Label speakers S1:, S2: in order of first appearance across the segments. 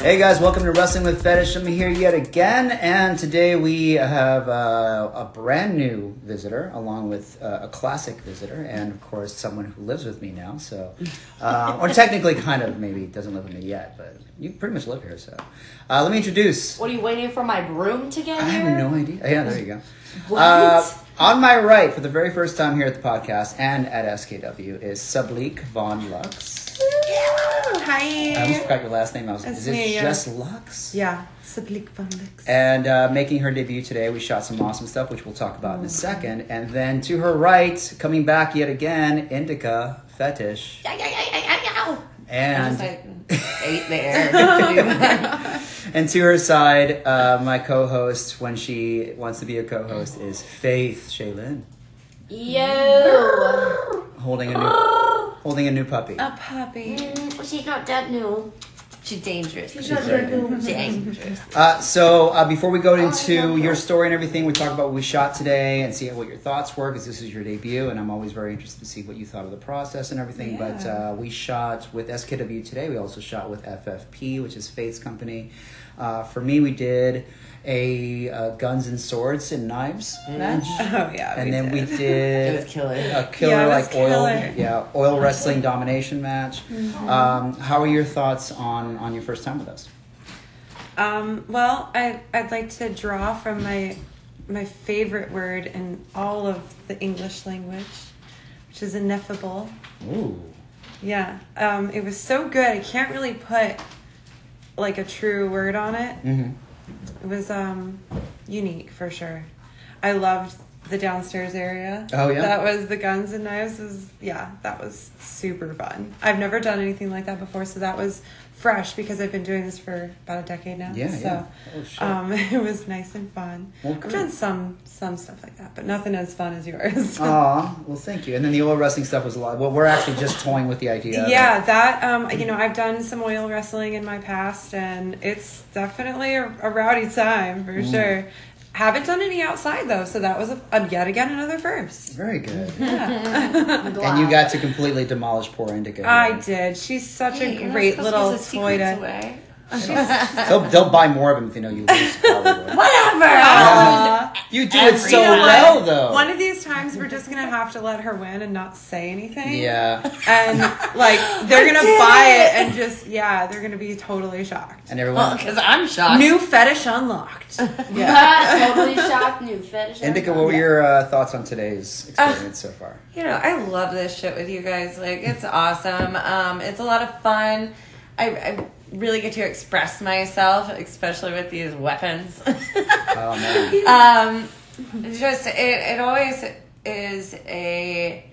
S1: Hey guys, welcome to Wrestling with Fetish. I'm here yet again, and today we have uh, a brand new visitor, along with uh, a classic visitor, and of course someone who lives with me now. So, uh, or technically, kind of maybe doesn't live with me yet, but you pretty much live here. So, uh, let me introduce.
S2: What are you waiting for my broom to get
S1: I
S2: here?
S1: have no idea. Yeah, there you go.
S2: What?
S1: Uh, on my right, for the very first time here at the podcast and at SKW, is Subleek Von Lux. I almost
S3: Hi.
S1: forgot your last name. I was,
S3: That's
S1: is it
S3: me, yeah.
S1: just Lux?
S3: Yeah, Sablik Bandix.
S1: And uh, making her debut today, we shot some awesome stuff, which we'll talk about in a second. And then to her right, coming back yet again, Indica Fetish.
S2: Yow, yow, yow, yow, yow, yow. I
S1: And
S2: just like ate there.
S1: and to her side, uh, my co-host, when she wants to be a co-host, is Faith Shaylin,
S2: Yo,
S1: holding a new holding a new puppy.
S3: A puppy.
S2: Mm, she's not that new. She's dangerous. She's
S1: very
S2: dangerous.
S1: Uh, so uh, before we go into your story and everything, we talk about what we shot today and see what your thoughts were because this is your debut, and I'm always very interested to see what you thought of the process and everything. But
S3: Yeah.
S1: uh, we shot with SKW today. We also shot with FFP, which is Faith's company. Uh, for me, we did a uh, guns and swords and knives match,
S3: Oh yeah.
S1: and then we
S2: It
S1: did
S2: was killer.
S1: a killer
S3: Yeah, it was
S1: like oil
S3: killer. Mm-hmm.
S1: yeah oil wrestling domination match. Um, how are your thoughts on on your first time with us?
S3: Um, well, I I'd like to draw from my my favorite word in all of the English language, which is ineffable.
S1: Ooh.
S3: Yeah. Um, it was so good. I can't really put like a true word on it.
S1: Mhm.
S3: It was um unique for sure. I loved the downstairs area.
S1: Oh, yeah?
S3: That was the guns and knives was yeah, that was super fun. I've never done anything like that before, so that was fresh because I've been doing this for about a decade now.
S1: Yeah,
S3: so
S1: yeah. Oh, shit.
S3: um it was nice and fun.
S1: Well,
S3: I've
S1: great.
S3: done some some stuff like that, but nothing as fun as yours.
S1: Oh, Aw, well, thank you. And then the oil wrestling stuff was a lot. Well, we're actually just toying with the idea.
S3: Yeah,
S1: of-
S3: that um, you know, I've done some oil wrestling in my past, and it's definitely a, a rowdy time
S1: Mm.
S3: for sure. Haven't done any outside though, so that was a, a yet again another first.
S1: very good.
S3: Mm-hmm.
S2: I'm glad.
S1: And you got to completely demolish poor Indica.
S3: I did. She's such
S2: Hey, you're
S3: a
S2: not
S3: great
S2: supposed
S3: little
S2: to give the
S3: toy
S2: secrets
S3: to.
S2: away.
S1: They'll, they'll buy more of them if they know you lose. probably.
S2: Whatever.
S3: Aw.
S1: you do it so
S2: You know what?
S1: well, though.
S3: One of these times, we're just gonna have to let her win and not say anything.
S1: yeah.
S3: And like they're gonna
S2: did
S3: buy
S2: it.
S3: it and just yeah, they're gonna be totally shocked.
S1: And everyone.
S2: Well, because I'm shocked.
S3: New fetish unlocked.
S2: totally shocked. New fetish.
S1: Indica, what were your uh, thoughts on today's experience so far?
S4: You know, I love this shit with you guys. Like, it's awesome. Um, it's a lot of fun. I, I really get to express myself, especially with these weapons.
S1: Oh, man.
S4: um, just it, it always is a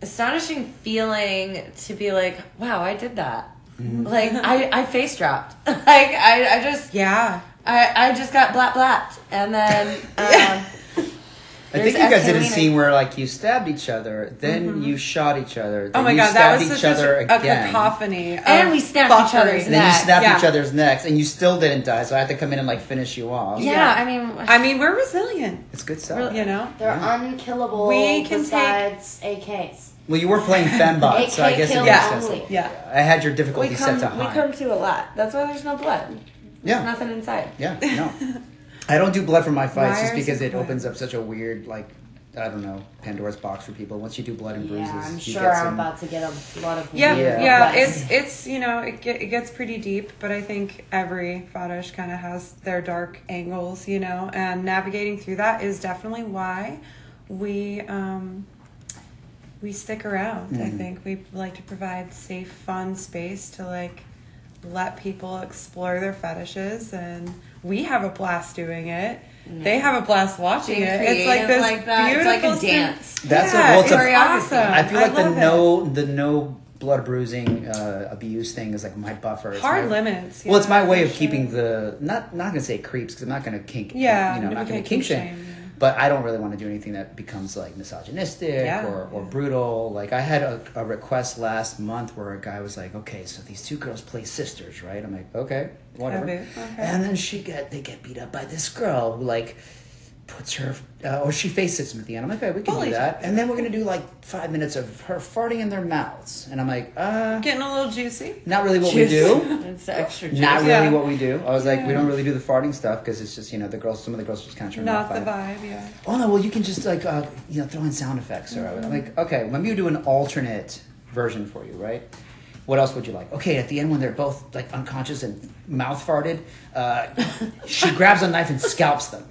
S4: astonishing feeling to be like, wow, I did that.
S1: Mm-hmm.
S4: Like, I, I face dropped. like, I, I just,
S3: Yeah.
S4: I, I just got blap blapped, and then. Um,
S1: I think you
S4: There's
S1: guys did a
S4: escalating.
S1: scene where like you stabbed each other, then you shot each other, then
S3: Mm-hmm. Oh my
S1: you
S3: god, that
S1: stabbed
S3: was
S1: each
S3: such
S1: other
S3: a, a
S1: again.
S3: cacophony. of
S4: And we snapped each other's
S3: fuckery.
S1: and then you
S4: neck.
S1: snapped
S3: Yeah.
S1: each other's necks, and you still didn't die. So I had to come in and like finish you off.
S4: yeah, I mean,
S3: I mean, we're resilient,
S1: it's good stuff.
S3: you know.
S2: They're unkillable.
S3: We can take-
S2: besides AKs.
S1: Well, you were playing Fembot,
S2: AK
S1: so I guess it
S2: kill
S1: makes
S2: only.
S1: sense.
S3: Yeah.
S1: I had your
S4: we
S1: difficulty
S4: come,
S1: set to
S4: we
S1: high.
S4: come to a lot. That's why there's no blood.
S1: yeah,
S4: Nothing inside.
S1: yeah, no. I don't do blood for my fights just
S3: Wires
S1: because
S3: and
S1: it opens
S3: cords.
S1: up such a weird, like, I don't know, Pandora's box for people. Once you do blood and bruises,
S2: Yeah, I'm
S1: you
S2: sure
S1: get
S2: I'm
S1: some.
S2: about to get a lot of
S3: Yeah,
S2: weird
S3: yeah,
S2: requests.
S3: It's it's you know it, get, it gets pretty deep, but I think every fetish kind of has their dark angles, you know, and navigating through that is definitely why we um, we stick around.
S1: Mm-hmm.
S3: I think we like to provide safe, fun space to like let people explore their fetishes, and we have a blast doing it. They have a blast watching
S4: Being
S3: it. It's like this
S4: creative like that. It's
S3: beautiful
S4: like a
S3: syn-
S4: dance.
S1: That's a-
S3: yeah,
S1: well, it's
S3: it's
S1: a-
S3: awesome.
S1: I feel like
S3: love
S1: the
S3: it.
S1: no, the no blood bruising uh, abuse thing is like my buffer. It's
S3: hard
S1: my-
S3: limits.
S1: Well, it's my
S3: yeah,
S1: way
S3: for
S1: of
S3: sure.
S1: keeping the not not gonna say creeps because I'm not gonna kink.
S3: Yeah,
S1: you know, I'm
S3: no,
S1: not
S3: we
S1: gonna
S3: can't
S1: kink
S3: kink
S1: shame.
S3: shame, yeah.
S1: But I don't really want to do anything that becomes like misogynistic
S3: Yeah,
S1: or, or
S3: yeah.
S1: brutal. Like I had a, a request last month where a guy was like, "Okay, so these two girls play sisters, right?" I'm like, "Okay, whatever."
S3: Okay, okay.
S1: And then she get they get beat up by this girl who like puts her, uh, or she faces him at the end. I'm like, okay, we can
S3: Holy
S1: do that. And then we're going to do like five minutes of her farting in their mouths. And I'm like, uh,
S3: Getting a little juicy.
S1: not really what we
S2: Juice.
S1: do.
S2: It's extra juice.
S1: Not really
S3: Yeah.
S1: what we do. I was like, we don't really do the farting stuff because it's just, you know, the girls, some of the girls just kind of turn off
S3: Not
S1: by
S3: the
S1: it.
S3: vibe, yeah.
S1: Oh no! Well, you can just like uh, you know throw in sound effects, or I'm like, okay, let me do an alternate version for you, right? What else would you like? Okay, at the end when they're both like unconscious and mouth farted, uh, she grabs a knife and scalps them.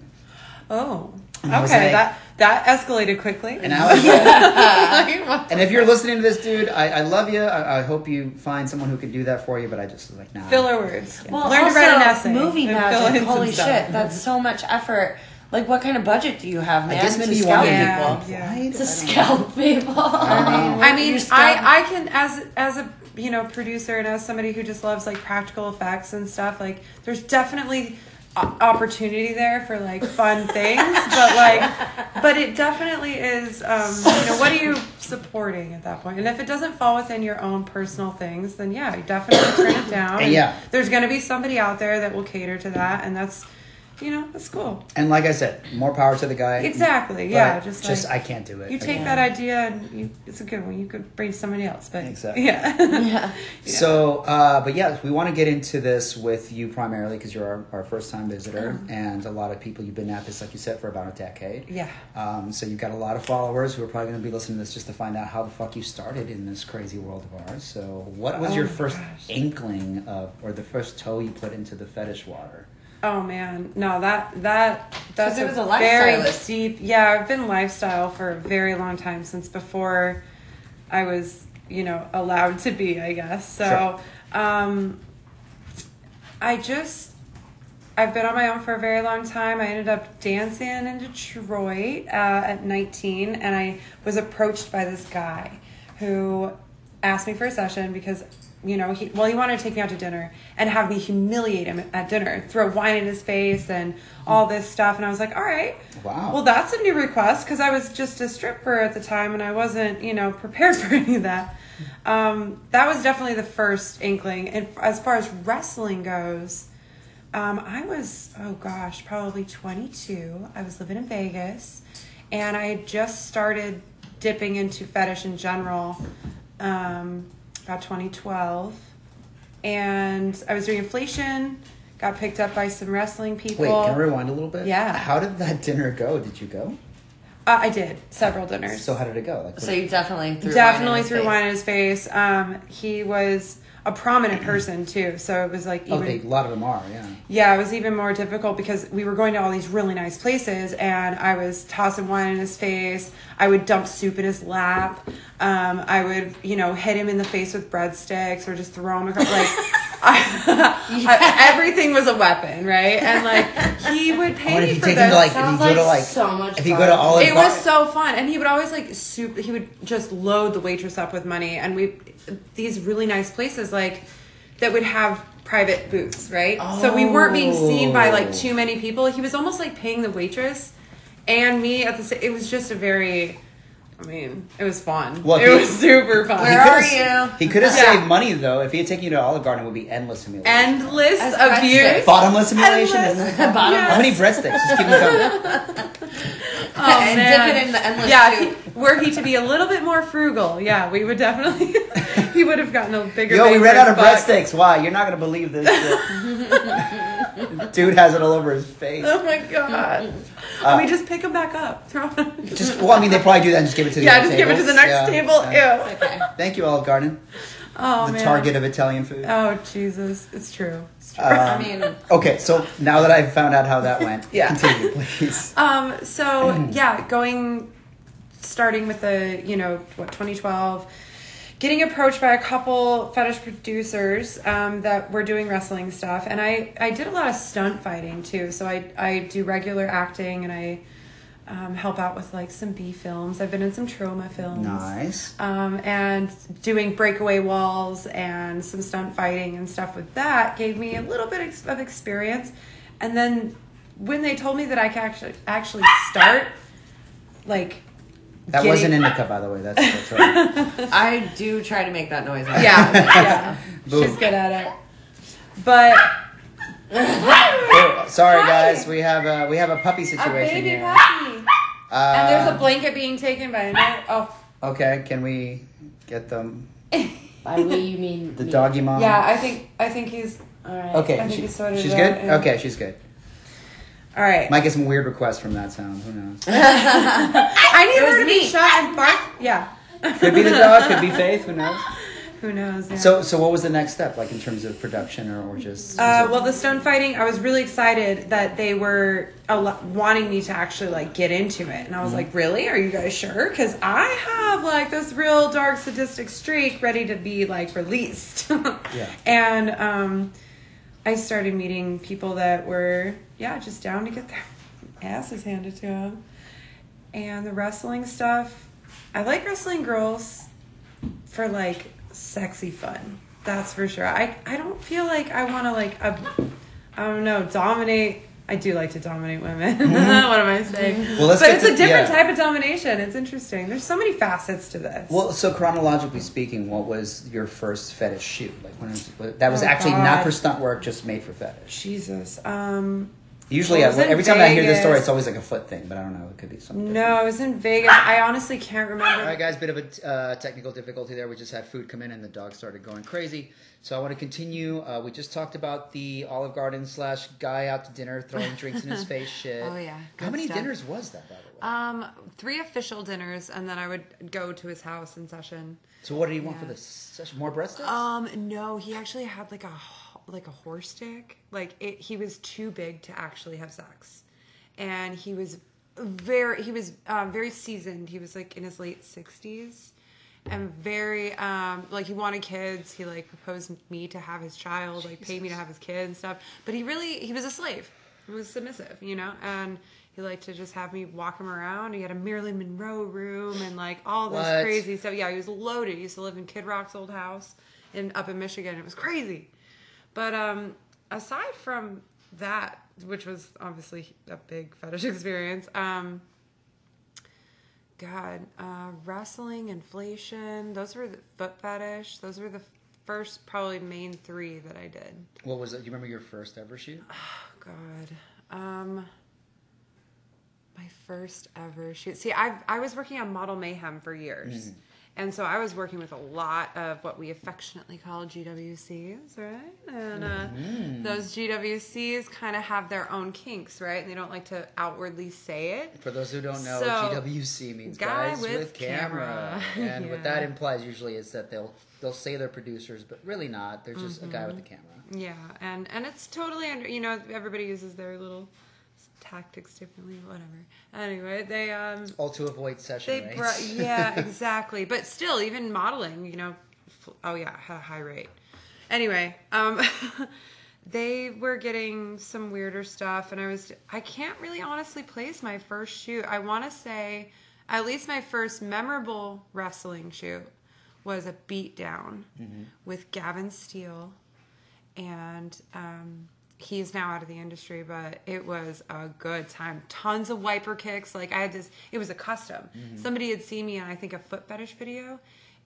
S3: Oh.
S1: And I was
S3: okay,
S1: like-
S3: that that escalated quickly.
S1: And I was like,
S3: Like, what?
S1: and if you're listening to this, dude, I, I love you. I, I hope you find someone who can do that for you. But I just was like, nah.
S3: filler words.
S2: Well,
S3: Learn to write an
S2: also,
S3: essay.
S2: Movie
S3: and fill in
S2: magic.
S3: some
S2: Holy shit,
S3: stuff. Mm-hmm.
S2: that's so much effort. Like, what kind of budget do you have,
S1: I
S2: man?
S1: guess maybe
S2: to
S1: you want to
S2: scalp
S1: be
S3: Yeah.
S2: people?
S1: implied.
S5: To scalp people.
S3: I mean, I, I can as as a you know producer and as somebody who just loves like practical effects and stuff. Like, there's definitely o- opportunity there for like fun things, but like, but it definitely is. Um, you know, what are you supporting at that point? And if it doesn't fall within your own personal things, then yeah, you definitely turn it down.
S1: And yeah.
S3: And there's going to be somebody out there that will cater to that, and that's you know that's cool.
S1: And like I said, more power to the guy.
S3: Exactly.
S1: But
S3: yeah. Just
S1: just
S3: like,
S1: I can't do it.
S3: you take that idea and you, it's a good one. You could bring somebody else, but
S1: Exactly.
S3: Yeah.
S1: So, uh, but yeah, we want to get into this with you primarily because you're our, our first time visitor,
S3: Uh-huh.
S1: and a lot of people you've been at this, like you said, for about a decade.
S3: Yeah.
S1: Um, so you've got a lot of followers who are probably going to be listening to this just to find out how the fuck you started in this crazy world of ours. So, what was
S3: Oh
S1: your
S3: my
S1: first
S3: gosh.
S1: inkling of, or the first toe you put into the fetish water?
S3: Oh man, no that that that's
S2: 'Cause it was a
S3: very
S2: lifestylist.
S3: deep. Yeah, I've been lifestyle for a very long time since before I was you know allowed to be. I guess so. Um, I just I've been on my own for a very long time. I ended up dancing in Detroit uh, at 19, and I was approached by this guy who asked me for a session because, you know, he well, he wanted to take me out to dinner and have me humiliate him at dinner, throw wine in his face, and all this stuff. And I was like, all right,
S1: Wow.
S3: well, that's a new request because I was just a stripper at the time and I wasn't, you know, prepared for any of that. Um, that was definitely the first inkling. And as far as wrestling goes, um, I was, oh gosh, probably 22. I was living in Vegas and I had just started dipping into fetish in general um, about 2012. And I was doing inflation, got picked up by some wrestling people.
S1: Wait, can I rewind a little bit?
S3: yeah.
S1: How did that dinner go? Did you go?
S3: uh, I did several dinners.
S1: So, how did it go? Like,
S2: So you definitely threw wine in
S3: definitely
S2: his
S3: threw
S2: face.
S3: wine in his face. Um, he was a prominent person too, so it was like
S1: oh,
S3: even
S1: they, a lot of them are, yeah.
S3: yeah, it was even more difficult because we were going to all these really nice places, and I was tossing wine in his face. I would dump soup in his lap. Um, I would you know hit him in the face with breadsticks or just throw him across like. I, I- everything was a weapon, right? And like he would pay
S1: I wonder
S3: me
S1: if you
S3: for
S1: take
S3: this.
S1: him to like, if you
S5: Sounds
S1: go to
S5: like
S1: like,
S5: so much
S1: if you go to
S5: fun.
S1: all
S3: it was so fun and he would always like super he would just load the waitress up with money and we these really nice places like that would have private booths right so we weren't being seen by
S1: Oh.
S3: like too many people he was almost like paying the waitress and me at the same it was just a very i mean it was fun
S1: Well,
S3: it
S1: he-
S3: was super fun
S1: He
S2: Where are
S1: could've-
S2: you?
S1: He could have
S3: Yeah.
S1: saved money though. If he had taken you to Olive Garden, it would be endless humiliation.
S3: endless
S2: As
S3: abuse
S2: breakfast.
S1: Bottomless humiliation.
S3: Endless.
S1: Isn't it?
S3: Bottomless.
S1: How many breadsticks? Just keep me coming.
S3: Oh,
S2: and
S3: man.
S2: dip it in the endless
S3: yeah,
S2: soup.
S3: if- were he to be a little bit more frugal, yeah, we would definitely. he would have gotten a bigger.
S1: Yo, we
S3: bang
S1: ran
S3: for
S1: out of
S3: his buck.
S1: breadsticks. Wow, you're not gonna believe this. Shit. Dude has it all over his face.
S3: Oh my god.
S1: Uh,
S3: we just pick them back up. Throw 'em-
S1: Just well, I mean, they probably do that and just give it to the
S3: yeah,
S1: other
S3: just give it to the
S1: tables.
S3: next
S1: Yeah,
S3: table.
S1: yeah.
S3: Ew.
S1: Thank you, Olive Garden,
S3: Oh
S1: the
S3: man.
S1: target of Italian food.
S3: Oh Jesus, it's true. It's true.
S2: I mean,
S1: Okay, so now that I've found out how that went,
S3: Yeah.
S1: continue, please.
S3: Um. So yeah, going, starting with the you know what 2012, getting approached by a couple fetish producers um, that were doing wrestling stuff, and I I did a lot of stunt fighting too. So I I do regular acting and I. Um, help out with like some B films. I've been in some trauma films.
S1: Nice.
S3: um, and doing breakaway walls and some stunt fighting and stuff with that gave me a little bit ex- of experience. And then when they told me that I could actually actually start, like
S1: That
S3: getting-
S1: wasn't indica, by the way. That's, that's all right.
S2: I do try to make that noise.
S3: yeah, yeah,
S1: Boom.
S3: she's good at it. But
S1: Oh, sorry, guys. We have a we have a puppy
S3: A
S1: situation
S3: baby
S1: here.
S3: puppy.
S1: Uh,
S3: and there's a blanket being taken by another. Oh,
S1: okay, can we get them
S6: By we, you mean
S1: the
S6: me.
S1: doggy mom?
S3: yeah. I think I think he's
S6: All right.
S1: Okay,
S3: I think
S1: she-
S3: it's sorted
S1: she's
S3: out,
S1: good.
S3: yeah.
S1: Okay, she's good.
S3: all right.
S1: Might get some weird requests from that sound. Who knows?
S3: I need
S7: It was
S3: her to be
S7: me.
S3: shot and bark. Yeah.
S1: Could be the dog. Could be Faith. Who knows?
S3: Who knows? Yeah.
S1: So, so what was the next step, like in terms of production or, or just? was
S3: Uh,
S1: it-
S3: well, the stone fighting, I was really excited that they were al- wanting me to actually like get into it, and I was like, "Really? Are you guys sure?" Because I have like this real dark sadistic streak ready to be like released. yeah. And um, I started meeting people that were yeah just down to get their asses handed to them, and the wrestling stuff. I like wrestling girls for like sexy fun. That's for sure. I, I don't feel like I want to like I I don't know dominate. I do like to dominate women. what am I saying?
S1: Well, let's
S3: but
S1: get
S3: it's
S1: Mm-hmm. to-
S3: a different
S1: yeah.
S3: type of domination. It's interesting. There's so many facets to this.
S1: Well, so chronologically speaking, what was your first fetish shoot? Like when was, what- that was
S3: Oh,
S1: actually
S3: God.
S1: not for stunt work, just made for fetish.
S3: Jesus. Um.
S1: Usually, I,
S3: Well, it was in
S1: every time I hear this story,
S3: Vegas.
S1: it's always like a foot thing, but I don't know. It could be something.
S3: No, I was in Vegas. I honestly can't
S1: All
S3: remember.
S1: right, guys, bit of a uh, technical difficulty there. We just had food come in and the dog started going crazy. So I want to continue. Uh, we just talked about the Olive Garden slash guy out to dinner throwing drinks in his face shit.
S3: Oh, yeah.
S1: How
S3: Good
S1: many
S3: stuff.
S1: dinners was that, by the way?
S3: Um, three official dinners, and then I would go to his house in session.
S1: so what did he want for this session? More breadsticks?
S3: Um, no, he actually had like a ho- like a horse dick. Like it, he was too big to actually have sex, and he was very he was um, very seasoned. He was like in his late sixties, and very um, like he wanted kids. He like proposed me to have his child, like paid me to have his kid and stuff. But he really he was a slave. He was submissive, you know, and. He liked to just have me walk him around. He had a Marilyn Monroe room and like all this
S1: What?
S3: crazy crazy stuff. Yeah, he was loaded. He used to live in Kid Rock's old house in up in Michigan. It was crazy. But um, aside from that, which was obviously a big fetish experience, um, God, uh, wrestling, inflation, those were the foot fetish. Those were the first, probably main three that I did.
S1: What was it? Do you remember your first ever shoot?
S3: God. Um my first ever shoot. See, I I was working on Model Mayhem for years. And so I was working with a lot of what we affectionately call GWCs, right? And uh, those GWCs kind of have their own kinks, right? And they don't like to outwardly say it.
S1: For those who don't know,
S3: So,
S1: GWC means
S3: guy
S1: guys with,
S3: with
S1: camera,
S3: camera.
S1: and what
S3: Yeah.
S1: that implies usually is that they'll they'll say they're producers, but really not. They're just a guy with a
S3: Mm-hmm.
S1: camera.
S3: Yeah, and and it's totally under. You know, everybody uses their little tactics differently, whatever. Anyway, they um
S1: All to avoid session
S3: They
S1: rates.
S3: brought, yeah, exactly. But still, even modeling, you know, f- oh yeah, had a high rate. Anyway, um, they were getting some weirder stuff, and I was, I can't really honestly place my first shoot. I want to say, at least my first memorable wrestling shoot was a beatdown with Gavin Steele and um, he's now out of the industry, but it was a good time. Tons of wiper kicks. Like I had this, it was a custom. Somebody had seen me in I think a foot fetish video,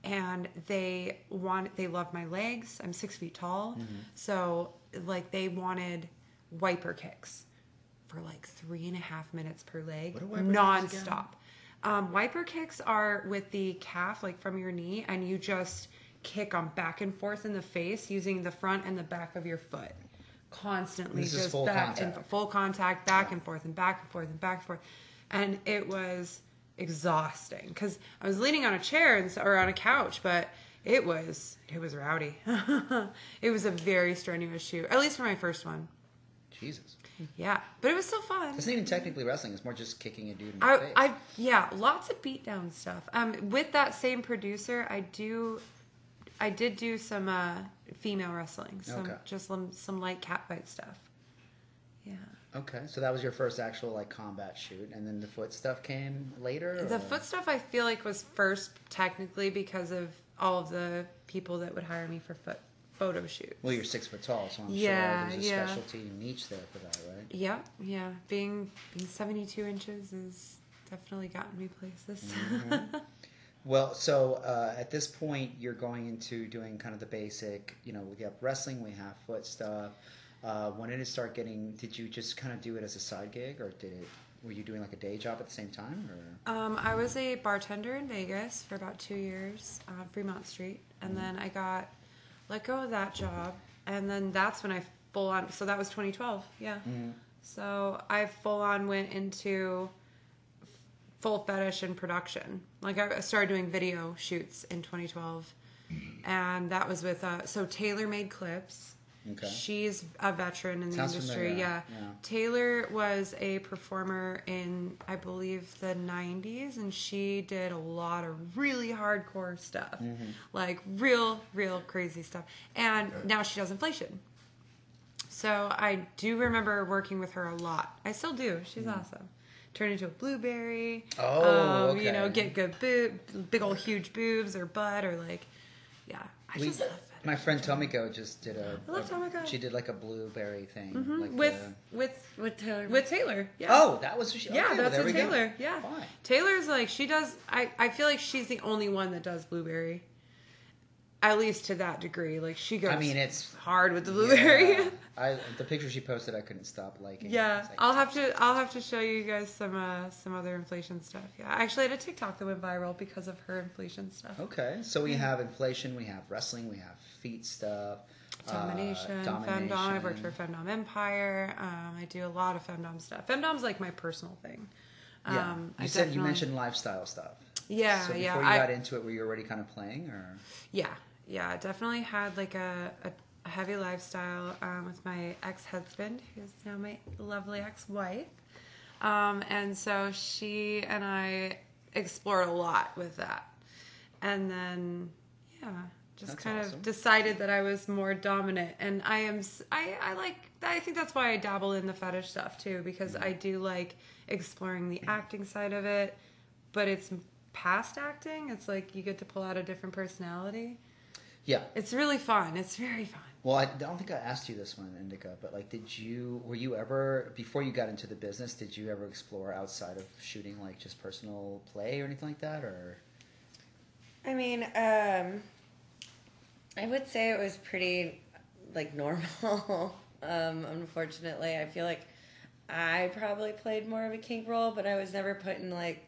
S3: and they wanted they love my legs. I'm six feet tall, so like they wanted wiper kicks for like three and a half minutes per leg,
S1: are wiper kicks again?
S3: nonstop. Um, wiper kicks are with the calf, like from your knee, and you just kick them back and forth in the face using the front and the back of your foot constantly.
S1: This is
S3: just
S1: full
S3: back and
S1: contact.
S3: full contact, back and forth, and back and forth, and back and forth. And it was exhausting because I was leaning on a chair and, s- or on a couch, but it was it was rowdy. it was a very strenuous shoot, at least for my first one.
S1: Jesus,
S3: Yeah, but it was still fun.
S1: that's not even technically wrestling. It's more just kicking a dude in the
S3: I,
S1: face.
S3: I yeah, lots of beatdown stuff. Um, with that same producer, I do, I did do some uh, female wrestling, some
S1: Okay.
S3: just some, some light catfight stuff. Yeah,
S1: okay, so that was your first actual like combat shoot, and then the foot stuff came later.
S3: the
S1: or-
S3: foot stuff I feel like was first technically because of all of the people that would hire me for foot photo shoots.
S1: Well, you're six foot tall, so I'm
S3: Yeah,
S1: sure there's a
S3: yeah.
S1: specialty niche there for that, right?
S3: Yeah, yeah. Being being seventy two inches has definitely gotten me places.
S1: Mm-hmm. Well, so uh, at this point, you're going into doing kind of the basic, you know, we have wrestling, we have foot stuff. Uh, when did it start getting? Did you just kind of do it as a side gig, or did it? Were you doing like a day job at the same time, or?
S3: Um, I was a bartender in Vegas for about two years on Fremont Street, and then I got let go of that job, and then that's when I full on. So that was 2012, yeah. So I full on went into f- full fetish and production. Like I started doing video shoots in 2012, and that was with uh, so Taylor made clips.
S1: Okay.
S3: She's a veteran in the
S1: Sounds
S3: industry.
S1: familiar,
S3: Yeah.
S1: yeah.
S3: Taylor was a performer in, I believe, the 90s, and she did a lot of really hardcore stuff.
S1: Mm-hmm.
S3: Like, real, real crazy stuff. And now she does inflation. So I do remember working with her a lot. I still do. She's awesome. Turn into a blueberry.
S1: Mm.
S3: Um,
S1: Oh,
S3: You know,
S1: okay.
S3: get good boob, big old huge boobs or butt or like, yeah. I
S1: We-
S3: just love it.
S1: my friend Tomiko just did a.
S3: I love
S1: a-
S3: Tomiko. Mm-hmm,
S1: She did like a blueberry thing. Like
S3: with, with,
S2: With Taylor.
S3: with Taylor. Yeah.
S1: Oh, that was who she.
S3: Yeah,
S1: okay, well,
S3: that's
S1: there
S3: a
S1: we go.
S3: Taylor. Yeah.
S1: Fine.
S3: Taylor's like she does I, I feel like she's the only one that does blueberry. At least to that degree. Like she goes
S1: I mean, it's
S3: hard with the blueberry.
S1: Yeah.
S3: Yeah.
S1: I the picture she posted, I couldn't stop liking. I was like,
S3: I'll have to I'll have to show you guys some uh some other inflation stuff. Yeah. I actually had a TikTok that went viral because of her inflation stuff.
S1: Okay, so
S3: Mm-hmm.
S1: we have inflation, we have wrestling, we have feet stuff, uh,
S3: Domination, Femdom. I've worked for Femdom Empire. Um, I do a lot of Femdom stuff. Femdom's like my personal thing.
S1: Yeah.
S3: Um,
S1: you
S3: I
S1: said you
S3: definitely-
S1: mentioned lifestyle stuff.
S3: Yeah,
S1: So before
S3: yeah.
S1: you
S3: I-
S1: got into it, were you already kind of playing, or
S3: Yeah, yeah, I definitely had like a, a, a heavy lifestyle um, with my ex husband, who's now my lovely ex wife. Um, and so she and I explored a lot with that. And then, yeah, just
S1: That's
S3: kind
S1: awesome.
S3: of decided that I was more dominant. And I am, s- I, I like, I think that's why I dabble in the fetish stuff too, because I do like exploring the acting side of it, but it's past acting. It's like you get to pull out a different personality.
S1: yeah?
S3: It's really fun. It's very fun.
S1: Well, I don't think I asked you this one, Indica, but like, did you were you ever before you got into the business? Did you ever explore outside of shooting, like just personal play or anything like that, or
S2: I mean, um, I would say it was pretty like normal. um, unfortunately, I feel like I probably played more of a kink role, but I was never put in like.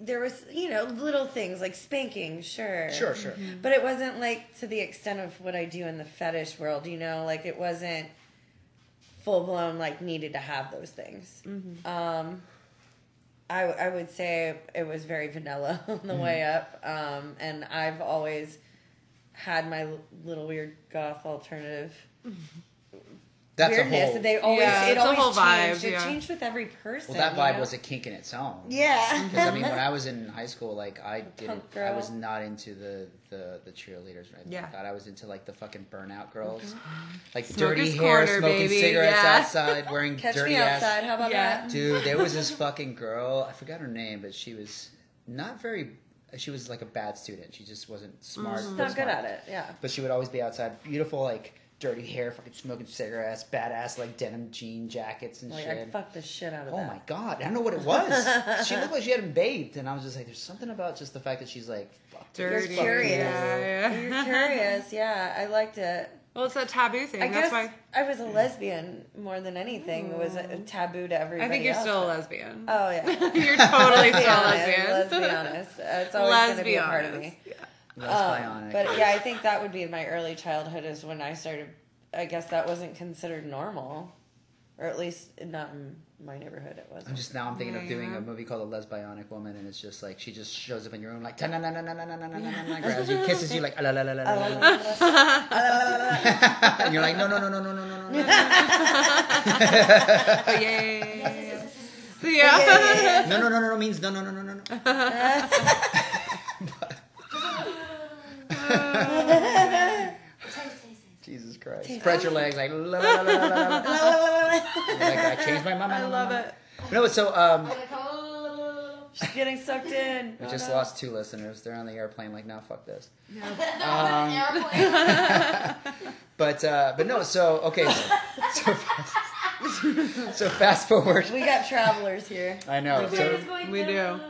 S2: There was, you know, little things like spanking, sure.
S1: Sure, sure.
S2: But it wasn't like to the extent of what I do in the fetish world, you know, like it wasn't full blown, like needed to have those things.
S3: Mm-hmm.
S2: Um, I, I would say it was very vanilla on the
S3: Mm-hmm.
S2: way up. Um, and I've always had my l- little weird goth alternative
S1: that's a
S2: weirdness.
S1: whole?
S2: and they always,
S3: Yeah,
S2: it
S3: it's a
S2: always
S3: whole vibe,
S2: changed. It
S3: yeah.
S2: changed with every person.
S1: well, that
S2: you
S1: vibe
S2: know?
S1: was a kink in its own.
S2: Yeah.
S1: Because I mean, when I was in high school, like I didn't,
S2: girl.
S1: I was not into the the, the cheerleaders or anything
S3: Yeah.
S1: like that. I was into like the fucking
S2: Mm-hmm.
S1: burnout girls, like dirty
S3: Smoker's
S1: hair,
S3: corner,
S1: smoking
S3: baby,
S1: cigarettes
S3: yeah.
S1: outside, wearing
S2: Catch
S1: dirty
S2: me outside.
S1: ass.
S2: How about
S3: Yeah.
S2: that?
S1: Dude, there was this fucking girl. I forgot her name, but she was not very. She was like a bad student. She just wasn't smart.
S2: She's
S1: wasn't
S2: Mm-hmm. not good
S1: smart.
S2: at it. Yeah.
S1: But she would always be outside, beautiful, like dirty hair, fucking smoking cigarettes, badass, like denim jean jackets and
S2: Like
S1: shit.
S2: I'd fuck the shit out of
S1: Oh
S2: that.
S1: my god, I don't know what it was. she looked like she hadn't bathed, and I was just like, there's something about just the fact that she's like, fuck.
S2: You're
S3: Dirty.
S2: curious.
S3: Yeah, yeah.
S2: You're curious. Yeah, I liked it.
S3: Well, it's a taboo thing.
S2: I
S3: That's
S2: guess
S3: why Mm.
S2: I was a lesbian more than anything. It was a taboo to everybody.
S3: I think you're
S2: else.
S3: still a lesbian.
S2: Oh yeah.
S3: you're totally still a lesbian.
S2: Let's be honest. It's always going to be a part of me. Um,
S1: Lesbionic.
S2: but yeah, I think that would be my early childhood is when I started. I guess that wasn't considered normal, or at least not in my neighborhood. It
S1: I'm
S2: wasn't.
S1: just now I'm thinking of
S3: Yeah.
S1: doing a movie called The Lesbionic Woman, and it's just like she just shows up in your room like na na na na na na na na na grabs you, kisses you like la la la la la, la, la. and you're like no no no no no no no no, no
S3: But yay. Yeah.
S1: no no no no no means no no no no no no. Jesus Christ! Spread your legs like la la la la la, la. la. You're Like I changed my mind.
S3: I love it.
S1: No, so um,
S2: She's getting sucked in.
S1: We just lost two listeners. They're on the airplane, like, now fuck this. But uh, but no, so okay, so so fast, so fast forward.
S2: We got travelers here.
S1: I know. So
S3: We do.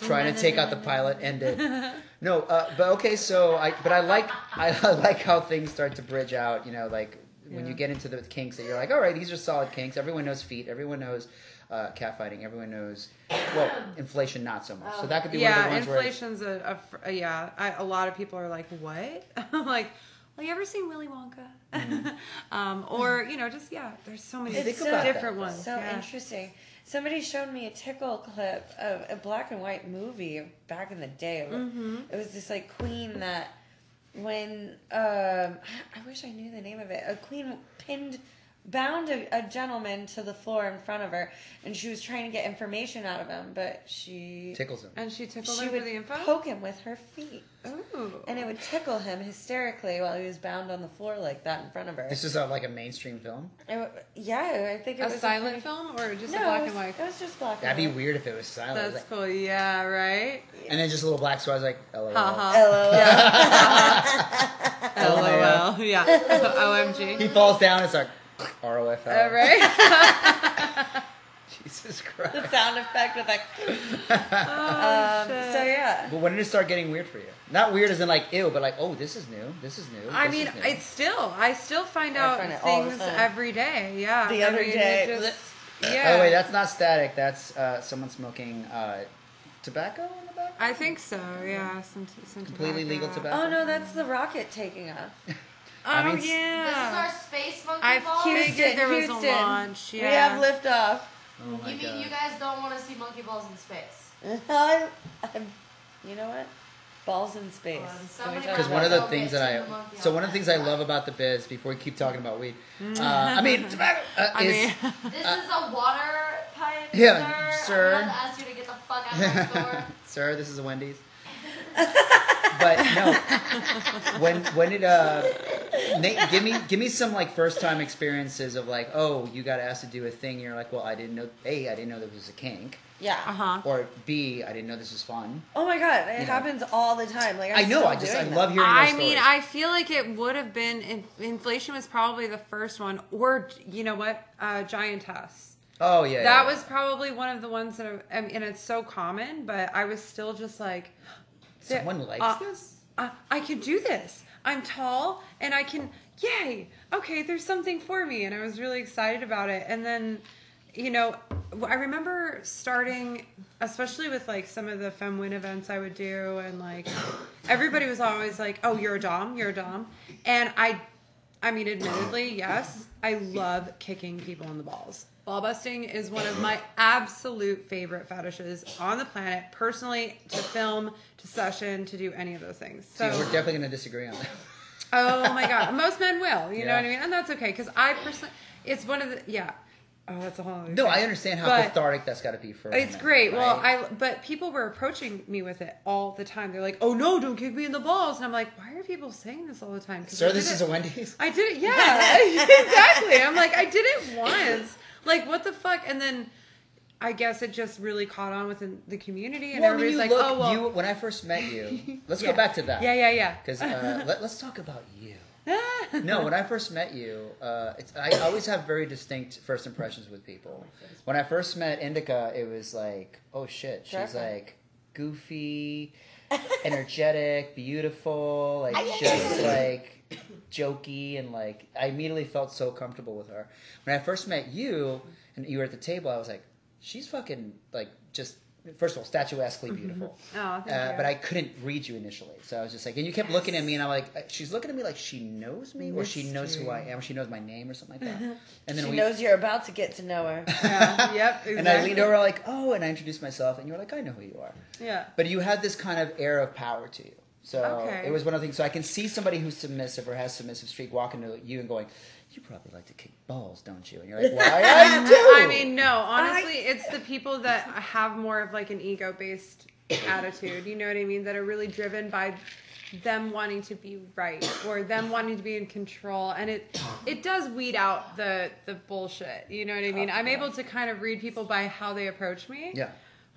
S1: trying to take out the pilot and it. No, uh, but okay. So I, but I like, I, I like how things start to bridge out. You know, like when you
S3: Yeah.
S1: get into the kinks, that you're like, all right, these are solid kinks. Everyone knows feet. Everyone knows uh, catfighting. Everyone knows. Well, inflation not so much. So that could be one of
S3: yeah,
S1: the ones where. it's-
S3: inflation's a, a fr- a- yeah. I, a lot of people are like, what? I'm like, well, you ever seen Willy Wonka? um, or you know, just yeah. There's so many
S1: Think
S3: different
S1: about that, though.
S3: ones.
S2: So
S3: yeah.
S2: interesting. Somebody showed me a tickle clip of a black and white movie back in the day.
S3: Mm-hmm.
S2: It was this like queen that when um I I wish I knew the name of it. A queen pinned bound a, a gentleman to the floor in front of her and she was trying to get information out of him, but she
S1: Tickles them.
S3: And she tickled
S2: she
S3: him for
S2: would
S3: the info.
S2: poke him with her feet.
S3: Ooh.
S2: And it would tickle him hysterically while he was bound on the floor like that in front of her.
S1: This is uh, like a mainstream film.
S2: It wa- yeah, I think it
S3: a
S2: was
S3: silent film or just
S2: No,
S3: a black
S2: it
S3: and
S2: was-
S3: white?
S2: It was just black.
S1: That'd be
S2: and white.
S1: weird if it was silent. I was
S3: That's
S1: like-
S3: cool. Yeah. Right. Uh-huh.
S1: And then just a little black. So I was like, LOL.
S3: Haha.
S2: LOL.
S3: LOL. Yeah.
S1: He
S3: OMG.
S1: falls down. It's like ROFL.
S3: Uh, right.
S1: Jesus Christ.
S2: the sound effect with that.
S3: Oh,
S2: Um,
S3: shit.
S2: so yeah,
S1: But when did it start getting weird for you? Not weird as in like ew, but like oh, this is new. This is new.
S3: I
S1: this
S3: mean,
S1: is new.
S3: it's still. I still find out
S2: find it all the
S3: things
S2: time.
S3: every day. Yeah.
S2: The
S3: I
S2: other
S3: mean, it
S2: day.
S3: just- yeah.
S1: By the way, that's not static. That's uh, someone smoking uh, tobacco in the back.
S3: I think so. Yeah. Some. t- some
S1: Completely legal
S3: Uh,
S1: tobacco.
S2: Oh no, that's the rocket taking off.
S3: Oh
S1: I mean, s-
S4: This is
S3: yeah.
S4: our space monkey
S3: I
S4: ball.
S3: figured
S2: Houston,
S3: there was
S2: Houston.
S3: a launch. Yeah.
S2: We have liftoff.
S1: Oh my
S4: you mean
S1: God.
S4: you guys don't want to see monkey balls in space?
S2: I'm, I'm, you know what? Balls in space.
S4: Hold on,
S2: Can we
S4: somebody
S2: talk
S1: because
S4: grab
S1: one of
S2: about
S1: the
S4: Don't
S1: things
S4: get
S1: that
S4: too
S1: I
S4: monkey
S1: so
S4: on
S1: one of the
S4: that.
S1: things I love about the biz before we keep talking about weed, uh, I mean tobacco uh,
S3: I
S1: is
S3: mean,
S4: This is a water pipe.
S1: uh, Yeah, sir.
S4: sir. I'm about to ask you to get the fuck out of my store.
S1: sir, this is a Wendy's. but no, when when it uh, Nate, give me give me some like first time experiences of like, oh, you got asked to do a thing. You're like, well, I didn't know. A, I didn't know this was a kink,
S3: uh
S2: Yeah.
S3: huh.
S1: or B, I didn't know this was fun.
S2: Oh my god, it happens all the time. Like
S1: i
S2: I'm
S1: know.
S2: still
S1: I just I
S2: doing
S1: love
S2: that.
S1: hearing.
S3: I
S1: those
S3: mean,
S1: stories.
S3: I feel like it would have been. In, inflation was probably the first one, or you know what, uh, giantess.
S1: Oh yeah.
S3: That
S1: yeah,
S3: was probably one of the ones that, are, I mean, and it's so common, but I was still just like,
S1: Someone likes
S3: this. I, I can do this. I'm tall, and I can. Yay! Okay, there's something for me, and I was really excited about it. And then, you know, I remember starting, especially with like some of the FemWin events I would do, and like everybody was always like, "Oh, you're a dom, you're a dom," and I I mean, admittedly, yes, I love kicking people in the balls. Ball busting is one of my absolute favorite fetishes on the planet, personally, to film, to session, to do any of those things. So,
S1: Dude, we're definitely gonna disagree on that.
S3: oh my God. Most men will, you know
S1: Yeah.
S3: what I mean? And that's okay, because I personally, it's one of the, yeah. Oh, that's a whole other
S1: No,
S3: thing.
S1: I understand how
S3: But-
S1: cathartic that's got to be for.
S3: It's
S1: women,
S3: great. Well,
S1: right?
S3: I but people were approaching me with it all the time. They're like, "Oh no, don't kick me in the balls," and I'm like, "Why are people saying this all the time?" 'Cause I
S1: Sir,
S3: did
S1: this is
S3: it-
S1: a Wendy's.
S3: I did it. Yeah, exactly. I'm like, I did it once. Like, what the fuck? And then I guess it just really caught on within the community, and
S1: Well, I mean,
S3: everybody's
S1: you
S3: like,
S1: look-
S3: oh well.
S1: you when I first met you. Let's
S3: Yeah.
S1: go back to that.
S3: yeah, yeah, yeah.
S1: Because uh, let, let's talk about you. No, when I first met you, uh, it's, I always have very distinct first impressions with people. When I first met Indica, it was like, oh shit, she's
S2: Girlfriend.
S1: like goofy, energetic, beautiful, like just like jokey, and like I immediately felt so comfortable with her. When I first met you, and you were at the table, I was like, she's fucking like just. First of all, statuesquely beautiful.
S3: Aw, Oh, thank
S1: uh,
S3: you.
S1: But I couldn't read you initially, so I was just like, and you kept looking at me, and I'm like, uh, she's looking at me like she knows me, or she knows who I am, or she knows my name, or something like that. And then
S2: She
S1: we, Oh,
S2: knows you're about to get to know her.
S3: yeah, yep. Exactly.
S1: and I leaned over, like, oh, and I introduced myself, and you were like, I know who you are.
S3: Yeah.
S1: But you had this kind of air of power to you. So
S3: Okay.
S1: it was one of the things. So I can see somebody who's submissive or has submissive streak walking to you and going, "You probably like to kick balls, don't you?" And you're like, "Why I do."
S3: I mean, no. Honestly, it's the people that have more of like an ego-based attitude. You know what I mean? That are really driven by them wanting to be right or them wanting to be in control, and it it does weed out the the bullshit. You know what I mean? I'm able to kind of read people by how they approach me.
S1: Oh, yeah.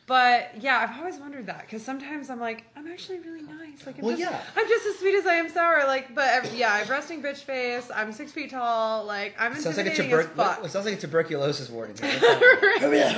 S3: But yeah, I've always wondered that because sometimes I'm like, I'm actually really nice. Like, I'm,
S1: Well,
S3: just,
S1: yeah.
S3: I'm just as sweet as I am sour. Like, but ev- yeah, I have resting bitch face. I'm six feet tall. Like, I'm
S1: Sounds like a
S3: intimidating as
S1: tuber-
S3: fuck.
S1: it sounds like a tuberculosis warning.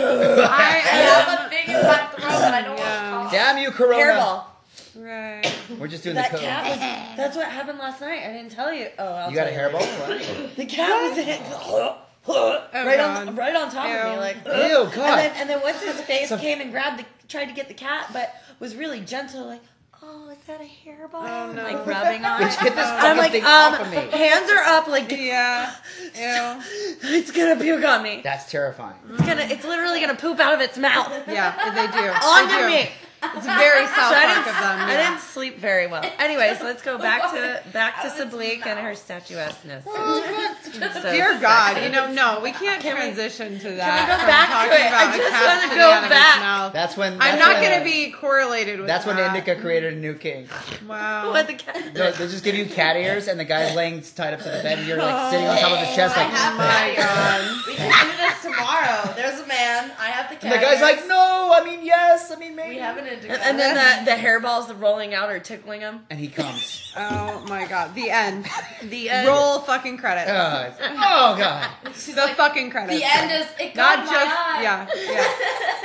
S3: I
S8: have a thing in my throat that I don't
S3: Yeah.
S8: want to talk.
S1: Damn you, Corona!
S2: Terrible.
S3: am right.
S1: We're just doing
S2: That
S1: the code.
S2: cat was. That's what happened last night. I didn't tell you. Oh, I'll
S1: You got a
S2: tell
S1: hairball?
S2: The cat was in Oh, right on
S3: God.
S2: right on top of
S3: Ew.
S2: me, like
S1: Ew, God.
S2: And then and then once his face
S1: So-
S2: came and grabbed the tried to get the cat, but was really gentle, like, oh, is that a hairball?
S3: Oh, no.
S2: Like rubbing on
S1: Bitch,
S2: it.
S1: get this
S2: And
S1: fucking
S2: I'm like,
S1: thing
S2: um,
S1: off of me.
S2: hands are up, like
S3: Yeah. Ew.
S2: it's gonna puke on me.
S1: That's terrifying.
S2: It's gonna, it's literally gonna poop out of its mouth
S3: Yeah, they do. They
S2: onto
S3: do.
S2: me.
S3: It's very South
S2: So I
S3: Park
S2: didn't,
S3: of them.
S2: I
S3: yeah.
S2: didn't sleep very well. Anyways, let's go back to back to Sablique and her statuesqueness. So
S3: Dear God, you know, no, we can't transition to that.
S2: go
S3: from
S2: back to
S3: talking
S2: it? I
S3: about a
S2: just
S3: cat
S2: wanna
S3: sitting
S2: go
S3: out of its
S2: back.
S3: mouth.
S1: That's when.
S3: I'm
S1: that's
S3: not
S1: when-
S3: going to be correlated with
S1: That's when
S2: Ah.
S3: that.
S1: Indica created a new king.
S3: Wow.
S2: What the cat?
S1: They, they just give you cat ears, and the guy's laying tied up to the bed, and you're
S2: Oh.
S1: like sitting on top of his chest, like.
S3: Oh my God.
S4: We can do this tomorrow. There's a man. I have the
S1: And
S4: cat.
S1: the guy's like, no, I mean yes, I mean
S4: We
S1: maybe.
S4: have an indigo.
S2: And, and then the, the hairballs the rolling out or tickling them.
S1: And he comes.
S3: Oh my God. The end.
S2: The uh, end.
S3: Roll fucking credits.
S1: Oh, it's- oh god.
S3: the fucking credits.
S8: The end is it got
S3: Not
S8: my
S3: just
S8: eye.
S3: yeah,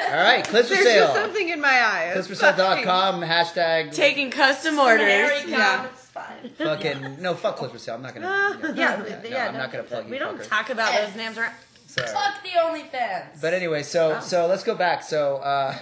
S3: yeah.
S1: All right, clips for
S3: There's
S1: sale.
S3: just something in my eyes.
S1: Clips for sale.com hashtag
S2: Taking custom orders.
S4: Orders.
S3: Yeah.
S4: It's fine.
S1: fucking no fuck clips for sale. I'm not gonna.
S2: Yeah,
S1: No,
S2: yeah.
S1: I'm not gonna plug you.
S2: We don't
S1: fucker.
S2: talk about those names. Around.
S1: Sorry.
S4: Fuck the OnlyFans.
S1: But anyway, so so let's go back. So uh,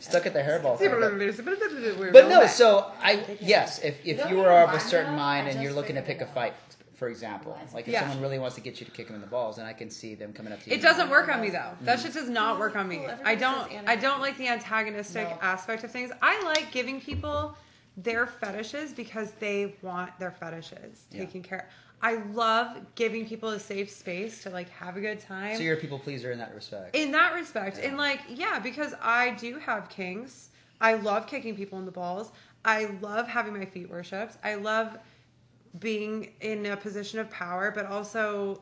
S1: stuck at the hairball. thing, but- But
S3: But
S1: no, so I yes, if, if
S4: Don't
S1: you
S4: you
S1: are of a
S4: mind
S1: certain
S4: that?
S1: mind
S4: I
S1: and you're
S4: just
S1: looking to
S4: figured
S1: pick a
S4: it out.
S1: fight, for example, like if
S3: Yeah.
S1: someone really wants to get you to kick him in the balls, and I can see them coming up to you.
S3: It doesn't work on me though. That shit does not work on me. I don't. I don't like the antagonistic aspect of things. I like giving people their fetishes because they want their fetishes
S1: Yeah.
S3: taken care. of. I love giving people a safe space to like have a good time.
S1: So you're a people pleaser in that respect.
S3: in that respect and like yeah because i do have kinks i love kicking people in the balls i love having my feet worshipped i love being in a position of power but also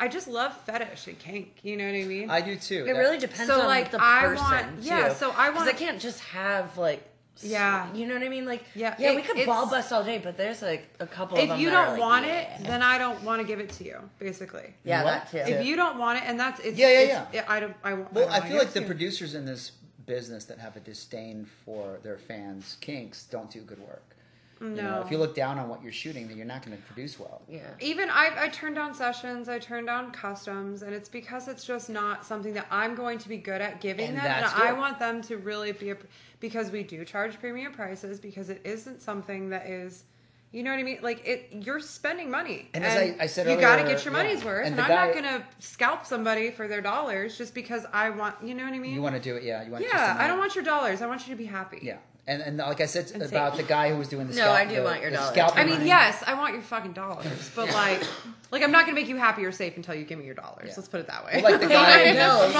S3: i just love fetish and kink you know what i mean
S1: I do too.
S2: It really depends
S3: So,
S2: on
S3: like,
S2: the
S3: I
S2: person.
S3: want- yeah,
S2: too.
S3: so I
S2: 'Cause
S3: want-
S2: I can't just have like. s-
S3: Yeah.
S2: You know what I mean? Like.
S3: Yeah,
S2: Yeah.
S3: it-
S2: we could
S3: it's-
S2: ball bust all day, but there's like a couple. of
S3: if
S2: them
S3: you
S2: that are
S3: don't
S2: like,
S3: want
S2: yeah.
S3: it then i don't want to give it to you basically
S2: Yeah,
S1: What?
S2: that too.
S1: Yeah.
S3: if you don't want it and that's it's
S1: Yeah, yeah,
S3: it's-
S1: yeah.
S3: i don't i, don't
S1: Well, I
S3: wanna
S1: feel
S3: give
S1: like
S3: it
S1: the
S3: to you.
S1: producers in this business that have a disdain for their fans' kinks don't do good work. No. You know, if you look down on what you're shooting, then you're not going to produce well.
S2: yeah.
S3: even I, I turn down sessions, I turn down customs, and it's because it's just not something that I'm going to be good at giving
S1: And
S3: them.
S1: that's
S3: and I
S1: good.
S3: want them to really be a, because we do charge premium prices because it isn't something that is, you know what I mean? Like it, you're spending money,
S1: And as I- I said
S3: you got to
S1: earlier,
S3: get your
S1: yeah.
S3: money's worth.
S1: And
S3: And,
S1: the
S3: I'm
S1: guy-
S3: not gonna scalp somebody for their dollars just because I want, you know what I mean?
S1: You want to do it, yeah. You want it just to
S3: yeah, I
S1: not-
S3: don't want your dollars. I want you to be happy.
S1: Yeah, and and like I said
S3: safe.
S1: about the guy who was doing the
S2: No,
S1: scalp,
S2: I do
S1: the-
S2: want your
S1: the
S2: dollar.
S1: scalping
S3: I mean,
S1: line.
S3: yes, I want your fucking dollars, but like, like I'm not gonna make you happy or safe until you give me your dollars.
S1: Yeah.
S3: Let's put it that way.
S1: Well, like the guy.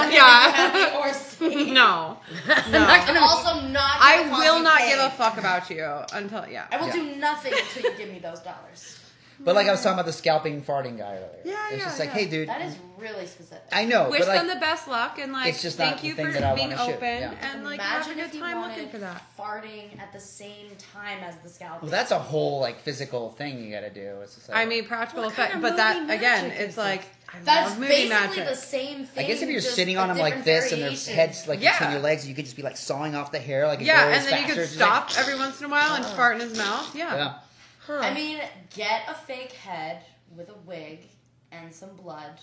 S3: yeah.
S4: or sweet.
S3: no. No.
S8: I'm also not.
S3: I
S4: gonna
S3: will
S4: you
S3: not
S4: pay.
S3: give a fuck about you until yeah.
S4: I will
S1: Yeah.
S4: do nothing until you give me those dollars.
S1: But like I was talking about the scalping farting guy earlier.
S3: Yeah,
S1: It's
S3: yeah,
S1: just like,
S3: yeah.
S1: hey, dude.
S4: That is really specific.
S1: I know,
S3: Wish
S1: but like,
S3: them the best luck and like
S1: it's just not
S3: thank
S1: the
S3: you
S1: thing
S3: for
S1: that I
S3: being
S1: wanna shoot,
S3: open
S1: yeah.
S3: and like
S4: Imagine
S3: having a
S4: if
S3: good
S4: you
S3: time
S4: wanted
S3: looking for that.
S4: farting at the same time as the scalp.
S1: well, that's a whole like physical thing you got to do. It's just like,
S3: I mean practical
S2: What kind
S3: effect,
S2: of
S3: but that
S2: movie
S3: again,
S2: magic
S3: it's
S2: is
S3: like
S2: this?
S3: I
S4: That's
S3: love movie
S4: basically
S3: magic.
S4: the same
S1: I
S4: thing.
S1: guess if you're
S4: just
S1: sitting
S4: a
S1: on them like
S4: different
S1: this and their
S4: variation.
S1: heads like
S3: Yeah.
S1: between your legs, you could just be like sawing off the hair like it
S3: yeah,
S1: goes
S3: and then you
S1: faster.
S3: could
S1: It's just like-
S3: stop every once in a while and fart in his mouth. Yeah.
S1: Oh. yeah.
S2: Huh.
S4: I mean, get a fake head with a wig and some blood.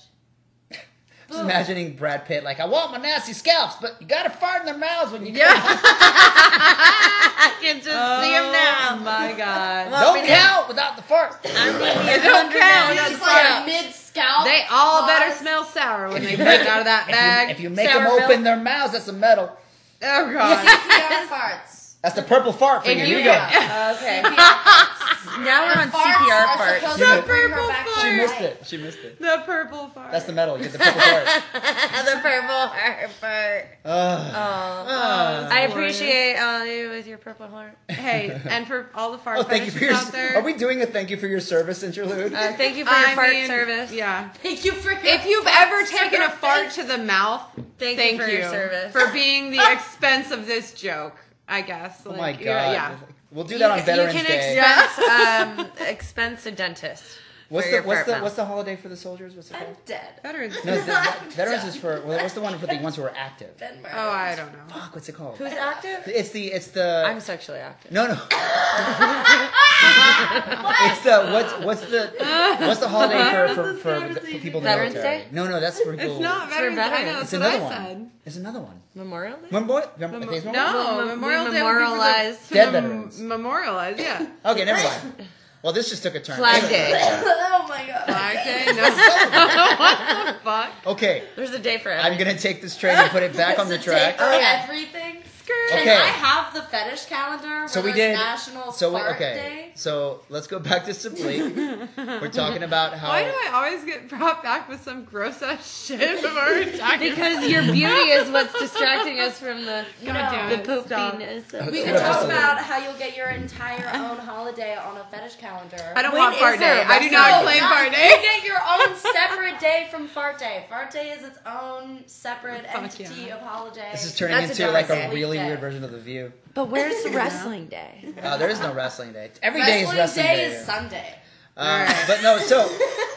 S1: Just imagining Brad Pitt like, I want my nasty scalps, but you gotta fart in their mouths when you
S3: Yeah.
S2: I can just see him
S3: Oh
S2: now.
S3: my god.
S2: Want me
S1: don't
S2: to-
S1: count without the fart.
S2: I'm gonna be a
S3: don't
S2: hundred now.
S3: count. That's
S4: He's
S2: Yeah.
S4: like mid scalp.
S3: They all better smell sour when they break out of that bag.
S1: If you, if you make
S2: sour
S1: them open
S2: milk.
S1: their mouths, that's a metal.
S3: oh god.
S4: CPR farts. Uh,
S1: That's the purple fart for you.
S2: If
S1: Here
S2: you
S1: you go.
S2: Okay.
S4: CPR
S2: Now we're on CPR
S4: farts.
S2: parts.
S4: Farts are supposed
S1: You
S4: to
S1: missed-
S4: bring her back to
S1: She
S3: She
S1: missed
S4: life.
S1: it. She missed it.
S3: The purple fart.
S1: That's the metal. You get the purple fart.
S2: the purple heart part.
S1: Ugh.
S2: Oh, I appreciate all you with your purple heart.
S3: Hey, and for all the fart
S1: Oh, thank you for
S3: fetishes
S1: your.
S3: out there.
S1: Are we doing a thank you for your service interlude?
S2: Uh, thank you for your
S3: I
S2: fart
S3: mean,
S2: service.
S3: Yeah.
S4: Thank you for your
S3: If you've
S4: farts
S3: ever
S4: to
S3: taken
S4: her
S3: a fart
S4: face.
S3: to the mouth,
S2: Thank,
S3: Thank
S2: you for your service.
S3: for being the expense of this joke. I guess.
S1: Oh
S3: Like,
S1: my
S3: you're-
S1: god.
S3: Yeah.
S1: We'll do that on Veterans
S2: you can
S1: Day.
S2: expense, um, expense a dentist.
S1: What's
S2: for
S1: the what's the
S2: your apartment.
S1: what's the holiday for the soldiers? What's it called?
S9: Dead.
S3: Veterans.
S1: No, the, the- veterans is for well, what's the one for the ones who are active?
S9: Been murdered.
S3: Oh, I don't know.
S1: Fuck, what's it called?
S2: Who's active?
S1: It's the it's the
S2: I'm sexually active.
S1: no no. it's the what's what's the what's the holiday for for, for, the- for people in the
S2: Veterans
S1: military?
S2: Day?
S1: No, no, that's for people.
S3: It's not
S2: for
S3: veterans. I know.
S2: veterans.
S1: It's
S3: That's what
S1: another
S3: I
S1: one.
S3: said.
S1: It's another one.
S2: Memorial Day?
S1: Remember? remember there's one?
S3: No,
S2: Well, mem-
S3: Memorial
S2: we
S3: Day. would be for the-
S2: memorialize
S3: to
S1: Dead
S3: mem-
S1: veterans.
S3: Memorialize, yeah.
S1: Okay, never mind. Well, this just took a turn.
S2: Flag Day.
S9: oh my god.
S3: Black Day. No. what the fuck?
S1: Okay,
S2: There's a day for
S1: I'm
S2: everything.
S1: gonna take this train and put it back on the track.
S4: Oh,
S2: yeah.
S4: Everything. Can I
S1: Okay,
S4: have the fetish calendar?
S1: so
S4: for
S1: we
S4: this
S1: did.
S4: National
S1: So we
S4: Fart
S1: okay.
S4: Day?
S1: So let's go back to Simply. We're talking about how.
S3: Why
S2: Oh.
S3: do I always get brought back with some gross ass shit when we're talking?
S2: Because your beauty is what's distracting us from the,
S3: God damn
S2: the
S3: it, stop.
S2: poopiness.
S4: We could talk about how you'll get your entire own holiday on a fetish calendar.
S3: I don't
S2: When
S3: want fart
S2: is there
S3: day.
S2: a
S3: I do
S4: No,
S3: not claim
S4: not-
S3: fart
S4: You
S3: day.
S4: get your own separate day from Fart Day. Fart Day is its own separate
S3: Fuck
S4: entity
S3: yeah.
S4: of holiday.
S1: This is turning
S2: That's a
S1: into like a
S2: dumbass
S4: day.
S1: really
S4: Yeah.
S1: weird version of the View.
S2: But where's the wrestling day?
S1: Uh, there is no wrestling day. Every day is
S4: wrestling
S1: wrestling
S4: day,
S1: day.
S4: is Sunday.
S1: uh, But no, so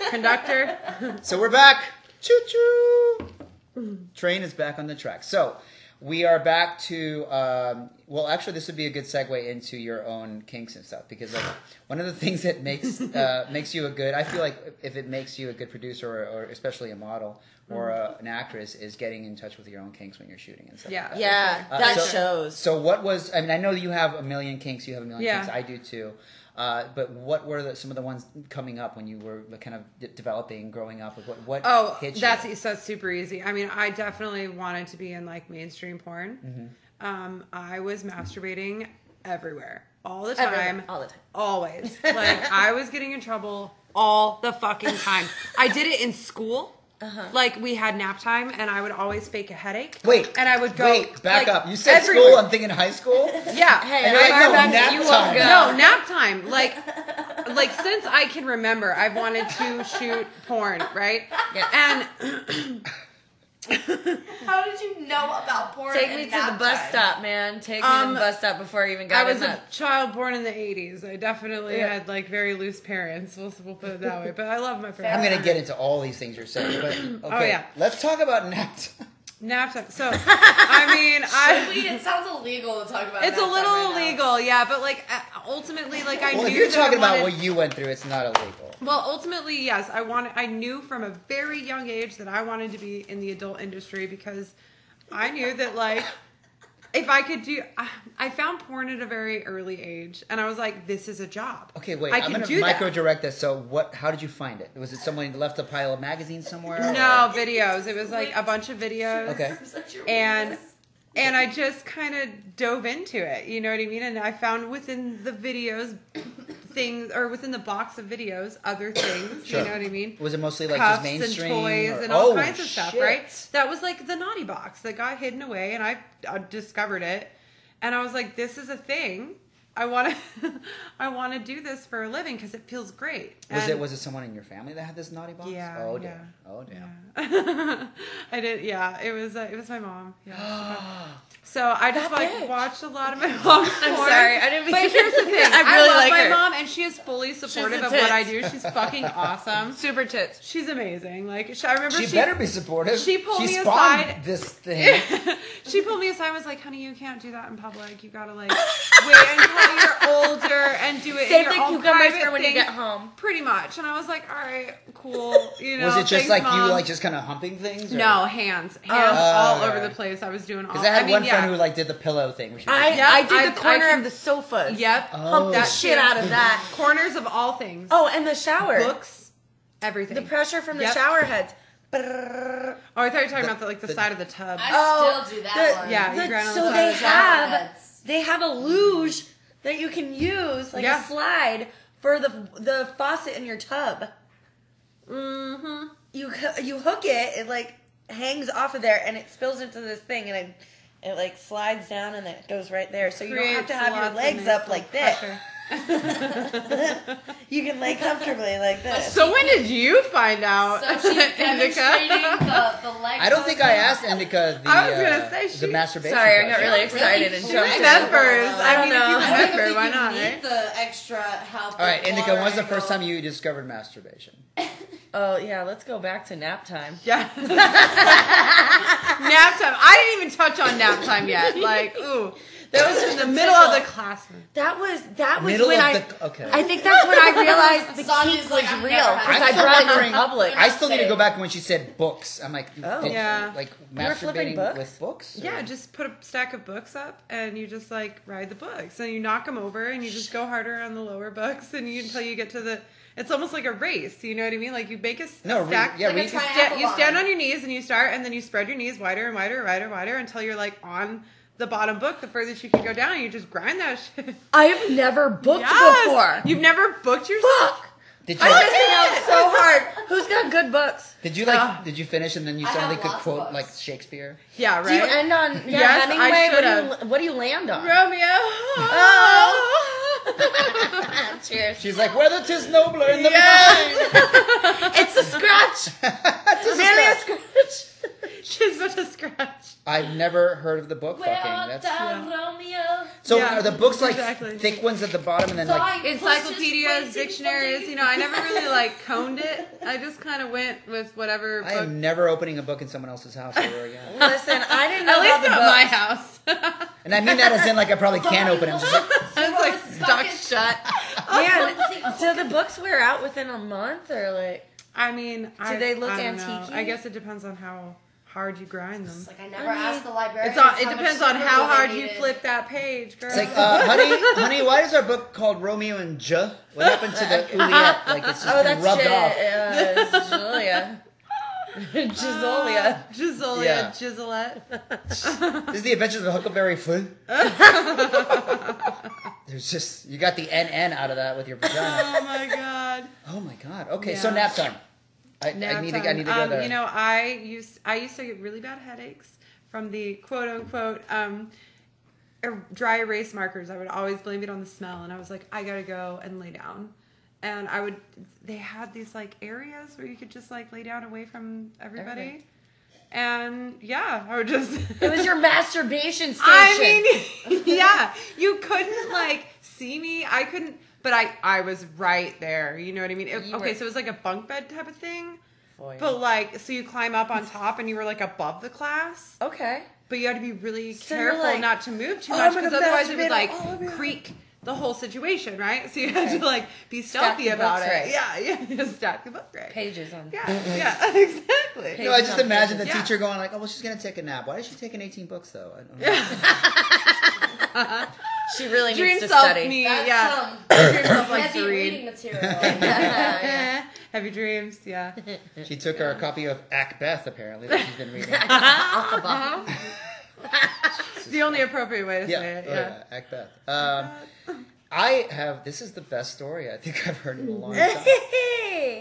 S3: Conductor.
S1: so we're back. Choo choo. Train is back on the track. So we are back to um, well, actually, this would be a good segue into your own kinks and stuff because like one of the things that makes uh, makes you a good. I feel like if it makes you a good producer or, or especially a model or uh an actress is getting in touch with your own kinks when you're shooting and stuff.
S3: Yeah.
S2: Yeah,
S1: Uh,
S2: that
S1: so-
S2: shows.
S1: So what was? I mean, I know you have a million kinks. You have a million
S3: Yeah.
S1: kinks. I do too. Uh, but what were the, some of the ones coming up when you were kind of de- developing, growing up? Like, What what?
S3: Oh,
S1: hit you?
S3: that's e- so super easy. I mean, I definitely wanted to be in like mainstream porn.
S2: Mm-hmm.
S3: Um, I was masturbating everywhere, all the time,
S2: Everywhere, Oh, all the time.
S3: always. like I was getting in trouble all the fucking time. I did it in school.
S2: Uh-huh.
S3: Like we had nap time, and I would always fake a headache.
S1: Wait,
S3: and I would go
S1: Wait, back
S3: like,
S1: up. You said
S3: everywhere.
S1: school. I'm thinking high school.
S3: Yeah.
S2: Hey,
S1: And you're
S2: I
S1: like, no,
S2: remember
S1: nap
S2: you
S1: time.
S2: won't go.
S3: No, nap time. Like, like since I can remember, I've wanted to shoot porn, right?
S2: Yeah.
S3: And
S9: How did you know about porn?
S2: Take
S9: and
S2: me to
S9: nap
S2: the bus
S9: time?
S2: stop, man. Take me to
S3: Um,
S2: the bus stop before I even
S3: I
S2: got
S3: was
S2: in
S3: a
S2: that.
S3: child born in the '80s. I definitely
S2: Yeah.
S3: had like very loose parents. We'll, we'll put it that way. But I love my
S1: I'm
S3: parents.
S1: gonna get into all these things you're saying. But okay,
S3: Oh, yeah.
S1: let's talk about nap time.
S3: Nap time. So, I mean, I.
S9: Wait, it sounds illegal to talk about.
S3: It's
S9: nap
S3: a
S9: time
S3: little
S9: right now.
S3: illegal, yeah. But like, uh, ultimately, like I
S1: Well,
S3: knew
S1: if you're
S3: that
S1: talking
S3: I
S1: about
S3: wanted-
S1: what you went through, it's not illegal.
S3: Well, ultimately, yes. I wanted. I knew from a very young age that I wanted to be in the adult industry because I knew that like if I could do, I, I found porn at a very early age, and I was like, this is a job.
S1: Okay, wait.
S3: I
S1: am
S3: can
S1: gonna
S3: do
S1: micro
S3: that.
S1: direct this. So what? How did you find it? Was it someone left a pile of magazines somewhere?
S3: No videos. It was like a bunch of videos.
S1: Okay.
S3: and and I just kind of dove into it. You know what I mean? And I found within the videos things or within the box of videos other things.
S1: Sure.
S3: You know what I mean?
S1: Was it mostly like
S3: Cuffs
S1: just mainstream
S3: and toys
S1: or-
S3: and all
S1: Oh,
S3: kinds of stuff,
S1: shit.
S3: right? That was like the naughty box that got hidden away, and I, I discovered it, and I was like, "This is a thing. I want to, I want to do this for a living because it feels great."
S1: Was
S3: And-
S1: it was it someone in your family that had this naughty box?
S3: Yeah,
S1: Oh
S3: yeah,
S1: damn. Oh damn.
S3: Yeah. I did. Yeah, it was. Uh, it was my mom. Yeah. she probably- so I just like watched a lot of my mom's.
S2: I'm
S3: porn.
S2: sorry, I didn't mean
S3: But here's the thing.
S2: I
S3: I,
S2: really
S3: love
S2: like
S3: my
S2: her.
S3: mom, and she is fully supportive
S2: the
S3: of what I do.
S2: tits.
S3: She's fucking awesome.
S2: Super tits.
S3: She's amazing. Like she, I remember
S1: She,
S3: she
S1: better be supportive.
S3: she pulled me
S1: spawned
S3: aside.
S1: This thing.
S3: she pulled me aside and was like, honey, you can't do that in public. You gotta like wait until you're older and do it in
S2: Save
S3: your
S2: the
S3: own
S2: cucumbers
S3: private
S2: for when you
S3: things."
S2: get home.
S3: Pretty much. And I was like, all right, cool. You know,
S1: was it just
S3: thanks,
S1: like
S3: Mom.
S1: you like just kind of humping things? or-
S3: No, hands. Hands all over the place. I was doing all
S1: Because I had
S3: mean,
S1: one
S3: yeah.
S1: friend who like did the pillow thing. where she was
S2: I,
S1: like-
S3: Yeah,
S2: I did
S3: I-
S2: the corner
S3: I can-
S2: of the sofa.
S3: Yep.
S2: Pump
S1: Oh.
S2: that shit out of that.
S3: Corners of all things.
S2: Oh, and the shower.
S3: Books. Everything.
S2: The pressure from the
S3: Yep.
S2: shower heads. Brrrr.
S3: oh, I thought you were talking about the, like the, side of the tub.
S9: I
S2: Oh,
S9: still do that
S2: the-
S9: one.
S3: yeah, you
S2: But-
S3: grind on the
S2: so
S3: side
S2: they
S3: of the tub.
S2: have
S9: That's-
S2: they have a luge that you can use like
S3: Yeah.
S2: a slide for the the faucet in your tub. Mm-hmm. You c- you hook it, it like hangs off of there, and it spills into this thing, and it it like slides down, and it goes right there. So you don't have
S3: Creates
S2: to have
S3: lots
S2: your
S3: of
S2: legs
S3: nice
S2: up like
S3: little
S2: this.
S3: pressure.
S10: you can lay comfortably like this.
S3: So when did you find out,
S4: So she's demonstrating
S3: Indica?
S4: the, the leg.
S1: I don't think I asked Indica the,
S3: I was gonna
S1: uh,
S3: say she-
S1: the masturbation.
S2: Sorry, I got
S1: question.
S2: really excited and
S4: She
S2: jumped in.
S3: remembers.
S2: I
S3: I
S2: don't
S3: mean, if you
S2: know.
S9: I don't
S3: Remember,
S9: think
S3: why
S9: you
S3: not,
S9: need
S3: right?
S9: the extra help.
S1: All right, Indica, when's the first time
S9: you?
S1: you discovered masturbation?
S2: Oh yeah, let's go back to nap time.
S3: Yeah. nap time. I didn't even touch on nap time yet. Like, ooh. That was in the middle of the classroom.
S2: That was that was
S1: Middle
S2: when
S1: of
S2: I.
S1: the okay.
S2: I think that's when I realized the
S9: Sonya's
S2: kink
S9: like,
S2: was
S9: I've
S2: real
S9: never had
S1: I'm
S2: because I
S1: still
S2: brought it in
S1: wondering-
S2: public.
S1: I still need to go back when she said books. I'm like,
S2: Oh.
S1: did-
S3: Yeah.
S1: like
S2: were flipping
S1: masturbating
S2: books?
S1: with books? or-
S3: Yeah, just put a stack of books up and you just like ride the books and you knock them over and you just go harder on the lower books and you until you get to the. It's almost like a race. You know what I mean? Like you bake a s-
S1: No, re-
S3: stack.
S1: yeah,
S3: like
S1: re-
S3: you, sta- you stand on your knees and you start and then you spread your knees wider and wider, wider, wider until you're like on the bottom book. The furthest you can go down, you just grind that shit.
S2: I've never booked
S3: Yes!
S2: before.
S3: You've never booked yourself.
S1: Did
S2: I'm
S1: you
S2: missing out so hard. Who's got good books?
S1: did you like did you finish and then you
S4: I have
S1: suddenly could
S4: lots of
S1: quote
S4: books.
S1: like Shakespeare?
S3: Yeah, right.
S2: Do you end on yeah,
S3: Yes, I
S2: Hemingway? What do,
S3: should've.
S2: you, what do you land on?
S3: Romeo.
S2: Oh. Cheers.
S1: She's like, whether tis nobler in the
S3: Yes.
S2: It's a scratch.
S1: mind. Tis a
S2: Really a
S1: scratch.
S2: scratch.
S3: She's such a scratch.
S1: I've never heard of the book
S4: Where
S1: fucking.
S4: art
S1: That's
S4: thou, Romeo?
S1: so
S3: Yeah,
S1: are the books like
S3: exactly.
S1: thick ones at the bottom and then like
S3: Encyclopedias, dictionaries. You know, I never really like coned it. I just kind of went with whatever
S1: I
S3: book.
S1: am never opening a book in someone else's house ever again.
S2: Listen, I didn't know about
S3: At least
S2: the
S3: not
S2: book.
S3: my house.
S1: And I mean that as in like I probably can open it. I'm just like,
S3: I was like stuck shut.
S2: Man, do the books wear out within a month or like?
S3: I mean, do I,
S2: they look
S3: I don't know.
S2: antique-y?
S3: I guess it depends on how hard you grind them.
S4: Like I never asked the librarian.
S3: It's on. It depends on how hard you flip that page, girl.
S1: It's like, uh, honey, honey, why is our book called Romeo and Juh? What happened to the Ouliette? Like it's just
S2: Oh,
S1: been
S2: that's
S1: rubbed
S2: shit.
S1: off.
S2: Uh, Julia. Gisolia.
S3: Gisolia,
S1: yeah.
S3: Gisolette.
S1: This is the Adventures of Huckleberry Finn. There's just you got the NN out of that with your vagina.
S3: Oh my god.
S1: Oh my god. Okay, so
S3: Yeah.
S1: nap time. I, I
S3: Nap
S1: need to. I
S3: time.
S1: need to go
S3: um,
S1: there.
S3: You know, I used I used to get really bad headaches from the quote unquote um, er- dry erase markers. I would always blame it on the smell, and I was like, I gotta go and lay down. And I would. They had these like areas where you could just like lay down away from everybody. And yeah, I would just.
S2: It was your masturbation station.
S3: I mean, yeah, you couldn't like see me. I couldn't, but I I was right there. You know what I mean? It-
S2: You
S3: okay,
S2: were-
S3: so it was like a bunk bed type of thing,
S2: Boy.
S3: but like so you climb up on top and you were like above the class,
S2: okay.
S3: but you had to be really
S2: you're
S3: careful
S2: like,
S3: not to move too
S2: "Oh,
S3: much
S2: I'm gonna
S3: because otherwise it
S2: masturbate
S3: would like
S2: all over you."
S3: creak the whole situation, right? So you had to like be
S2: Stack
S3: stealthy
S2: the
S3: about
S2: books
S3: it.
S2: right.
S3: Yeah, yeah, just stack the book right.
S2: Pages on.
S3: Yeah, yeah, exactly.
S1: No, I just imagine the
S3: Yeah.
S1: teacher going like, "Oh, well, she's gonna take a nap. Why is she taking 18 books though?" I don't know.
S2: She really
S3: Dream
S2: needs to
S3: self
S2: study.
S3: me,
S9: That's
S3: yeah.
S9: yeah.
S3: Dream self
S4: Heavy
S3: likes to read.
S4: reading material.
S3: Heavy dreams, yeah.
S1: she took her copy of Macbeth apparently that she's been reading.
S3: Uh-huh. the only appropriate way to
S1: yeah,
S3: say it.
S1: oh,
S3: Yeah.
S1: yeah, Macbeth. Um, I have. This is the best story I think I've heard in a long time.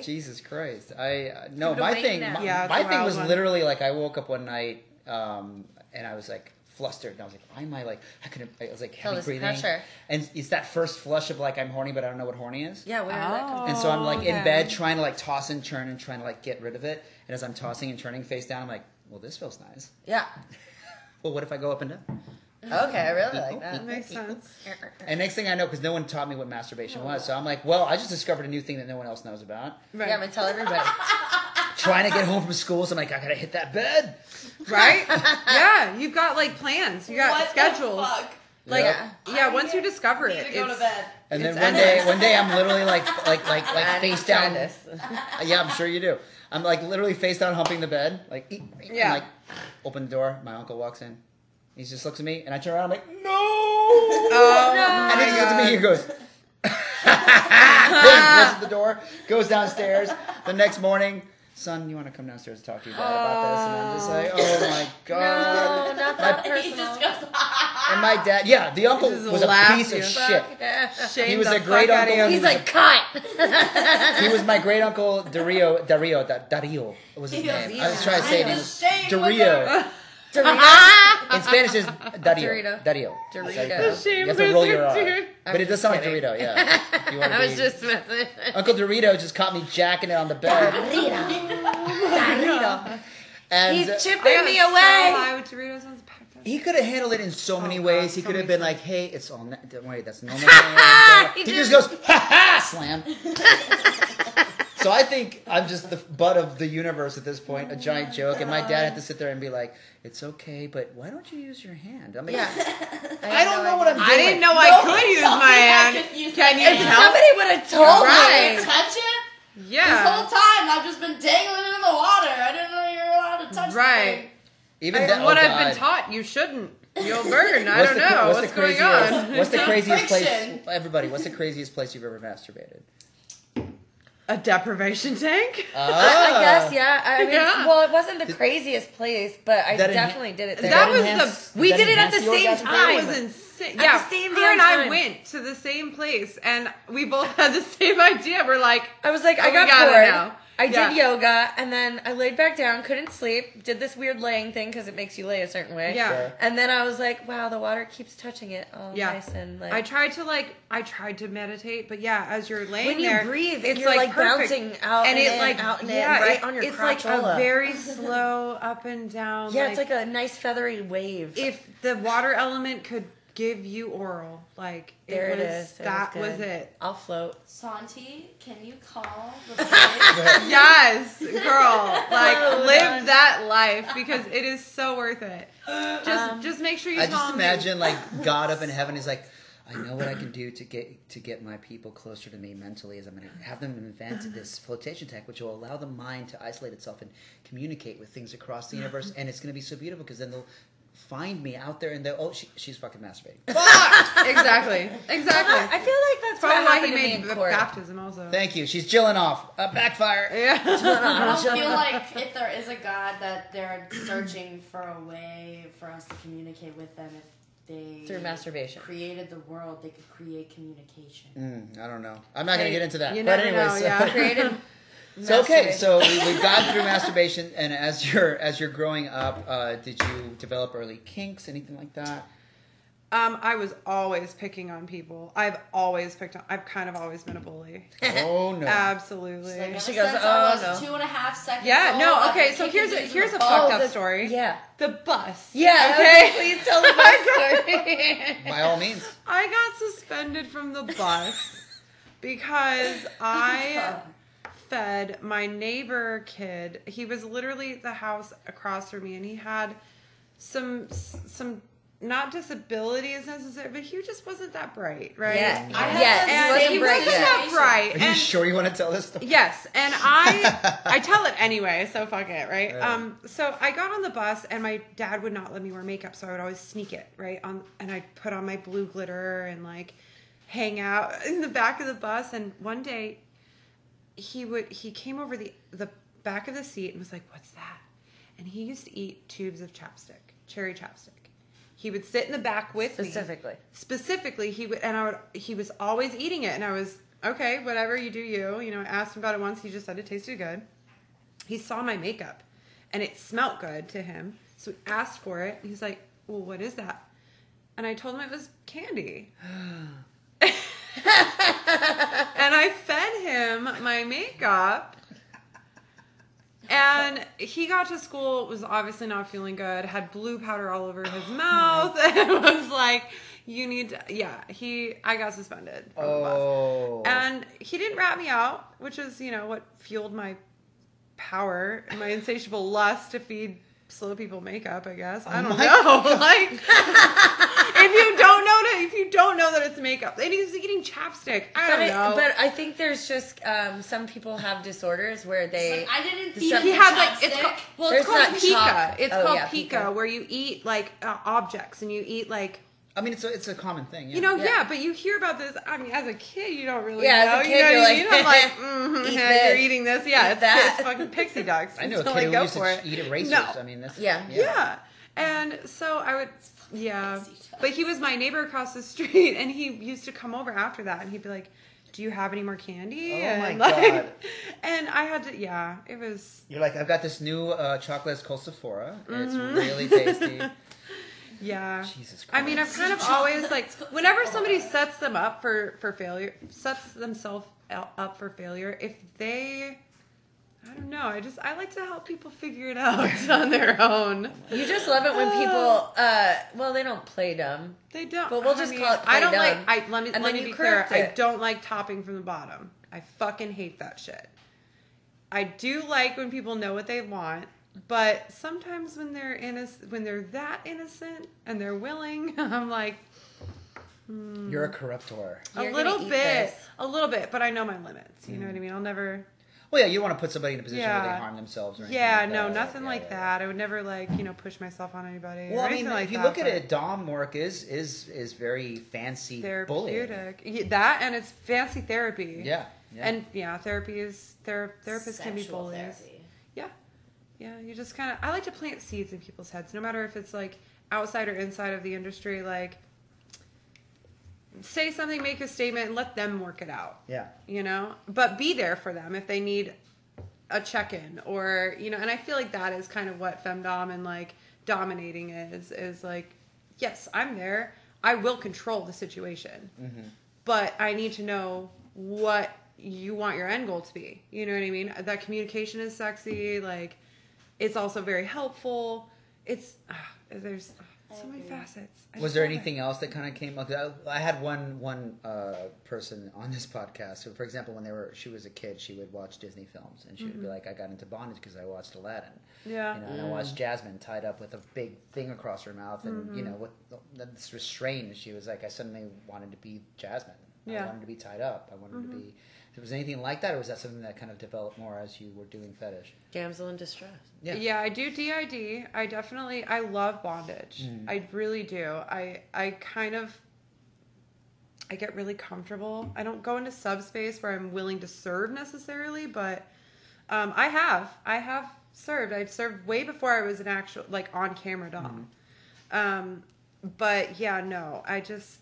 S1: Jesus Christ! I uh, no, my
S2: awake
S1: thing,
S2: now.
S1: my,
S3: Yeah, it's
S1: my
S3: a
S1: thing
S3: wild
S1: was
S3: one.
S1: literally like I woke up one night um, and I was like flustered, and I was like, "Why am I like I couldn't?" I was like heavy
S2: this
S1: breathing,
S2: pressure.
S1: and it's that first flush of like I'm horny, but I don't know what horny is.
S2: Yeah, where did that
S3: Oh.
S2: come
S1: And so I'm like in
S3: Okay.
S1: bed trying to like toss and turn and trying to like get rid of it, and as I'm tossing and turning face down, I'm like, "Well, this feels nice."
S2: Yeah.
S1: Well, what if I go up and down?
S2: Okay, I really like
S3: That
S2: that.
S3: Makes sense.
S1: And next thing I know, because no one taught me what masturbation was, so I'm like, "Well, I just discovered a new thing that no one else knows about."
S3: Right.
S2: Yeah, I'm gonna tell everybody.
S1: trying to get home from school, so I'm like, "I gotta hit that bed."
S3: right? yeah. You've got like plans. You got
S9: What
S3: schedules.
S9: The fuck?
S3: Like
S1: Yep.
S2: uh,
S3: yeah. once you discover
S9: Need
S3: it,
S9: to go
S3: it's,
S9: to bed.
S1: And then
S3: It's
S1: one day,
S3: endless.
S1: one day, I'm literally like, like, like,
S2: I
S1: like
S2: need
S1: face
S2: to try
S1: down.
S2: this.
S1: Yeah, I'm sure you do. I'm like literally face down, humping the bed, like, eek, eek, and,
S3: Yeah.
S1: like, open the door. My uncle walks in. He just looks at me, and I turn around, like, no.
S3: Oh,
S1: and he
S3: my
S1: just looks at me.
S3: God.
S1: He goes, closes the door, goes downstairs. The next morning, son, you want to come downstairs and talk to your dad about this? And I'm just like, oh my god.
S2: No, not that
S4: He
S2: personal.
S4: just goes.
S1: And my dad, yeah, the uncle
S3: just
S1: was a
S3: laughs
S1: piece of
S3: you.
S1: shit.
S3: Shame
S1: He was
S3: the
S1: a great
S3: fuck out of
S1: uncle.
S3: you.
S2: He's like, cut.
S1: He was my great uncle Dario. Dario. Da, Dario was his
S9: Yes.
S1: name. I was trying to say it.
S9: Shame was
S1: Dario.
S9: over.
S2: Ah!
S1: In Spanish, it's Dario.
S2: Dorito.
S1: Dario.
S2: Dorito.
S1: It's like, uh,
S2: The
S1: you
S3: shame
S1: have to roll your
S3: loser,
S1: R.
S3: dude.
S1: But it does sound like
S2: kidding.
S1: Dorito, yeah. If you wanna
S2: I was
S1: be-
S2: just messing.
S1: Uncle Dorito just caught me jacking it on the bed. And
S2: He's
S1: uh,
S2: chipping me
S3: So
S2: away.
S3: high with Doritos on the back.
S1: he could have handled it in so many
S3: Oh, God,
S1: ways. He
S3: so
S1: could have
S3: many
S1: been like, hey, it's all, na- don't worry, that's normal. land." he
S2: He
S1: just goes,
S2: just-
S1: ha ha, slam. so I think I'm just the butt of the universe at this point, a
S3: Oh
S1: giant joke. And my dad had to sit there and be like, it's okay, but why don't you use your hand? I mean, I don't know what I'm doing.
S3: I didn't know I could use my hand.
S4: Can
S3: you
S4: tell?
S2: Somebody would have told
S3: Right.
S2: me.
S4: Touch it? This
S3: Yeah.
S4: whole time I've just been dangling it in the water. I didn't know you were allowed to touch the
S3: Right.
S4: thing.
S1: Even
S3: From
S1: that-
S3: what
S1: oh,
S3: I've been
S1: God.
S3: taught, you shouldn't. You'll burn. I
S1: What's
S3: don't
S1: the-
S3: know what's,
S1: the
S3: going
S1: craziest-
S3: on.
S1: What's the craziest place?
S4: Friction.
S1: Everybody, what's the craziest place you've ever masturbated?
S3: A deprivation tank?
S2: I, I
S1: Oh.
S2: guess, yeah. I mean,
S3: Yeah.
S2: well, it wasn't the craziest place, but I
S1: That enha-
S2: definitely did it there.
S3: That was
S2: the- we did it at the same
S3: That
S2: time.
S3: was insane.
S2: At
S3: Yeah,
S2: the same
S3: her
S2: damn
S3: and I
S2: time.
S3: went to the same place, and we both had the same idea. We're like,
S2: I was like, I
S3: Oh,
S2: got
S3: we got it
S2: bored.
S3: now.
S2: I
S3: Yeah.
S2: did yoga, and then I laid back down, couldn't sleep, did this weird laying thing because it makes you lay a certain way.
S3: Yeah.
S2: And then I was like, wow, the water keeps touching it all
S3: Yeah.
S2: nice and like.
S3: I tried to like, I tried to meditate, but yeah, as you're laying
S2: When you
S3: there,
S2: breathe,
S3: it's
S2: you're, like,
S3: perfect.
S2: bouncing out and in, out and in, right on your
S3: It's like a
S2: crotchola.
S3: very slow up and down.
S2: yeah, it's like a nice feathery wave.
S3: if the water element could give you oral, like
S2: there
S3: it
S2: it
S3: was,
S2: is. It
S3: that
S2: was,
S3: was
S2: good.
S3: it.
S2: I'll float.
S4: Santi, can you call the police?
S3: Yes, girl. Like live that life because it is so worth it. Just
S2: Um,
S3: just make sure you
S1: I
S3: tell
S1: just
S3: them
S1: imagine like God up in heaven is like, I know what I can do to get to get my people closer to me mentally. Is I'm going to have them
S3: Uh-huh.
S1: invent this flotation tech, which will allow the mind to isolate itself and communicate with things across the
S3: Uh-huh.
S1: universe, and it's going to be so beautiful because then they'll find me out there and they'll oh she, she's fucking masturbating.
S3: Fuck! exactly. Exactly.
S2: I feel like that's
S3: Probably
S2: what
S3: why
S2: happened to
S3: he
S2: me
S3: made
S2: in
S3: the
S2: court.
S3: baptism also.
S1: Thank you. She's chilling off. A backfire.
S3: Yeah.
S4: I don't feel like if there is a God that they're searching for a way for us to communicate with them if they
S2: Through masturbation.
S4: created the world, they could create communication.
S1: Mm, I don't know. I'm not going to
S3: Hey,
S1: get into that.
S3: you
S1: but
S3: never
S1: anyway,
S3: know,
S1: so-
S3: yeah.
S2: Created
S1: So okay, so we, we've gone through masturbation, and as you're as you're growing up, uh, did you develop early kinks, anything like that?
S3: Um, I was always picking on people. I've always picked on I've kind of always been a bully.
S1: Oh no!
S3: Um, Absolutely.
S4: Like, ever
S2: She goes,
S4: since
S2: "Oh,
S4: I was
S2: no."
S4: two and a half seconds
S3: yeah,
S4: old,
S3: no,
S4: I've been
S3: okay, so
S4: kicking
S3: here's a
S4: dudes in
S3: here's
S4: the
S3: a
S4: balls."
S3: fucked
S2: the-
S3: up story.
S2: Yeah.
S3: The bus.
S2: Yeah.
S3: Okay.
S2: Okay. Please tell the best story.
S1: By all means,
S3: I got suspended from the bus because I fed my neighbor kid. He was literally the house across from me, and he had some some not disabilities necessarily, but he just wasn't that bright, right?
S2: Yeah.
S3: I had
S2: Yes,
S3: that-
S2: he
S3: and
S2: wasn't
S3: he
S2: bright
S3: wasn't
S2: yet.
S3: that bright.
S1: are you
S3: and-
S1: sure you want to tell this story?
S3: Yes, and I I tell it anyway, so fuck it, right? Um, so I got on the bus, and my dad would not let me wear makeup, so I would always sneak it, right? On and I'd put on my blue glitter and like hang out in the back of the bus. And one day, he would he came over the the back of the seat and was like, "What's that?" And he used to eat tubes of chapstick, cherry chapstick. He would sit in the back with me
S2: Specifically.
S3: specifically he would and i would he was always eating it and i was okay whatever you do you you know i asked him about it once he just said it tasted good he saw my makeup and it smelt good to him so he asked for it he's like well what is that and i told him it was candy and i fed him my makeup and he got to school, was obviously not feeling good, had blue powder all over his mouth, and was like, you need to, yeah, he, I got suspended. From
S1: Oh.
S3: The bus. And he didn't rat me out, which is, you know, what fueled my power, and my insatiable lust to feed slow people makeup, I
S2: Oh
S3: guess. I don't know. like, if you don't know that, if you don't know that it's makeup, and he was eating chapstick. I
S2: But
S3: don't
S2: I,
S3: know.
S2: but I think there's just um, some people have disorders where they.
S4: Like, I didn't feed
S2: Some-
S4: him
S3: he
S4: the
S3: had like it's
S4: chopstick.
S3: called, well
S2: There's
S3: it's called
S2: not
S3: pika
S2: chop-
S3: it's
S2: oh,
S3: called
S2: yeah,
S3: pika,
S2: pika.
S3: where you eat like uh, objects and you eat like
S1: I mean, it's a, it's a common thing. Yeah.
S3: you know yeah.
S2: Yeah.
S3: but you hear about this i mean as a kid you don't really
S2: Yeah, as
S3: know
S2: a
S3: you
S2: kid,
S3: know
S2: you're
S3: what I mean?
S2: like,
S3: I'm like mm,
S2: eat
S3: yeah,
S2: this,
S3: you're eating this yeah
S2: eat
S3: it's,
S2: that.
S3: it's fucking pixie dust
S1: I know a
S3: So,
S1: kid
S3: like,
S1: who
S3: go
S1: used to
S3: for it.
S1: eat erasers.
S3: No.
S1: I mean, that's
S2: Yeah.
S3: Yeah. And so I would, yeah. But he was my neighbor across the street, and he used to come over after that, and he'd be like, "Do you have any more candy?"
S1: Oh,
S3: and
S1: my
S3: like-
S1: God.
S3: And I had to, yeah. It was Mm-hmm.
S1: You're like, I've got this new uh, chocolate it's called Sephora, and it's really tasty.
S3: Yeah.
S1: Jesus
S3: I mean, I've kind of always like whenever somebody sets them up for for failure, sets themselves el- up for failure, if they I don't know. I just I like to help people figure it out on their own.
S2: You just love it when people, uh, well, they don't play dumb.
S3: They don't.
S2: But we'll
S3: I
S2: just
S3: mean,
S2: call it
S3: I don't
S2: play dumb.
S3: like. I let me
S2: And then
S3: let me
S2: you
S3: be clear.
S2: correct
S3: I
S2: it.
S3: don't like topping from the bottom. I fucking hate that shit. I do like when people know what they want, but sometimes when they're innocent, when they're that innocent and they're willing, I'm like
S1: You're a corruptor.
S2: You're
S3: a
S2: gonna
S3: little
S2: eat
S3: bit,
S2: this.
S3: a little bit. But I know my limits. You know what I mean? I'll never.
S1: Well, yeah, you don't want to put somebody in a position where
S3: Yeah.
S1: they harm themselves or anything.
S3: Yeah,
S1: like
S3: no,
S1: that.
S3: nothing
S1: Yeah,
S3: like
S1: yeah, yeah.
S3: that. I would never like you know push myself on anybody.
S1: Well,
S3: or
S1: I mean,
S3: anything like
S1: if you
S3: that,
S1: look at
S3: but-
S1: it, dom work is is is very fancy bullying.
S3: therapeutic. Yeah, that and it's fancy therapy.
S1: Yeah, yeah.
S3: And yeah, therapy is ther- therapists can be
S4: Sexual
S3: bullies.
S4: therapy.
S3: Yeah. Yeah, you just kind of I like to plant seeds in people's heads no matter if it's like outside or inside of the industry like say something, make a statement and let them work it out.
S1: Yeah.
S3: You know, but be there for them if they need a check-in or, you know, and I feel like that is kind of what femdom and like dominating is is like yes, I'm there. I will control the situation
S1: Mm-hmm.
S3: but I need to know what you want your end goal to be. You know what I mean? That communication is sexy. Like, it's also very helpful. It's ah, there's ah, so many facets. I
S1: was
S3: just
S1: there
S3: love it.
S1: anything else that kind of came up? I- I had one one uh, person on this podcast who, for example, when they were she was a kid, she would watch Disney films, and she would be like, "I got into bondage because I watched Aladdin."
S3: Mm-hmm. Yeah. Mm.
S1: you know, and I watched Jasmine tied up with a big thing across her mouth, and you know,
S3: Mm-hmm.
S1: with the- this restraint, she was like, "I suddenly wanted to be Jasmine. I
S3: Yeah. Mm-hmm.
S1: wanted to be tied up. I wanted to be." If there was anything like that, or was that something that kind of developed more as you were doing fetish?
S2: Damsel in distress.
S1: Yeah.
S3: Yeah. I do DID. I definitely I love bondage. I really do. I I kind of I get really comfortable. I don't go into subspace where I'm willing to serve necessarily, but um, I have I have served. I've served way before I was an actual like on camera dom. Um, but yeah, no, I just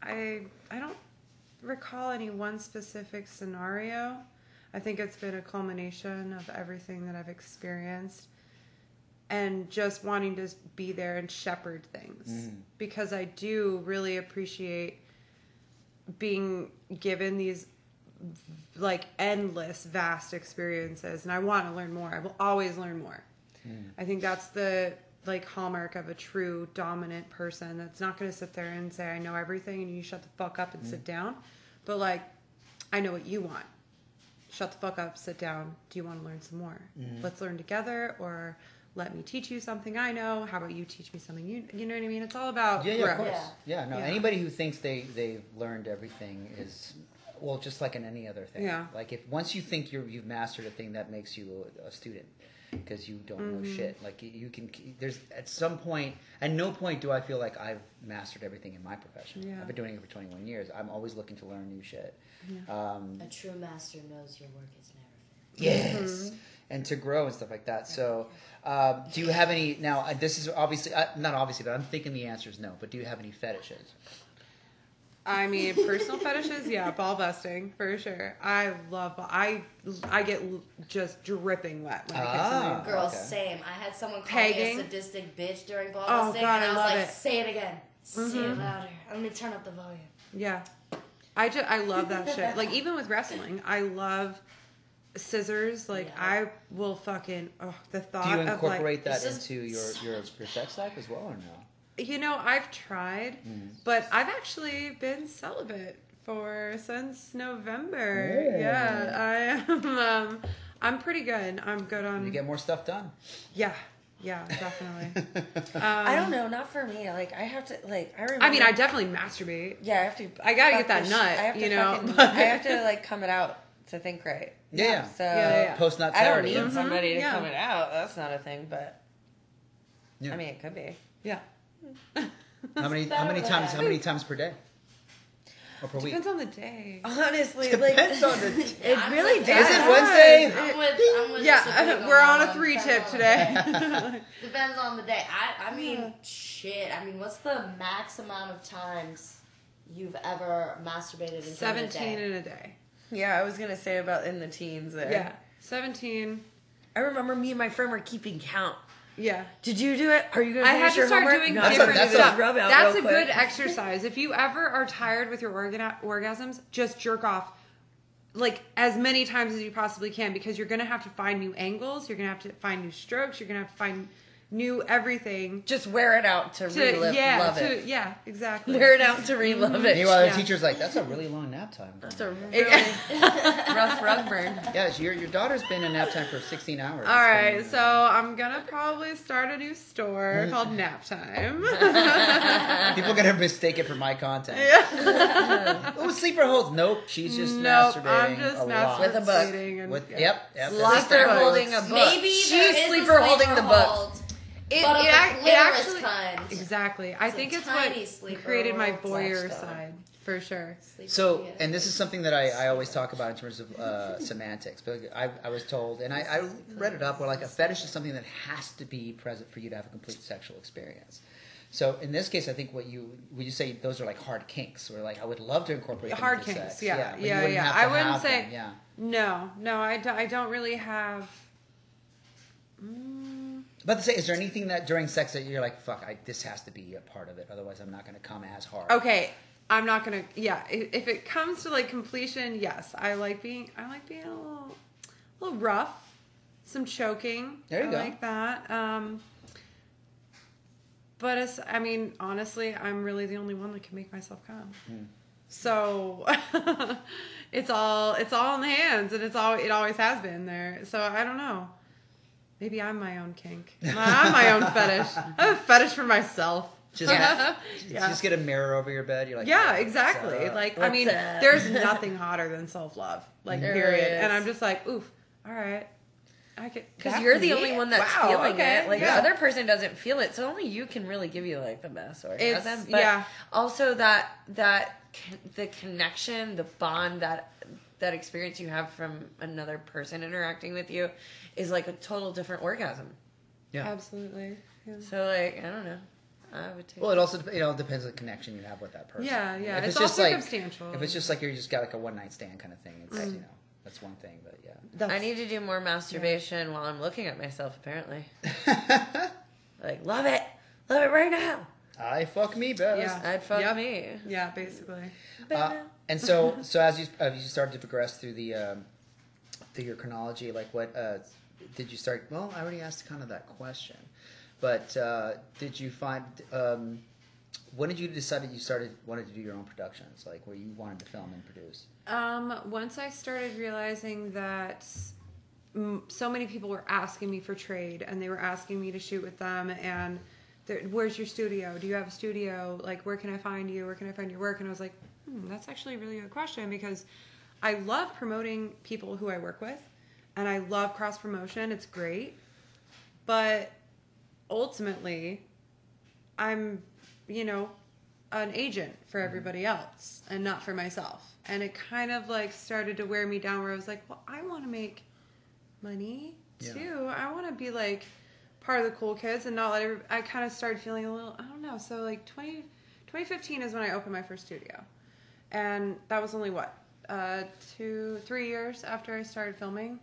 S3: I I don't recall any one specific scenario. I think it's been a culmination of everything that I've experienced and just wanting to be there and shepherd things because I do really appreciate being given these like endless vast experiences and I want to learn more. I will always learn more.
S1: Hmm.
S3: I think that's the like hallmark of a true dominant person that's not going to sit there and say I know everything and you shut the fuck up and
S1: Hmm.
S3: sit down, but like I know what you want. Shut the fuck up, sit down. Do you want to learn some more?
S1: Hmm.
S3: Let's learn together or let me teach you something I know. How about you teach me something you you know what I mean? It's all about
S1: Yeah, yeah, of
S3: growth.
S1: course. Yeah, no.
S3: Yeah.
S1: Anybody who thinks they they've learned everything is well, just like in any other thing.
S3: Yeah.
S1: Like if once you think you're you've mastered a thing, that makes you a, a student because you don't know
S3: Mm-hmm.
S1: shit. Like you- you can there's at some point, at no point do I feel like I've mastered everything in my profession.
S3: Yeah.
S1: I've been doing it for 21 years. I'm always looking to learn new shit. Um,
S4: A true master knows your work is never finished.
S3: Mm-hmm.
S1: Yes. And to grow and stuff like that. So, um, do you have any now? uh, This is obviously uh, not obviously, but I'm thinking the answer is no. But do you have any fetishes?
S3: I mean, personal fetishes, yeah, ball busting for sure. I love. I I get l- just dripping wet when I get
S1: Ah.
S3: something.
S4: Girl,
S1: Okay.
S4: same. I had someone call
S3: Pegging?
S4: me a sadistic bitch during ball
S3: Oh,
S4: busting,
S3: God,
S4: and
S3: I
S4: I was
S3: love
S4: like,
S3: it. Mm-hmm.
S4: "Say it again. Say it louder. Let me turn up the volume."
S3: Yeah. I just I love that shit. Like even with wrestling, I love scissors. Like
S4: Yeah.
S3: I will fucking oh the thought
S1: Do you
S3: of like
S1: incorporate that
S4: This is
S1: into your,
S4: so
S1: your, your sex life as well or no?
S3: You know, I've tried,
S1: Mm.
S3: but I've actually been celibate for since November.
S1: Yeah.
S3: Yeah, I am. Um, I'm pretty good. I'm good
S1: You
S3: on.
S1: get more stuff done.
S3: yeah, yeah, definitely. Uh,
S2: I don't know, not for me. Like, I have to, like, I remember.
S3: Um, I mean, I definitely masturbate.
S2: Yeah, I have to.
S3: I gotta
S2: fuck
S3: get that
S2: the
S3: nut,
S2: I have to
S3: you know,
S2: fucking-
S3: but-
S2: I have to like come it out to think right.
S1: Yeah, yeah.
S2: So
S3: Yeah, yeah.
S1: Uh, Post not
S2: I don't
S1: clarity.
S2: need somebody to
S3: yeah.
S2: come it out. That's not a thing, but
S1: Yeah.
S2: I mean, it could be.
S3: Yeah.
S1: How many how many
S4: better
S1: times
S4: way.
S1: how many times per day? Or per week?
S3: Depends on the day.
S2: Honestly,
S1: Depends on the Is
S2: it really
S1: it Wednesday?
S4: I'm with, I'm with
S3: Yeah,
S4: Sabrina
S3: we're on a
S4: that.
S3: three
S4: Depends
S3: tip
S4: on-
S3: today.
S4: Depends on the day. I, I mean, shit. I mean, what's the max amount of times you've ever masturbated in a day?
S3: Seventeen in a day.
S2: Yeah, I was gonna say about in the teens there.
S3: Yeah, seventeen.
S2: I remember me and my friend were keeping count.
S3: Yeah.
S2: Did you do it? Are you going to
S3: I
S2: finish
S3: had to
S2: your
S3: start
S2: homework?
S3: doing
S2: No, I'm
S3: different
S2: gonna do this
S3: stuff.
S2: rub out
S3: That's
S2: real
S3: a
S2: quick.
S3: good exercise. If you ever are tired with your organ- orgasms, just jerk off like as many times as you possibly can because you're going to have to find new angles, you're going to have to find new strokes, you're going to have to find new everything.
S2: Just wear it out to,
S3: To,
S2: relive,
S3: yeah,
S2: love
S3: to,
S2: it.
S3: yeah, exactly.
S2: Wear it out to relove it.
S1: Meanwhile,
S3: Yeah.
S1: the teacher's like, "That's a really long nap time."
S2: rough rug burn.
S1: Yes, your your daughter's been in nap time for 16 hours.
S3: All right, so I'm gonna probably start a new store
S9: Mm.
S3: called Nap Time.
S1: People gonna mistake it for my content. oh, sleeper holds. Nope, she's just
S3: nope,
S1: masturbating.
S3: I'm just
S1: a lot.
S2: With a book.
S3: masturbating and-
S1: With- yep, yep.
S2: Lots
S1: Sleeper
S2: are
S1: holds.
S2: holding a book.
S9: Maybe
S2: She's
S9: there is a
S2: sleeper holding the book.
S9: hold,
S3: It-
S9: but of
S3: it ac-
S9: the
S3: it
S9: clitoris
S3: actually-
S9: kind.
S3: Exactly. I
S9: a
S3: think it's
S9: tiny
S3: what
S9: sleeper
S3: created my
S9: hold
S3: voyeur
S9: slash
S3: side for sure.
S1: So, and this is something that I, I always talk about in terms of uh, semantics. But I, I was told, and I, I read it up, where like a fetish is something that has to be present for you to have a complete sexual experience. So in this case, I think what you would you say those are like hard kinks, where like I would love to incorporate them
S3: Hard
S1: into
S3: kinks,
S1: sex.
S3: yeah,
S1: but you
S3: yeah,
S1: wouldn't
S3: yeah.
S1: have to
S3: I wouldn't
S1: have
S3: say-
S1: them, yeah.
S3: No, no, I, do, I don't really have.
S1: But to say, is there anything that during sex that you're like, fuck, I, this has to be a part of it, otherwise I'm not going to come as hard.
S3: Okay, I'm not gonna. Yeah, i- if it comes to like completion, yes, I like being. I like being a little, a little rough, some choking.
S1: There you
S3: I
S1: go.
S3: Like that. Um, but it's, I mean, honestly, I'm really the only one that can make myself come.
S1: Hmm.
S3: So it's all it's all in the hands, and it's all it always has been there. So I don't know. Maybe I'm my own kink. I'm my own fetish. I have a fetish for myself.
S1: Just-
S3: Yeah.
S1: Just get a mirror over your bed. You're like, "Oh,
S3: Yeah,
S1: "What's
S3: exactly.
S1: up?"
S3: Like, I mean, there's nothing hotter than self love. Like,
S2: There
S3: period.
S2: is.
S3: And I'm just like, oof, all right. I could.
S2: Because
S3: that's
S2: you're the
S3: me?
S2: only one that's
S3: Wow,
S2: feeling
S3: okay,
S2: it. Like
S3: yeah.
S2: the other person doesn't feel it, so only you can really give you like the best orgasm.
S3: It's-
S2: But
S3: yeah.
S2: Also that that con- the connection, the bond that that experience you have from another person interacting with you is like a total different orgasm.
S1: yeah.
S3: Absolutely. Yeah.
S2: So like I don't know, I would take.
S1: Well, it also you know depends on the connection you have with that person.
S3: Yeah, yeah.
S1: If
S3: It's
S1: it's,
S3: all
S1: just like
S3: circumstantial. Mm-hmm.
S1: if it's just like you just got like a one night stand kind of thing, it's you know that's one thing. But yeah,
S3: That's,
S2: I need to do more masturbation while I'm looking at myself. Apparently, like love it, love it right now.
S1: I fuck me best.
S3: Yeah.
S2: I'd fuck
S3: Yep.
S2: me.
S3: Yeah, basically.
S1: Uh, and so so as you as you started to progress through the um, through your chronology, like what uh, did you start? Well, I already asked kind of that question, but uh, did you find? Um, when did you decide that you started wanted to do your own productions, like where you wanted to film and produce?
S3: Um, once I started realizing that m- so many people were asking me for trade and they were asking me to shoot with them and they're- where's your studio? Do you have a studio? Like, where can I find you? Where can I find your work? And I was like, hmm, that's actually a really good question because I love promoting people who I work with and I love cross promotion. It's great. But ultimately, I'm, you know, an agent for everybody else and not for myself. And it kind of like started to wear me down where I was like, well, I want to make money
S1: Yeah.
S3: too. I want to be like part of the cool kids and not let every, I kind of started feeling a little, I don't know. So like 20, 2015 is when I opened my first studio. And that was only what, uh, two, three years after I started filming.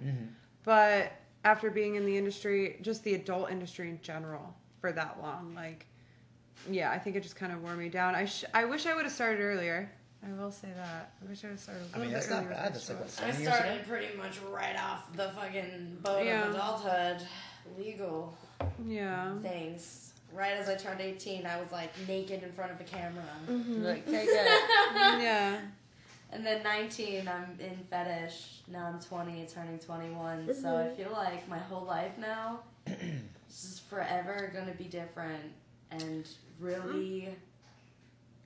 S3: But after being in the industry, just the adult industry in general for that long, like, yeah, I think it just kind of wore me down. I sh- I wish I would have started earlier. I will say that. I wish I would have started a
S1: I
S3: little
S1: mean,
S3: bit
S1: that's
S3: earlier.
S1: not
S3: with
S1: bad.
S3: my
S1: That's like
S3: show.
S1: what,
S4: I
S1: seven years ago.
S4: started pretty much right off the fucking boat
S3: Yeah.
S4: of adulthood, legal
S3: yeah.
S4: things. Right as I turned 18, I was like naked in front of a camera.
S3: Mm-hmm.
S2: Like take it.
S3: yeah.
S4: And then 19, I'm in fetish. Now I'm 20, turning 21. So
S1: Mm-hmm.
S4: I feel like my whole life now is just forever going to be different and really,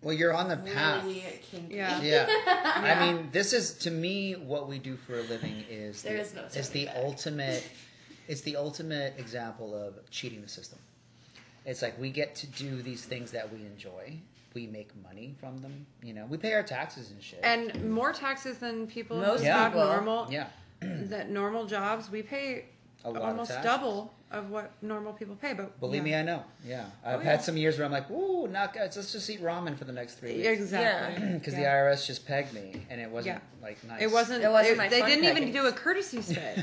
S1: Well, you're on the path.
S4: really kinky.
S3: Yeah.
S1: Yeah. I mean, this is to me what we do for a living is
S4: There
S1: the,
S4: is no
S1: is the ultimate it's the ultimate example of cheating the system. It's like we get to do these things that we enjoy. We make money from them, you know. We pay our taxes and shit.
S3: And more taxes than people who
S2: Most
S3: have
S2: people.
S3: normal
S1: yeah.
S3: that normal jobs. We pay
S1: A lot of
S3: almost
S1: taxes.
S3: double of what normal people pay. But
S1: Believe me,
S3: yeah.
S1: I know. Yeah,
S4: Oh,
S1: I've had some years where I'm like, "Ooh, not good. Let's just eat ramen for the next three weeks,"
S3: E, exactly
S1: because
S3: yeah.
S1: the IRS just pegged me, and it wasn't
S3: Yeah.
S1: like nice.
S3: It wasn't.
S2: It wasn't
S3: they-
S2: my
S3: they
S2: fun
S3: didn't even
S2: package.
S3: do a courtesy spit.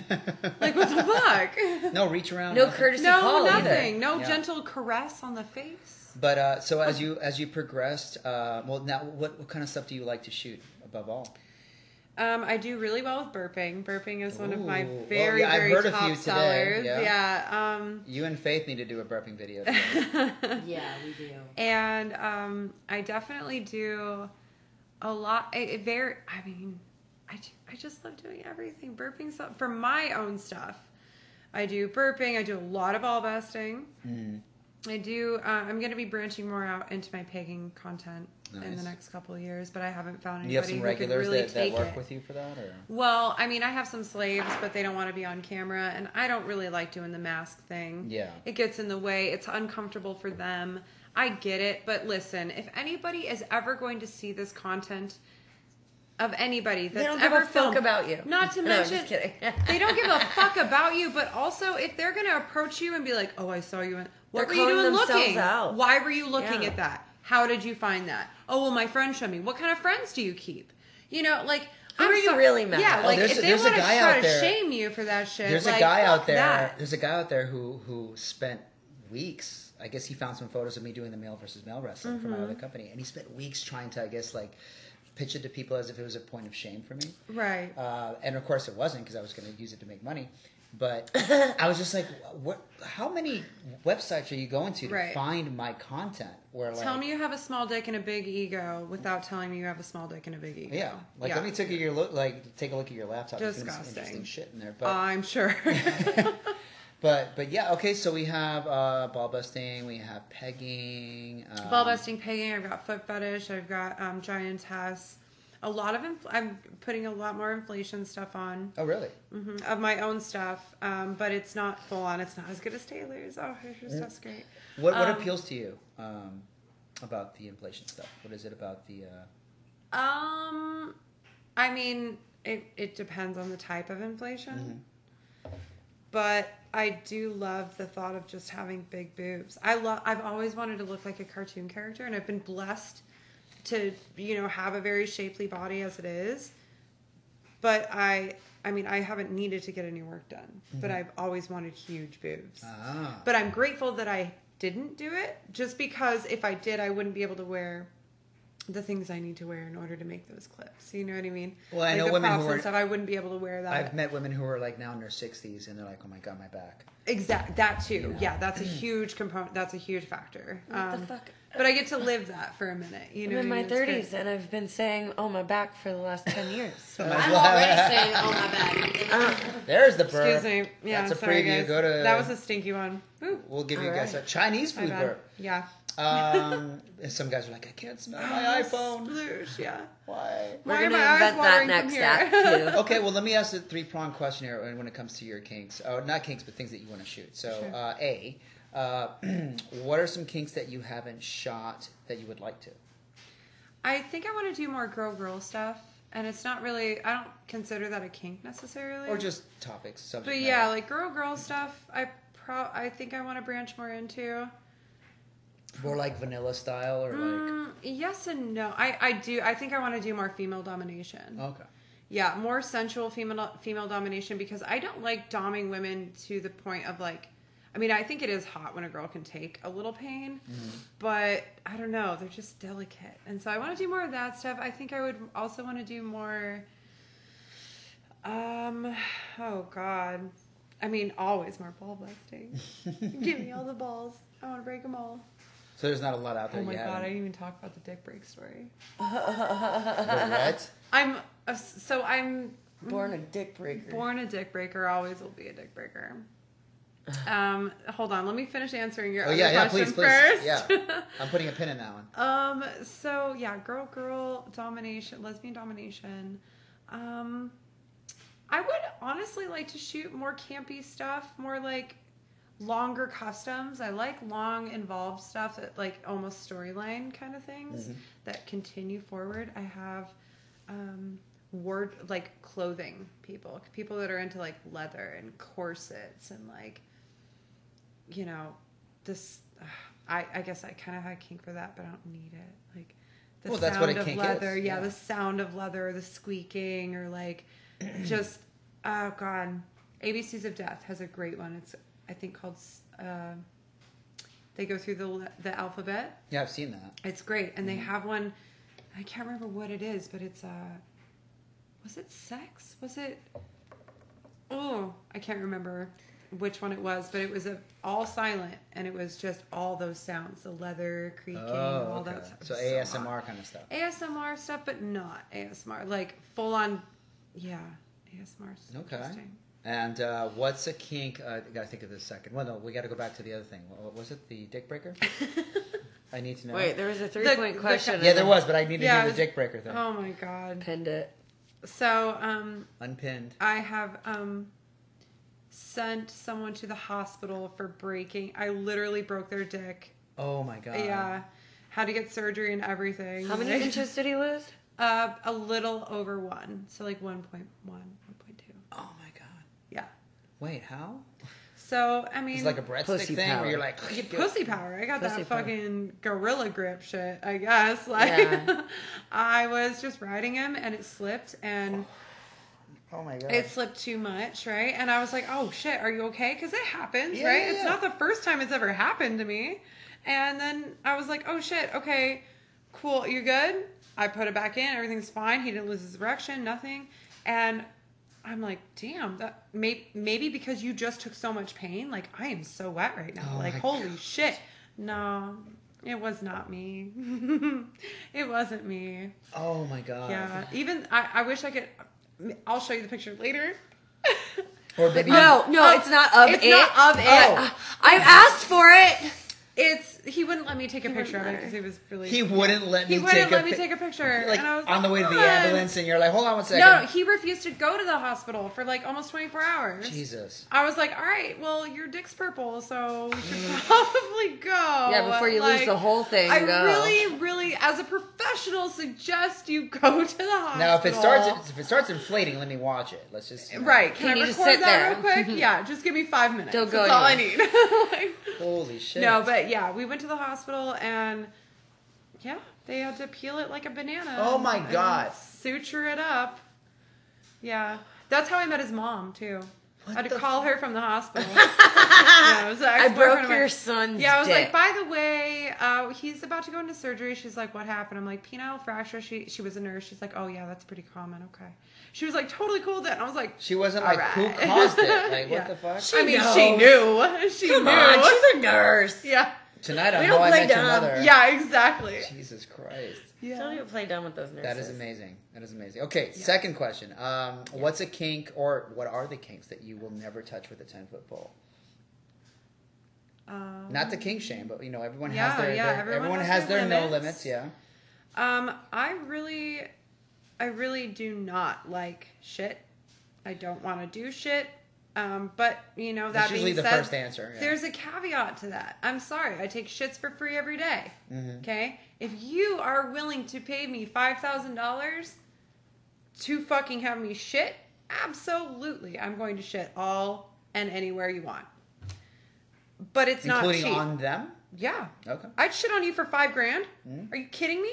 S3: like what the fuck?
S1: no reach around.
S2: No
S1: nothing.
S2: courtesy
S3: no,
S2: call
S3: nothing.
S2: either.
S3: No
S1: Yeah.
S3: gentle caress on the face.
S1: But uh, so as you as you progressed, uh, well, now what, what kind of stuff do you like to shoot above all?
S3: Um, I do really well with burping. Burping is one of my
S1: Ooh. Oh,
S3: very,
S1: yeah, I've
S3: very
S1: heard a few
S3: top
S1: today,
S3: sellers.
S1: yeah.
S3: Yeah. Um,
S1: You and Faith need to do a burping video. together.
S4: Yeah, we do.
S3: and um, I definitely do a lot. It, it very. I mean, I ju- I just love doing everything. Burping stuff for my own stuff. I do burping. I do a lot of ball busting.
S1: Mm.
S3: I do. Uh, I'm going to be branching more out into my pegging content in the
S1: Nice.
S3: next couple of years, but I haven't found
S1: Do you have
S3: anybody
S1: some
S3: who could
S1: regulars
S3: really
S1: that, that
S3: take
S1: work
S3: it.
S1: with you for that, or
S3: Well, I mean, I have some slaves, but they don't want to be on camera, and I don't really like doing the mask thing.
S1: Yeah.
S3: It gets in the way, it's uncomfortable for them. I get it, but listen, if anybody is ever going to see this content of anybody that's
S2: don't give
S3: ever
S2: a fuck
S3: filmed-
S2: about you.
S3: Not to
S2: No, I'm just
S3: mention
S2: kidding.
S3: they don't give a fuck about you, but also if they're going to approach you and be like, "Oh, I saw you in what
S2: They're
S3: were you
S2: calling
S3: doing
S2: themselves
S3: looking?
S2: out.
S3: Why were you looking
S2: Yeah.
S3: at that? How did you find that? Oh, well, my friend showed me. What kind of friends do you keep? You know, like
S2: Who
S3: I'm
S2: are you
S3: so-
S2: really mad
S3: Yeah,
S2: at?
S1: Oh,
S3: like
S1: there's
S3: if
S1: a-
S3: they
S1: there's a
S3: want to
S1: guy
S3: try
S1: out
S3: to
S1: there-
S3: shame you for that shit,
S1: there's
S3: like,
S1: a guy
S3: fuck
S1: out there.
S3: That.
S1: There's a guy out there who who spent weeks. I guess he found some photos of me doing the male versus male wrestling for
S3: Mm-hmm.
S1: my other company, and he spent weeks trying to, I guess, like pitch it to people as if it was a point of shame for me.
S3: Right.
S1: Uh, and of course, it wasn't because I was going to use it to make money. But I was just like, what? How many websites are you going to to
S3: Right.
S1: find my content? Where like,
S3: Tell me you have a small dick and a big ego without telling me you have a small dick and a big ego.
S1: yeah, like let me take a your look, like take a look at your laptop. There's been some
S3: Disgusting. Uh,
S1: interesting shit in there, but
S3: I'm sure.
S1: Um, but but yeah, okay. So we have uh, ball busting, we have pegging, um,
S3: ball busting, pegging. I've got foot fetish. I've got um, giantess. A lot of infl- I'm putting a lot more inflation stuff on
S1: Oh really?
S3: mhm, of my own stuff, um, but it's not full on. It's not as good as Taylor's. Oh, her
S1: Mm.
S3: stuff's great.
S1: What what appeals to you um, about the inflation stuff? What is it about the? Uh,
S3: Um, I mean, it it depends on the type of inflation, but I do love the thought of just having big boobs. I love. I've always wanted to look like a cartoon character, and I've been blessed to you know have a very shapely body as it is. But I, I mean, I haven't needed to get any work done, but I've always wanted huge boobs.
S1: ah,
S3: But I'm grateful that I didn't do it just because if I did, I wouldn't be able to wear the things I need to wear in order to make those clips. You know what I mean?
S1: Well, I
S3: like
S1: know
S3: the
S1: women
S3: props
S1: who are-
S3: and stuff. I wouldn't be able to wear that.
S1: I've met women who are like now in their sixties, and they're like, oh my god, my back.
S3: Exact that too. Yeah, that's a
S1: Mm.
S3: huge component. That's a huge factor.
S2: the
S3: Um,
S2: fuck?
S3: But I get to live that for a minute. You know,
S2: I'm in
S3: what I
S2: my
S3: mean? It's great.
S2: 30s and I've been saying, oh, my back for the last 10 years.
S1: Might as
S9: I'm
S1: well have
S9: already
S1: that.
S9: saying, oh my bad.
S1: There's the burp.
S3: Excuse me. Yeah,
S1: That's a
S3: sorry,
S1: preview.
S3: Guys.
S1: Go to
S3: that was a stinky one. Ooh,
S1: We'll give you
S2: All
S1: guys a Chinese
S3: my
S1: food
S3: bad.
S1: burp.
S3: Yeah.
S1: Um, and some guys are like, I can't smell my iPhone.
S3: Sploosh. Yeah.
S1: Why?
S2: We're
S3: Why are
S2: going to
S3: my eyes
S2: invent that
S3: watering from
S2: next
S3: here?
S2: app, too.
S1: Okay, well, let me ask a three prong question here when it comes to your kinks. Oh, not kinks, but things that you want to shoot. So, uh, A, uh, what are some kinks that you haven't shot that you would like to?
S3: I think I want to do more girl girl stuff, and it's not really. I don't consider that a kink necessarily.
S1: Or just topics, subject
S3: But
S1: matter.
S3: yeah, like girl girl stuff. I pro. I think I want to branch more into.
S1: More like vanilla style or like.
S3: Mm, yes and no. I I do. I think I want to do more female domination.
S1: Okay.
S3: Yeah, more sensual female female domination because I don't like doming women to the point of like. I mean, I think it is hot when a girl can take a little pain, but I don't know. They're just delicate, and so I want to do more of that stuff. I think I would also want to do more. Um, oh God, I mean, always more ball busting. Give me all the balls. I want to break them all.
S1: So there's not a lot out there
S3: Oh my
S1: you
S3: God, I
S1: haven't.
S3: didn't even talk about the dick break story.
S1: The what?
S3: I'm a- so I'm
S2: Born a dick breaker.
S3: Born a dick breaker, always will be a dick breaker. Um, hold on, let me finish answering your
S1: Oh,
S3: other
S1: yeah, yeah, please,
S3: question
S1: please.
S3: first.
S1: Yeah. I'm putting a pin in that one.
S3: um, so yeah, girl, girl domination, lesbian domination. Um, I would honestly like to shoot more campy stuff, more like longer customs. I like long, involved stuff that like almost storyline kind of things
S11: Mm-hmm.
S3: that continue forward. I have um, word like clothing people, people that are into like leather and corsets and like you know, this. ugh, I I guess I kind of had a kink for that, but I don't need it. Like the
S11: Well,
S3: sound
S11: that's what a
S3: of
S11: kink
S3: leather,
S11: is,
S3: yeah,
S11: yeah.
S3: the sound of leather, the squeaking, or like just oh god, ABCs of Death has a great one. It's I think called. s- Uh, they go through the le- the alphabet.
S11: Yeah, I've seen that.
S3: It's great,
S11: Mm-hmm.
S3: and they have one. I can't remember what it is, but it's uh, was it sex? Was it? Oh, I can't remember which one it was, but it was a, all silent, and it was just all those sounds, the leather creaking, all
S11: Oh, okay.
S3: that. stuff.
S11: So
S3: It was
S11: ASMR
S3: hot.
S11: kind of stuff.
S3: ASMR stuff, but not ASMR, like full on, yeah, ASMR. 's
S11: Okay.
S3: interesting.
S11: And uh, what's a kink? Uh, I gotta think of the second. Well, no, we gotta go back to the other thing. What, what was it? The dick breaker? I need to know.
S2: Wait, there was a three
S3: the-
S2: point question.
S11: yeah, there was, but I need to
S3: Yeah, it
S11: hear
S3: was-
S11: the dick breaker thing.
S3: Oh my god.
S2: Pinned it.
S3: So um,
S11: Unpinned.
S3: I have um sent someone to the hospital for breaking. I literally broke their dick.
S11: Oh my god.
S3: yeah. Had to get surgery and everything.
S2: How many
S3: Like,
S2: inches did he lose?
S3: Uh, a little over one. So like 1.1, 1.2.
S11: Oh my god.
S3: Yeah.
S11: Wait, how?
S3: So, I mean,
S11: It's like a breadstick
S2: Pussy
S11: thing where you're
S2: power.
S11: like,
S3: Yeah, pussy power. I got
S2: Pussy
S3: that
S2: power.
S3: fucking gorilla grip shit, I guess. Like,
S2: Yeah.
S3: I was just riding him and it slipped and.
S11: oh my god.
S3: it slipped too much, right? And I was like, oh shit, are you okay? Because it happens,
S11: Yeah,
S3: right?
S11: yeah,
S3: It's
S11: yeah.
S3: not the first time it's ever happened to me. And then I was like, oh shit, okay, cool, you good? I put it back in, everything's fine. He didn't lose his erection, nothing. And I'm like, damn, that may- maybe because you just took so much pain, like I am so wet right now.
S11: Oh
S3: like,
S11: my
S3: holy shit. No, it was not me. it wasn't me.
S11: oh my god.
S3: Yeah, even I, I wish I could. I'll show you the picture later.
S11: Or maybe
S2: No, no,
S3: Oh,
S2: it's not of
S3: it's
S2: it.
S3: not of it.
S2: Uh, I've asked for it.
S3: It's he wouldn't let me take a picture of it because he was really
S11: he wouldn't let me
S3: he
S11: take
S3: wouldn't
S11: a
S3: let me
S11: pic-
S3: take a picture.
S11: like
S3: and I was
S11: on the way to the
S3: "Come on."
S11: ambulance, and you're like, hold on one second.
S3: No, he refused to go to the hospital for like almost 24 hours.
S11: Jesus.
S3: I was like, all right, well, your dick's purple, so we should probably go.
S2: Yeah, before you lose
S3: Like,
S2: the whole thing.
S3: I
S2: go.
S3: really, really, as a professional, suggest you go to the hospital.
S11: Now, if it starts, if it starts inflating, let me watch it. Let's just you know.
S3: Right. Can
S2: You
S3: I
S2: need to
S3: record
S2: sit
S3: that
S2: there.
S3: real quick? yeah, just give me five minutes.
S2: Don't go
S3: That's all I need.
S2: anywhere.
S3: Like-
S11: Holy shit.
S3: no, but yeah, we went to the hospital and yeah, they had to peel it like a banana.
S11: Oh my
S3: and
S11: God.
S3: Suture it up. Yeah. That's how I met his mom too. I had to call her from the hospital. yeah, it was an
S2: I
S3: ex-boyfriend
S2: broke
S3: of mine.
S2: your son's.
S3: Yeah, I was like,
S2: dick.
S3: by the way, uh, he's about to go into surgery. She's like, what happened? I'm like, penile fracture. She she was a nurse. She's like, oh yeah, that's pretty common. Okay. She was like, totally cool with it. And I was like,
S11: she wasn't like, who
S3: Alright.
S11: caused it? Like,
S3: Yeah.
S11: what the fuck?
S3: I mean, she knew. She knew.
S2: she's a nurse.
S3: yeah.
S11: Tonight on
S10: We
S11: How
S10: don't
S11: I
S10: play
S11: Met Your
S10: dumb.
S11: Mother.
S3: Yeah, exactly.
S11: Jesus Christ.
S2: Don't even play dumb with those nurses.
S11: That is amazing. That is amazing. Okay, second question. Um, What's a kink, or what are the kinks that you will never touch with a ten foot pole?
S3: Um,
S11: Not the kink shame, but you know everyone
S3: Yeah,
S11: has their,
S3: yeah,
S11: their-
S3: everyone
S11: everyone,
S3: has
S11: has,
S3: their
S11: their no
S3: limits.
S11: limits. Yeah.
S3: Um, I really, I really do not like shit. I don't want to do shit. Um, but you know that
S11: That's
S3: being
S11: usually the
S3: said,
S11: first answer, yeah.
S3: There's a caveat to that. I'm sorry. I take shits for free every day,
S11: Mm-hmm.
S3: Okay, if you are willing to pay me five thousand dollars to fucking have me shit, absolutely, I'm going to shit all and anywhere you want. But it's
S11: Including
S3: not cheap.
S11: on them.
S3: yeah.
S11: Okay.
S3: I'd shit on you for five grand.
S11: Mm-hmm.
S3: Are you kidding me?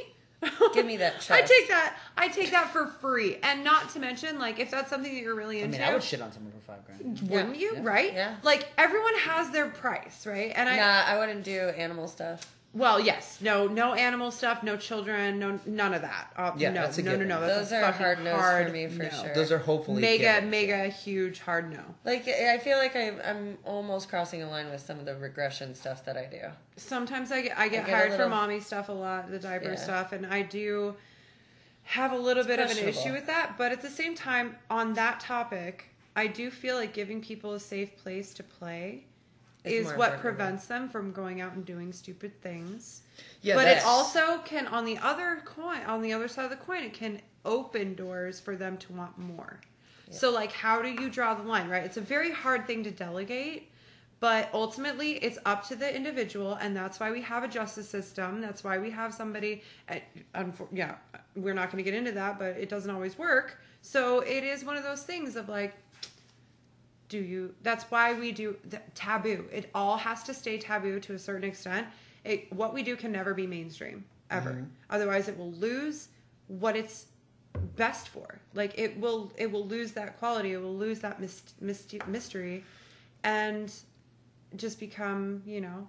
S2: Give me that
S3: I
S2: chest.
S3: take that. I take that for free, and not to mention, like, if that's something that you're really
S11: I
S3: into,
S11: mean, I would shit on someone for five grand.
S3: wouldn't you? Right?
S2: Yeah.
S3: Like everyone has their price, right? And I,
S2: Nah, I wouldn't do animal stuff.
S3: well, yes, no, no animal stuff, no children, no, none of that. Uh,
S11: Yeah,
S3: no,
S11: that's a
S3: no, no,
S11: given.
S3: no. That's
S2: Those
S3: a
S2: are
S3: fucking
S2: hard no's for
S3: hard
S2: me for
S3: no.
S2: sure.
S11: Those are hopefully
S3: Mega,
S11: givens.
S3: mega, huge, hard no.
S2: Like I feel like I, I'm almost crossing a line with some of the regression stuff that I do.
S3: sometimes I get I get,
S2: get a
S3: hired for
S2: little-
S3: mommy stuff a lot, the diaper
S2: Yeah.
S3: stuff, and I do have a little bit of an
S2: questionable.
S3: issue with that. But at the same time, on that topic, I do feel like giving people a safe place to play
S2: Is
S3: is
S2: more
S3: what
S2: important,
S3: prevents them from going out and doing stupid things.
S11: Yeah,
S3: but it
S11: that's-
S3: also can on the other coin on the other side of the coin, it can open doors for them to want more. So like how do you draw the line, right? It's a very hard thing to delegate, but ultimately it's up to the individual and that's why we have a justice system. That's why we have somebody uh, unfor- yeah, we're not going to get into that, but it doesn't always work. So it is one of those things of like do you that's why we do the taboo it all has to stay taboo to a certain extent it what we do can never be mainstream ever
S1: Mm-hmm.
S3: otherwise it will lose what it's best for like it will it will lose that quality it will lose that myst- myst- mystery and just become you know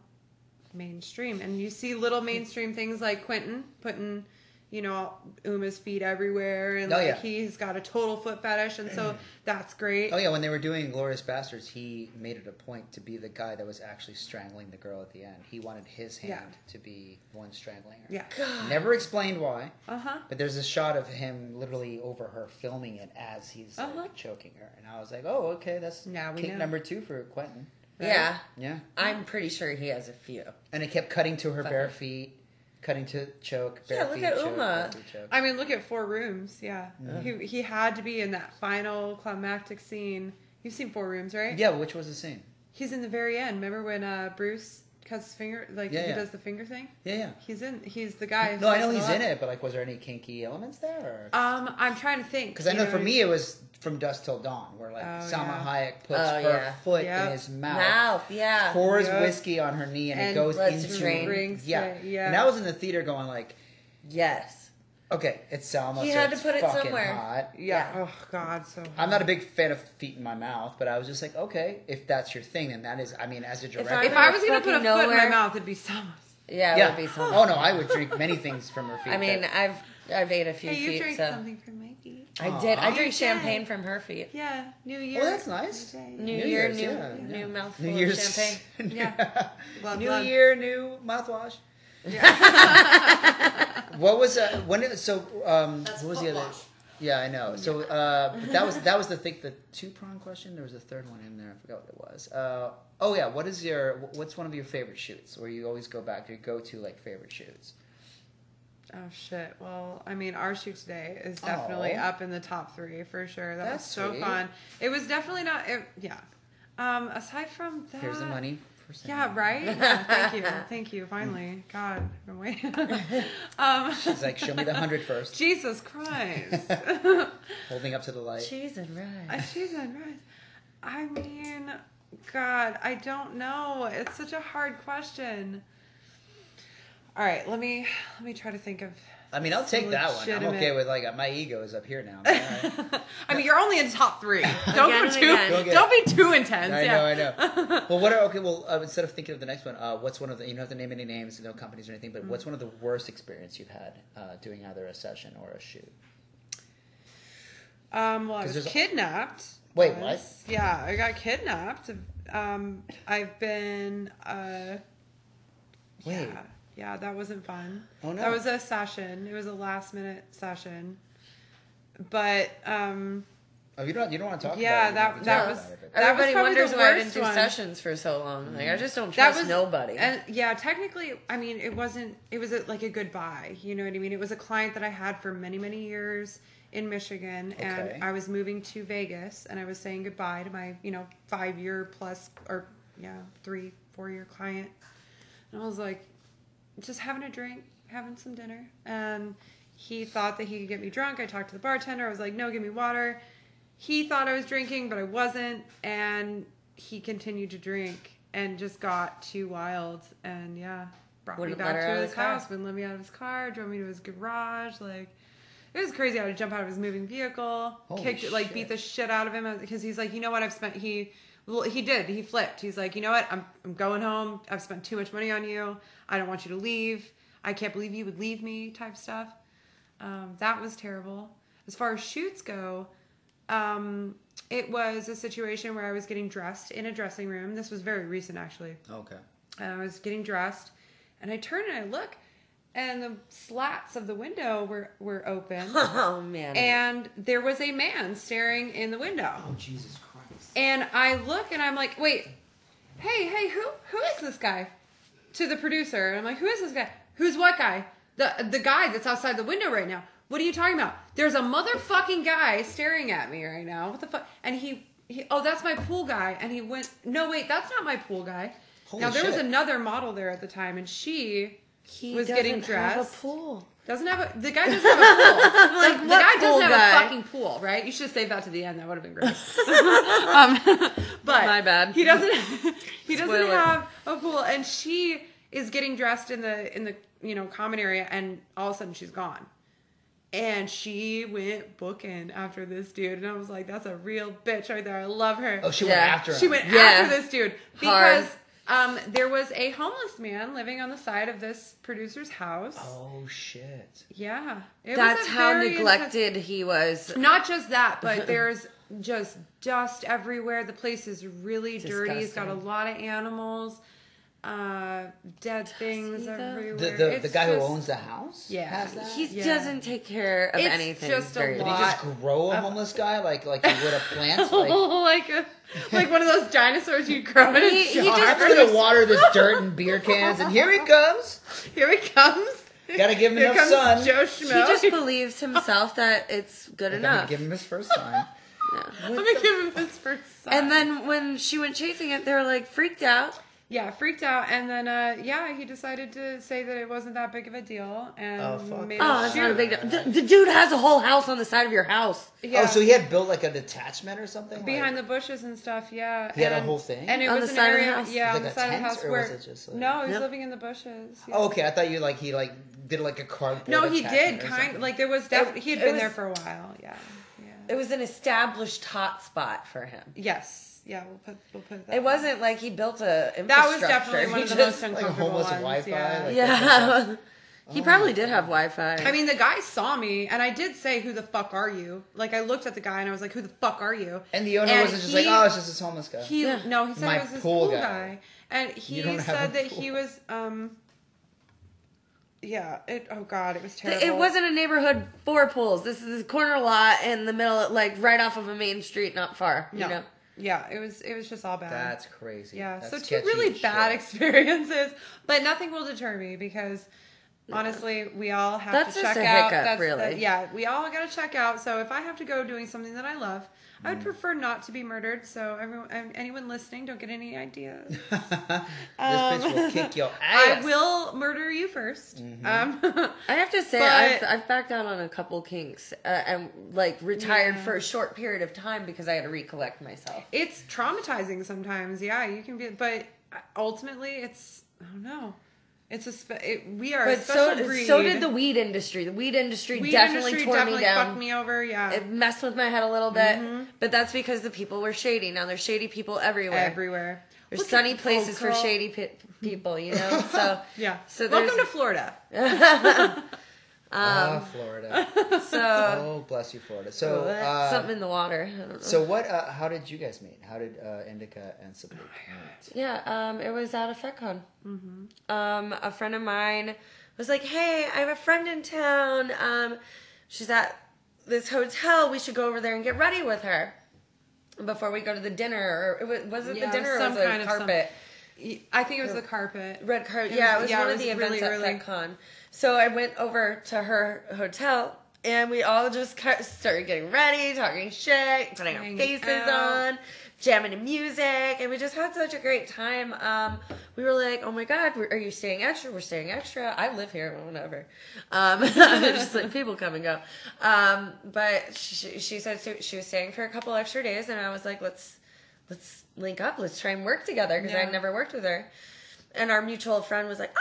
S3: mainstream and you see little
S1: Mm-hmm.
S3: mainstream things like quentin putting you know uma's feet everywhere and
S1: Oh,
S3: like
S1: yeah. Mm-hmm.
S3: he's got a total foot fetish and so that's great
S1: Oh yeah, when they were doing Glorious Bastards, he made it a point to be the guy that was actually strangling the girl at the end. He wanted his hand
S3: Yeah.
S1: to be the one strangling her.
S3: yeah
S1: Never explained why,
S3: uh-huh
S1: but there's a shot of him literally over her filming it as he's like,
S3: Uh-huh.
S1: choking her, and I was like, oh okay, that's
S3: Now we
S1: kink
S3: know.
S1: number two for Quentin.
S2: Yeah,
S1: Yeah,
S2: I'm pretty sure he has a few.
S1: and it kept cutting to her
S2: Fuck.
S1: bare feet, cutting to choke, bare
S2: Yeah, look
S1: feet,
S2: at
S1: choke,
S2: Uma.
S1: bare feet, choke.
S3: I mean, look at Four Rooms. Yeah, he he had to be in that final climactic scene. You've seen Four Rooms, right?
S1: Yeah, which was the same.
S3: He's in the very end. Remember when uh, Bruce cuts his finger, like
S1: Yeah,
S3: he
S1: yeah.
S3: does the finger thing?
S1: Yeah, yeah.
S3: He's in. He's the guy.
S1: No, I know
S3: who's
S1: he's in
S3: alive.
S1: it, but like, was there any kinky elements there? Or...
S3: Um, I'm trying to think.
S1: Because I
S3: you
S1: know for me it was from dusk till dawn, where like
S3: Oh,
S1: Salma
S3: yeah.
S1: Hayek puts
S2: Oh,
S1: her
S2: yeah.
S1: foot in
S3: Yep.
S1: his mouth,
S2: Mouth, yeah.
S1: pours
S3: Yep.
S1: whiskey on her knee, and, it
S3: And
S1: goes
S2: lets
S1: into
S2: it drain.
S3: Drinks
S1: yeah.
S3: it, yeah.
S1: And I was in the theater going like,
S2: Yes.
S1: okay, it's Salma.
S2: You
S1: so
S2: had to
S1: it's
S2: put it
S1: fucking
S2: somewhere.
S1: hot.
S3: Yeah. Oh God. So
S1: I'm not a big fan of feet in my mouth, but I was just like, okay, if that's your thing, then that is. I mean, as a director,
S2: I-
S3: if I was gonna put a
S2: Fucking
S3: foot in my
S2: nowhere.
S3: mouth, it'd be Summer's.
S2: Yeah, it
S1: yeah.
S2: would be something.
S1: oh no, I would drink many things from her feet.
S2: I mean,
S1: but-
S2: I've I've ate a few
S3: Hey, you
S2: feet,
S3: drank
S2: so
S3: something from my feet.
S2: I did. I
S1: Aw.
S2: drank
S3: did.
S2: champagne from her feet.
S3: Yeah. New Year.
S1: well, Oh, that's nice.
S2: New,
S1: New
S2: Year,
S1: Year's,
S2: new
S1: yeah,
S2: new
S1: yeah.
S2: mouthful
S1: New Year's
S2: of champagne.
S3: Yeah. Love,
S1: New
S3: love.
S1: year, new mouthwash. what was uh, when? It, so um,
S4: That's
S1: what was
S4: foot
S1: the other?
S4: wash.
S1: Yeah, I know. So uh, but that was that was the thing. The two prong question. There was a third one in there. I forgot what it was. Uh, oh yeah, what is your what's one of your favorite shoots? Where you always go back your go to like favorite shoots?
S3: Oh shit! Well, I mean, our shoot today is definitely
S1: Aw.
S3: up in the top three for sure. That
S1: That's
S3: was so
S1: sweet.
S3: fun. It was definitely not. It, yeah. Um. Aside from that,
S2: Uh,
S1: Here's the money. for saying
S3: Yeah.
S1: that.
S3: Right. Yeah, thank you. Thank you. Finally. God, I've been waiting. um.
S1: It's like show me the hundred first.
S3: Jesus Christ.
S1: Holding up to the light.
S2: Cheese and rice.
S3: Uh, Cheese and rice. I mean, God, I don't know. It's such a hard question. All right, let me let me try to think of.
S1: I mean, I'll take that one. I'm
S3: Legitimate.
S1: okay with like my ego is up here now. I'm like, all right.
S3: I mean, you're only in top three.
S2: Again
S3: Don't go
S2: and
S3: too.
S2: again.
S1: Go get it.
S3: Don't be too intense.
S1: I
S3: yeah.
S1: know, I know. well, what are okay? Well, uh, instead of thinking of the next one, uh, what's one of the? You don't have to name any names, no companies or anything,
S3: Mm.
S1: but what's one of the worst experience you've had uh, doing either a session or a shoot?
S3: Um, well, I
S1: 'Cause
S3: was
S1: there's-
S3: kidnapped.
S1: Wait,
S3: once. Yeah, I got kidnapped. Um, I've been. Uh,
S1: Wait.
S3: Yeah, yeah, that wasn't fun.
S1: Oh, no.
S3: That was a session. It was a last minute session. But um,
S1: Oh, you don't. You don't want to talk. about
S3: Yeah,
S1: it, you
S3: that-
S1: don't
S3: that
S1: have to
S3: was-
S1: talk about it, but-
S3: that was
S2: Everybody
S3: probably
S2: wonders
S3: the
S2: why I
S3: worst
S2: didn't do
S3: one.
S2: sessions for so long. Like I just don't
S3: that
S2: trust
S3: was
S2: nobody.
S3: And yeah, technically, I mean, it wasn't. It was a, like a goodbye. You know what I mean? It was a client that I had for many, many years in Michigan,
S1: Okay.
S3: and I was moving to Vegas, and I was saying goodbye to my, you know, five year plus or yeah, three, four year client, and I was like, just having a drink, having some dinner, and he thought that he could get me drunk. I talked to the bartender. I was like, no, give me water. He thought I was drinking, but I wasn't, and he continued to drink and just got too wild, and yeah, brought
S2: Wouldn't
S3: me
S2: let
S3: back
S2: her
S3: to
S2: out of
S3: his
S2: the car.
S3: house, wouldn't let me out of his car, drove me to his garage, like. It was crazy how to jump out of his moving vehicle,
S1: Holy
S3: kicked, like
S1: shit.
S3: beat the shit out of him because he's like, you know what? I've spent he, well, he did. He flipped. He's like, you know what? I'm I'm going home. I've spent too much money on you. I don't want you to leave. I can't believe you would leave me. Type stuff. Um, that was terrible. As far as shoots go, um, it was a situation where I was getting dressed in a dressing room. This was very recent, actually
S1: Okay.
S3: and I was getting dressed, and I turn and I look, and the slats of the window were were open,
S2: oh man.
S3: and there was a man staring in the window.
S12: Oh, Jesus Christ.
S3: And I look and I'm like, wait, hey, hey, who who is this guy? To the producer. And I'm like, who is this guy? Who's what guy? The the guy that's outside the window right now. What are you talking about? There's a motherfucking guy staring at me right now. What the fuck? And he, he oh, that's my pool guy. And he went, no, wait, that's not my pool guy.
S1: Holy
S3: now there was
S1: shit.
S3: another model there at the time, and she
S2: he
S3: was
S2: doesn't
S3: getting
S2: Have
S3: dressed.
S2: a pool.
S3: doesn't have a the guy doesn't have a pool. like, the
S2: what
S3: guy
S2: pool
S3: doesn't
S2: guy?
S3: have a fucking pool, right? You should have saved that to the end. That would have been great. um, But
S2: My bad.
S3: He doesn't. he doesn't
S2: Spoiler.
S3: have a pool, and she is getting dressed in the in the you know common area, and all of a sudden she's gone. And she went booking after this dude, and I was like, "That's a real bitch right there. I love her."
S1: Oh, she
S2: Yeah.
S1: went after him.
S3: She went
S2: Yeah.
S3: after this dude
S2: Hard.
S3: because um, there was a homeless man living on the side of this producer's house.
S1: Oh shit!
S3: Yeah, It was
S2: That's
S3: a
S2: how
S3: very intense-
S2: neglected he was.
S3: Not just that, but there's just dust everywhere. The place is really dirty. It's got a
S2: Disgusting.
S3: lot of animals, uh, dead things
S2: he, though?
S3: everywhere.
S1: The the, the
S3: It's
S1: guy
S3: just-
S1: who owns the house.
S3: Yeah.
S1: has that?
S2: He
S3: Yeah.
S2: doesn't take care of
S3: It's
S2: anything.
S3: just a
S2: very
S1: Did
S2: well.
S1: he just grow a homeless guy like like he would a plant? Like,
S3: like a, like one of those dinosaurs you grow in.
S2: He- he
S3: a jar.
S2: just-
S1: I'm just gonna Oh, water this dirt in beer cans, and here he comes.
S3: here he comes.
S1: Gotta give him
S3: Here
S1: enough
S3: comes
S1: sun.
S3: Joe
S2: He
S3: Schmo.
S2: just believes himself that it's good
S1: Gotta
S2: enough.
S1: give him his first sign.
S3: I'm gonna give him this first. Sign.
S2: And then when she went chasing it, they were like freaked out.
S3: Yeah, freaked out, and then uh, yeah, he decided to say that it wasn't that big of a deal, and
S1: Oh, fuck.
S3: made
S2: Oh,
S3: a
S2: it's not a
S3: shoot.
S2: big deal. The, the dude has a whole house on the side of your house.
S3: Yeah.
S1: Oh, so he had built like a detachment or something Like-
S3: behind the bushes and stuff. Yeah,
S1: He had a
S3: and-
S1: whole thing?
S3: and it
S2: On
S3: was
S2: the
S3: an
S2: side of the
S3: area.
S2: house?
S3: Yeah,
S1: Like
S3: on the
S1: a
S3: side of the
S1: tent,
S3: house
S1: or
S3: where
S1: was it just like-
S3: no, he was
S2: Nope.
S3: living in the bushes. yeah.
S1: Oh, okay. I thought you like he like did like a cardboard.
S3: no, he
S1: attachment
S3: did
S1: or
S3: kind
S1: something.
S3: like there was definitely he had
S2: it
S3: been there
S2: was-
S3: for a while. Yeah, yeah.
S2: It was an established hot spot for him.
S3: Yes, yeah. We'll put we'll put that.
S2: It wasn't like he built a infrastructure.
S3: That was definitely
S2: He
S3: one of the
S2: just-
S3: most
S1: like a
S3: uncomfortable
S1: homeless
S3: ones.
S1: Wi-Fi.
S3: yeah.
S1: Like,
S2: Yeah. he
S1: Oh
S2: probably did have Wi-Fi.
S3: I mean, the guy saw me, and I did say, "Who the fuck are you?" Like, I looked at the guy, and I was like, "Who the fuck are you?"
S1: and the owner
S3: And
S1: wasn't just
S3: he-
S1: like, oh, it's just this homeless guy.
S3: He
S2: Yeah.
S3: no, he said
S1: My
S3: he was this
S1: pool
S3: pool
S1: guy.
S3: guy, and he
S1: don't have
S3: said
S1: a
S3: that he
S1: pool.
S3: was um. Yeah. It. Oh God. It was
S2: Th-
S3: terrible.
S2: It wasn't a neighborhood four pools. This is a corner lot in the middle, like right off of a main street, not far.
S3: No.
S2: You know?
S3: Yeah. It was. It was just all bad.
S1: That's crazy.
S3: yeah.
S1: That's
S3: so two
S1: sketchy
S3: really
S1: as
S3: bad
S1: shit.
S3: experiences, but nothing will deter me because. Honestly, we all have
S2: That's
S3: to
S2: just
S3: check
S2: a
S3: out.
S2: hiccup,
S3: That's the-
S2: really.
S3: yeah, we all got to check out. So if I have to go doing something that I love, I
S1: Mm.
S3: would prefer not to be murdered. So everyone, anyone listening, don't get any ideas.
S1: this bitch will kick your ass.
S3: I will murder you 1st
S1: Mm-hmm.
S3: Um,
S2: I have to say,
S3: But-
S2: I've, I've backed out on a couple kinks uh, and like retired for a short period of time because I had to recollect myself.
S3: it's traumatizing sometimes. Yeah, you can be, but ultimately, it's I don't know. It's a spe- it, we are a
S2: But so,
S3: special breed.
S2: so did the weed industry. The weed industry
S3: Weed
S2: definitely
S3: industry
S2: tore
S3: definitely
S2: me down.
S3: fucked me Mm-hmm. over. Yeah,
S2: It messed with my head a little bit, but that's because the people were shady. Now there's shady people everywhere.
S3: everywhere.
S2: there's
S3: Look at
S2: sunny
S3: you,
S2: places for
S3: girl.
S2: shady pe- people, you know. So
S3: Yeah.
S2: So
S3: welcome to
S2: there's-
S3: Florida.
S1: Ah,
S3: um,
S1: Florida.
S2: so
S1: oh, bless you, Florida. So,
S2: something
S1: uh,
S2: in the water. I don't know.
S1: so what? Uh, how did you guys meet? How did uh, Indica and Sabine meet?
S2: Yeah, um, it was out of FetCon.
S3: Mm-hmm.
S2: Um, a friend of mine was like, "Hey, I have a friend in town. Um, she's at this hotel. We should go over there and get ready with her before we go to the dinner. Or it was, was it
S3: Yeah, it
S2: the
S3: was
S2: dinner or
S3: some
S2: was it
S3: kind of some-
S2: carpet?
S3: I think it was the carpet.
S2: Red Card.
S3: It
S2: Yeah, it
S3: was-
S2: was
S3: yeah,
S2: one
S3: it
S2: of
S3: was
S2: the events
S3: really early.
S2: at FetCon. So I went over to her hotel, and we all just ki- started getting ready, talking shit, putting
S3: Hanging
S2: our faces
S3: out.
S2: on, jamming to music, and we just had such a great time. Um, we were like, "Oh my god, we're- are you staying extra? We're staying extra. I live here, whatever." Um, just like people come and go. Um, but she, she said she- she was staying for a couple extra days, and I was like, "Let's." Let's link up. Let's try and work together because
S3: Yeah.
S2: I'd never worked with her and our mutual friend was like,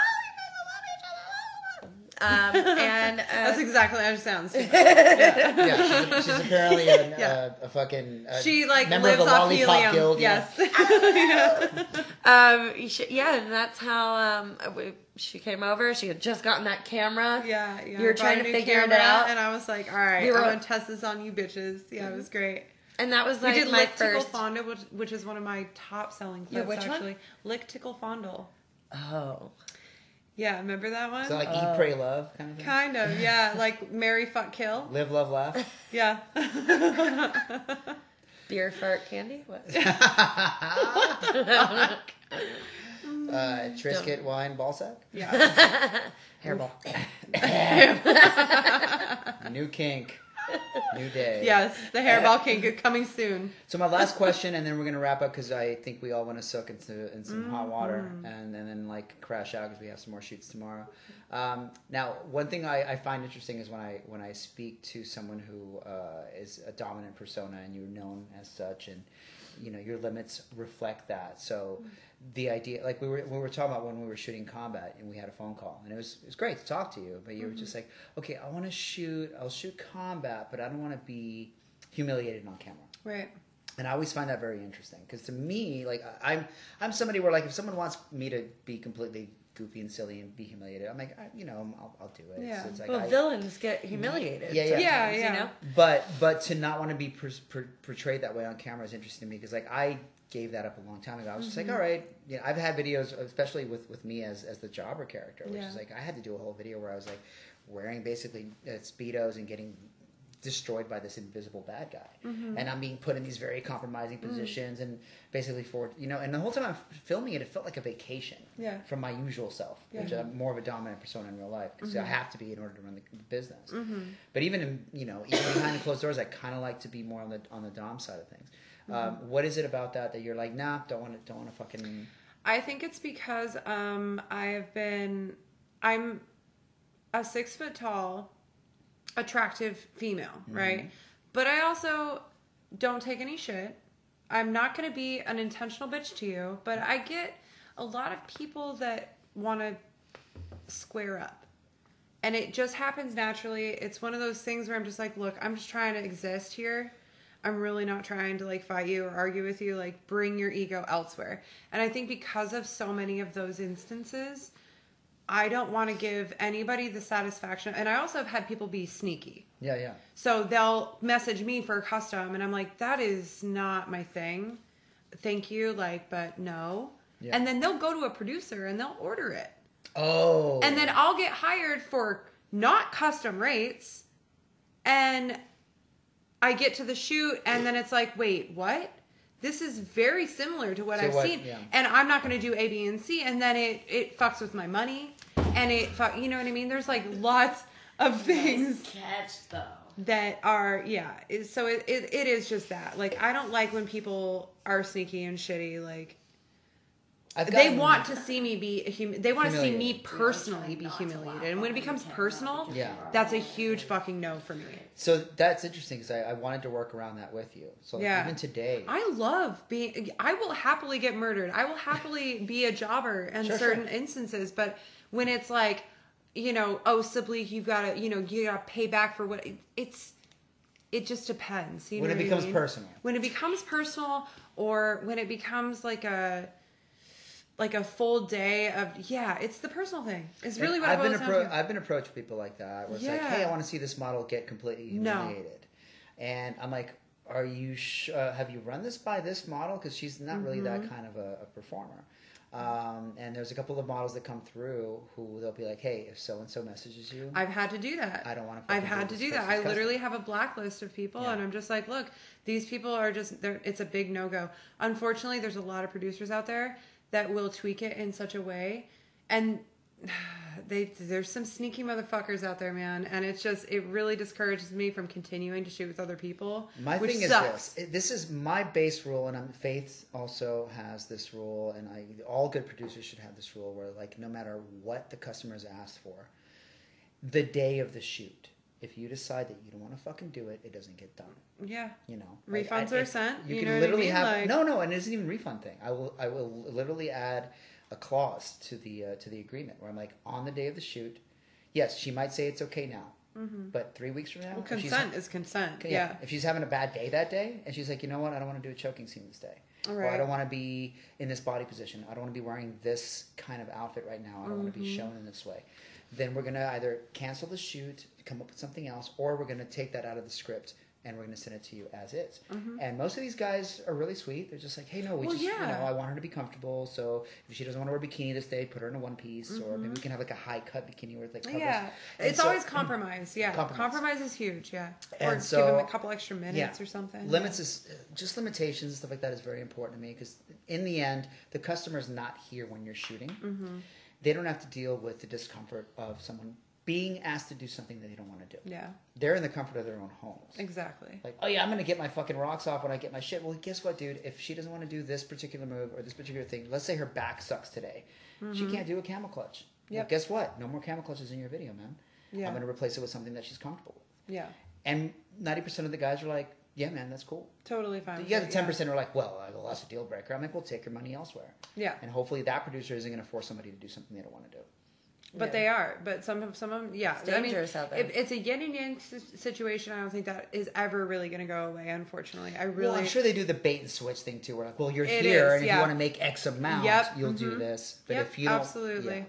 S2: "Oh, you guys love each other." blah, blah, blah." Um, and uh,
S3: That's exactly how it sounds.
S1: Yeah, she's, she's apparently an, uh, a fucking uh,
S3: she like
S1: member
S3: lives
S1: of the
S3: off
S1: Lollipop
S3: helium.
S1: Guild. yeah.
S3: yes.
S2: um, you should- yeah, and that's how um, we, she came over. She had just gotten that camera.
S3: Yeah, yeah.
S2: You were
S3: I bought
S2: trying
S3: a
S2: to
S3: new
S2: figure it
S3: camera,
S2: out.
S3: and I was like, "All right,
S2: We were- Mm-hmm.
S3: I'm gonna test this on you, bitches." Yeah, it was great.
S2: and that was
S3: We
S2: like
S3: did
S2: my
S3: Lick Tickle
S2: first.
S3: Fondle, which, which is one of my top selling
S2: Your
S3: clips
S2: which one?
S3: actually. Lick Tickle Fondle.
S2: Oh,
S3: Yeah, remember that one?
S1: So like eat, pray, love kind of thing.
S3: kind of, yeah. Like Mary Fuck Kill.
S1: Live, love, laugh.
S3: Yeah.
S2: beer fart candy. What?
S1: Uh, Trisket, wine, ball sack.
S3: yeah.
S1: Hairball. New kink. New day.
S3: Yes. The hairball kink coming soon.
S1: So my last question, and then we're gonna wrap up because I think we all want to soak into in some hot water, and, and then like crash out because we have some more shoots tomorrow. Um, now, one thing I, I find interesting is when I when I speak to someone who uh, is a dominant persona and you're known as such, and you know your limits reflect that. So the idea, like we were we were talking about when we were shooting combat, and we had a phone call, and it was it was great to talk to you, but you were just like, okay, I want to shoot, I'll shoot combat, but I don't want to be humiliated on camera
S3: Right.
S1: and I always find that very interesting because to me, like I- I'm, I'm somebody where like if someone wants me to be completely goofy and silly and be humiliated, I'm like, I, you know, I'll, I'll do it. It's-
S3: Yeah.
S1: it's like
S2: well,
S1: I-
S2: villains get humiliated.
S1: Yeah, yeah.
S2: sometimes,
S3: Yeah,
S2: You
S3: yeah.
S2: know?
S1: but but to not want to be per, per, portrayed that way on camera is interesting to me because like I gave that up a long time ago. I was just like,
S3: Mm-hmm.
S1: all right, you know, I've had videos, especially with with me as as the jobber character, which
S3: Yeah.
S1: is like I had to do a whole video where I was like wearing basically uh, speedos and getting destroyed by this invisible bad guy
S3: Mm-hmm.
S1: and i'm being put in these very compromising
S3: Mm.
S1: positions and basically for you know and the whole time i'm f- filming it it felt like a vacation
S3: Yeah.
S1: from my usual self which i'm more of a dominant persona in real life because
S3: Mm-hmm.
S1: i have to be in order to run the business but even in, you know even behind the closed doors i kind of like to be more on the on the dom side of things
S3: Mm-hmm.
S1: um, what is it about that that you're like nah don't want to don't want to fucking
S3: I think it's because um, I've been, I'm a six foot tall, attractive female, right? But I also don't take any shit. I'm not going to be an intentional bitch to you, but I get a lot of people that want to square up. And it just happens naturally. It's one of those things where I'm just like, look, I'm just trying to exist here. I'm really not trying to like fight you or argue with you. Like, bring your ego elsewhere. And I think because of so many of those instances, I don't want to give anybody the satisfaction. And I also have had people be sneaky.
S1: yeah yeah
S3: So they'll message me for a custom, and I'm like, that is not my thing. Thank you, like, but no.
S1: Yeah.
S3: And then they'll go to a producer and they'll order it.
S1: oh
S3: And then I'll get hired for not custom rates. And I get to the shoot, and then it's like, wait, what? This is very similar to what
S1: So
S3: I've
S1: what-
S3: seen.
S1: yeah.
S3: And I'm not going to do A, B, and C. And then it, it fucks with my money. And it, fuck, you know what I mean? There's like lots of things
S4: Catch though.
S3: that are yeah it- so it, it, it is just that like i don't like when people are sneaky and shitty like
S1: I've
S3: they
S1: gotten-
S3: want to see me be hum- they want to see me
S1: Humiliated.
S3: personally be humiliated and when it becomes personal
S1: Yeah.
S3: that's a huge fucking no for me
S1: so that's interesting because I, I wanted to work around that with you so like,
S3: Yeah.
S1: even today
S3: i love being i will happily get murdered i will happily be a jobber in
S1: Sure,
S3: certain
S1: sure.
S3: instances but when it's like you know oh sibley you've got to you know you got to pay back for what it's it just depends you
S1: When
S3: know
S1: it
S3: what I
S1: becomes
S3: mean?
S1: personal.
S3: when it becomes personal or when it becomes like a like a full day of yeah it's the personal thing it's really what
S1: I've
S3: i've
S1: been
S3: been
S1: appro- I've been approached with people like that where it's like,
S3: Yeah.
S1: hey, I want to see this model get completely
S3: No.
S1: humiliated, and I'm like, are you sh- uh, have you run this by this model because she's not really that
S3: Mm-hmm.
S1: kind of a, a performer. Um, and there's a couple of models that come through who they'll be like, hey, if so and so messages you,
S3: I've had to do that.
S1: I don't wanna fucking
S3: I've had
S1: do this
S3: to do that. I
S1: person's
S3: literally have a blacklist of people,
S1: Yeah.
S3: and I'm just like, look, these people are just. They're, it's a big no go. Unfortunately, there's a lot of producers out there that will tweak it in such a way, and they there's some sneaky motherfuckers out there, man. And it's just it really discourages me from continuing to shoot with other people,
S1: My
S3: which
S1: thing
S3: sucks.
S1: is this. This is my base rule, and I'm, Faith also has this rule, and I all good producers should have this rule where like no matter what the customers asked for, the day of the shoot, if you decide that you don't want to fucking do it, it doesn't get done.
S3: Yeah,
S1: You know,
S3: Refunds
S1: I- I-
S3: are sent, you know what I
S1: literally
S3: mean?
S1: have
S3: Like-
S1: no, no, and it isn't even a refund thing. I will, I will literally add a clause to the uh, to the agreement where I'm like, on the day of the shoot, yes, she might say it's okay now, but three weeks from now,
S3: Mm-hmm. well,
S1: if she's-
S3: consent is consent.
S1: yeah.
S3: Yeah,
S1: If she's having a bad day that day, and she's like, you know what, I don't want to do a choking scene this day. Or I
S3: Right.
S1: don't want to be in this body position. I don't want to be wearing this kind of outfit right now. I don't want to
S3: Mm-hmm.
S1: be shown in this way. Then we're going to either cancel the shoot, come up with something else, or we're going to take that out of the script and we're going to send it to you as is. And most of these guys are really sweet. They're just like, hey, no, we
S3: Mm-hmm. Well,
S1: just, you
S3: yeah.
S1: know, I want her to be comfortable. So if she doesn't want to wear a bikini this day, put her in a one piece, or maybe we can have like a high cut bikini where it like covers.
S3: Mm-hmm. yeah.
S1: And
S3: It's
S1: so-
S3: always compromise. Yeah,
S1: Compromise.
S3: compromise. is huge. Yeah, or
S1: And
S3: give them
S1: so-
S3: a couple extra minutes or something.
S1: Limits is just limitations and stuff like that is very important to me because in the end, the customer's not here when you're shooting.
S3: Mm-hmm.
S1: They don't have to deal with the discomfort of someone being asked to do something that they don't want to do.
S3: Yeah,
S1: They're in the comfort of their own homes.
S3: exactly.
S1: Like, oh yeah, I'm gonna get my fucking rocks off when I get my shit. Well, guess what, dude? If she doesn't want to do this particular move or this particular thing, let's say her back sucks today, she can't do a camel clutch. Well,
S3: Mm-hmm. Yep.
S1: guess what? No more camel clutches in your video, man.
S3: Yeah.
S1: I'm gonna replace it with something that she's comfortable with.
S3: Yeah.
S1: And 90% of the guys are like, yeah, man, that's cool.
S3: Totally fine. with
S1: Yeah, the
S3: it,
S1: ten percent are like, well, uh, well, that's a deal breaker. I'm like, well, take your money elsewhere.
S3: Yeah.
S1: And hopefully that producer isn't going to force somebody to do something they don't want to do.
S3: But they are. But some of some of them, yeah.
S2: It's
S3: I mean,
S2: dangerous out there.
S3: If it's a yin and yang s- situation, I don't think that is ever really going to go away. Unfortunately, I really.
S1: Well, I'm sure they do the bait and switch thing too. Where like, well, you're
S3: It
S1: here,
S3: is,
S1: and if
S3: yeah.
S1: you want to make X amount,
S3: Yep, mm-hmm.
S1: you'll do this. But
S3: Yep,
S1: if you don't,
S3: absolutely.
S1: yeah.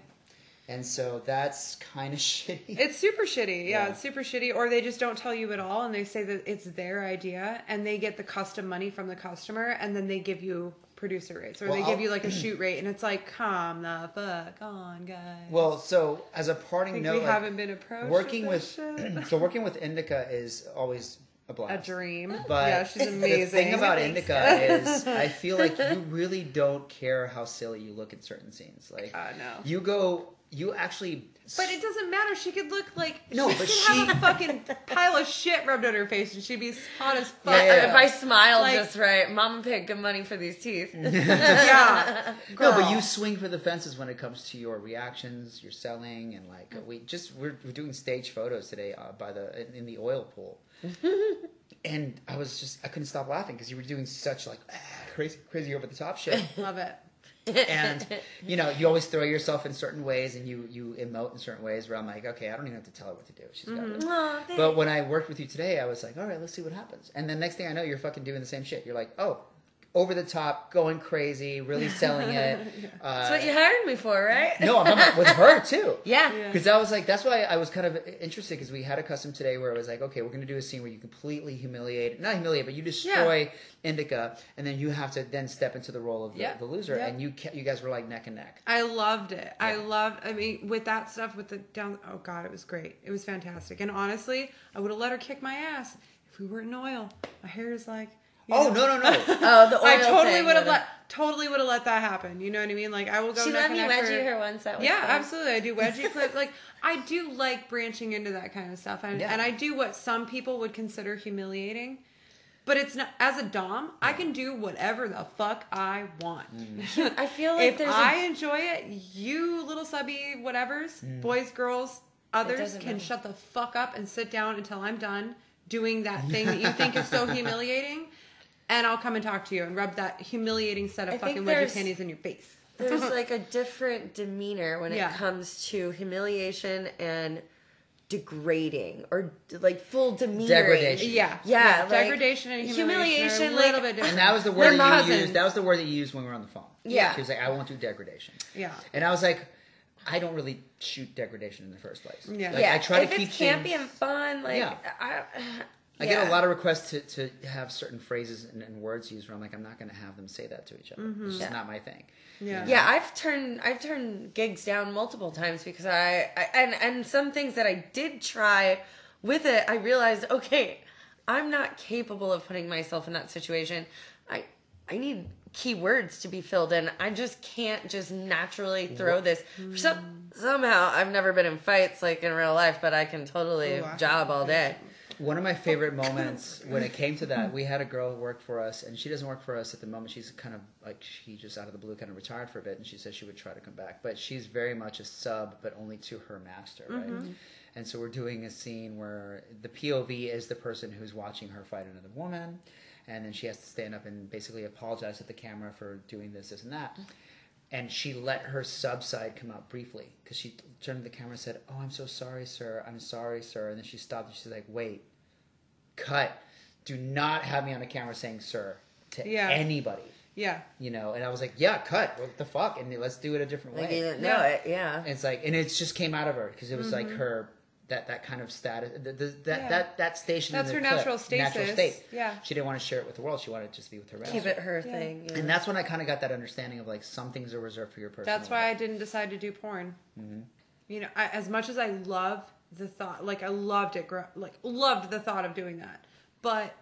S1: And so that's kind of shitty.
S3: It's super shitty. Yeah,
S1: Yeah.
S3: it's super shitty. Or they just don't tell you at all, and they say that it's their idea, and they get the custom money from the customer, and then they give you producer rates, or
S1: Well,
S3: they give
S1: I'll-
S3: you like a shoot rate, and it's like, come the fuck on, guys.
S1: well, so as a parting
S3: think
S1: note,
S3: we
S1: like,
S3: haven't been approached.
S1: working with
S3: this shit?
S1: so working with Indica is always a
S3: a
S1: blast.
S3: dream.
S1: But
S3: yeah, she's amazing.
S1: The thing about Indica is, I feel like you really don't care how silly you look in certain scenes. Like,
S3: Uh, no.
S1: you go, you actually.
S3: But it doesn't matter. She could look like
S1: No,
S3: she
S1: but
S3: could have
S1: she-
S3: a fucking pile of shit rubbed on her face, and she'd be hot as fuck.
S1: Yeah, yeah,
S2: If I smiled
S3: Like- Mm-hmm.
S2: just right, Mama Pig, good money for these teeth.
S3: Yeah.
S1: no, but
S3: girl.
S1: you swing for the fences when it comes to your reactions, your selling, and like
S3: Mm.
S1: we just we're, we're doing stage photos today uh, by the in, in the oil pool, and I was just I couldn't stop laughing because you were doing such like ah, crazy crazy over the top shit.
S3: Love it.
S1: and you know you always throw yourself in certain ways and you you emote in certain ways where i'm like okay i don't even have to tell her what to do she's got it but when i worked with you today i was like all right let's see what happens and then next thing i know you're fucking doing the same shit you're like oh over the top going crazy really selling it uh,
S2: That's what you hired me for, right?
S1: no i'm not with her too
S2: Yeah.
S1: because I was like, that's why I was kind of interested because we had a custom today where it was like, okay, we're going to do a scene where you completely humiliate, not humiliate, but you destroy Indica, and then you have to then step into the role of the,
S3: Yeah.
S1: the loser,
S3: Yeah.
S1: and you ca- you guys were like neck and neck.
S3: I loved it. I loved. I mean, with that stuff, with the down. Oh God, it was great. It was fantastic. And honestly, I would have let her kick my ass if we weren't in oil. My hair is like. you
S1: Oh
S3: know,
S1: no no no!
S2: Oh, the oil
S3: I totally
S2: thing
S3: would have
S2: would've-
S3: let. Totally would have let that happen. You know what I mean? Like I will go.
S2: She
S3: neck
S2: let
S3: and
S2: me
S3: neck
S2: wedgie
S3: for-
S2: her once. That was
S3: yeah,
S2: fun.
S3: absolutely. I do wedgie clip. Like I do like branching into that kind of stuff, and,
S1: Yeah.
S3: and I do what some people would consider humiliating. But it's not as a dom. I can do whatever the fuck I want.
S2: I feel like
S3: if
S2: there's a-
S3: I enjoy it, you little subby whatevers, boys, girls, others
S2: doesn't
S3: can
S2: matter.
S3: shut the fuck up and sit down until I'm done doing that thing that you think is so humiliating, and I'll come and talk to you and rub that humiliating set of
S2: I think
S3: fucking wedgie
S2: there's-
S3: panties in your face.
S2: there's like a different demeanor when
S3: Yeah.
S2: it comes to humiliation and degrading or like full demeaning.
S1: Degradation.
S3: Yeah,
S2: Yeah, like,
S3: degradation and
S2: humiliation,
S3: humiliation. are a little
S2: like-
S3: bit different.
S1: And that was the word that you
S3: Lemazin.
S1: used. That was the word that you used when we were on the phone.
S2: Yeah.
S1: she was like, I won't do degradation.
S3: Yeah.
S1: and I was like, I don't really shoot degradation in the first place.
S3: Yeah.
S1: Like,
S2: yeah,
S1: I try
S2: if
S1: to keep
S2: it's campy
S1: things-
S2: and fun, like
S1: Yeah.
S2: I,
S1: I get a lot of requests to, to have certain phrases and, and words used where I'm like, I'm not going to have them say that to each other. It's just
S2: Mm-hmm. Yeah.
S1: not my thing.
S3: Yeah.
S2: Yeah, I've turned I've turned gigs down multiple times because I, I and and some things that I did try with it, I realized okay, I'm not capable of putting myself in that situation. I I need keywords to be filled in. I just can't just naturally throw this. For some, somehow I've never been in fights like in real life, but I can totally
S3: Ooh, I
S2: job all day.
S1: One of my favorite moments when it came to that, we had a girl who worked for us, and she doesn't work for us at the moment. She's kind of like she just out of the blue kind of retired for a bit, and she said she would try to come back, but she's very much a sub, but only to her master, right? And so we're doing a scene where the POV is the person who's watching her fight another woman, and then she has to stand up and basically apologize to the camera for doing this, this, and that. And she let her sub side come out briefly because she turned to the camera and said, "Oh, I'm so sorry, sir. I'm sorry, sir." And then she stopped and she's like, "Wait." cut. Do not have me on a camera saying sir to
S3: Yeah.
S1: anybody.
S3: yeah.
S1: You know, and I was like, yeah, cut. What the fuck? And let's do it a different
S2: Like,
S1: way.
S2: you didn't know
S3: Yeah.
S2: it, yeah.
S1: And it's like, and it just came out of her because it was like her that that kind of status, the, the, that
S3: Mm-hmm. Yeah.
S1: that that station. in
S3: That's
S1: the
S3: her
S1: clip,
S3: natural
S1: Natural
S3: stasis.
S1: state.
S3: Yeah.
S1: She didn't want to share it with the world. She wanted it just to be with her. master.
S2: Keep it her thing. Yeah.
S1: And that's when I kind of got that understanding of like some things are reserved for your person.
S3: That's why I didn't decide to do porn.
S1: Mm-hmm.
S3: You know, I, as much as I love the thought, like I loved it, gr- like loved the thought of doing that, but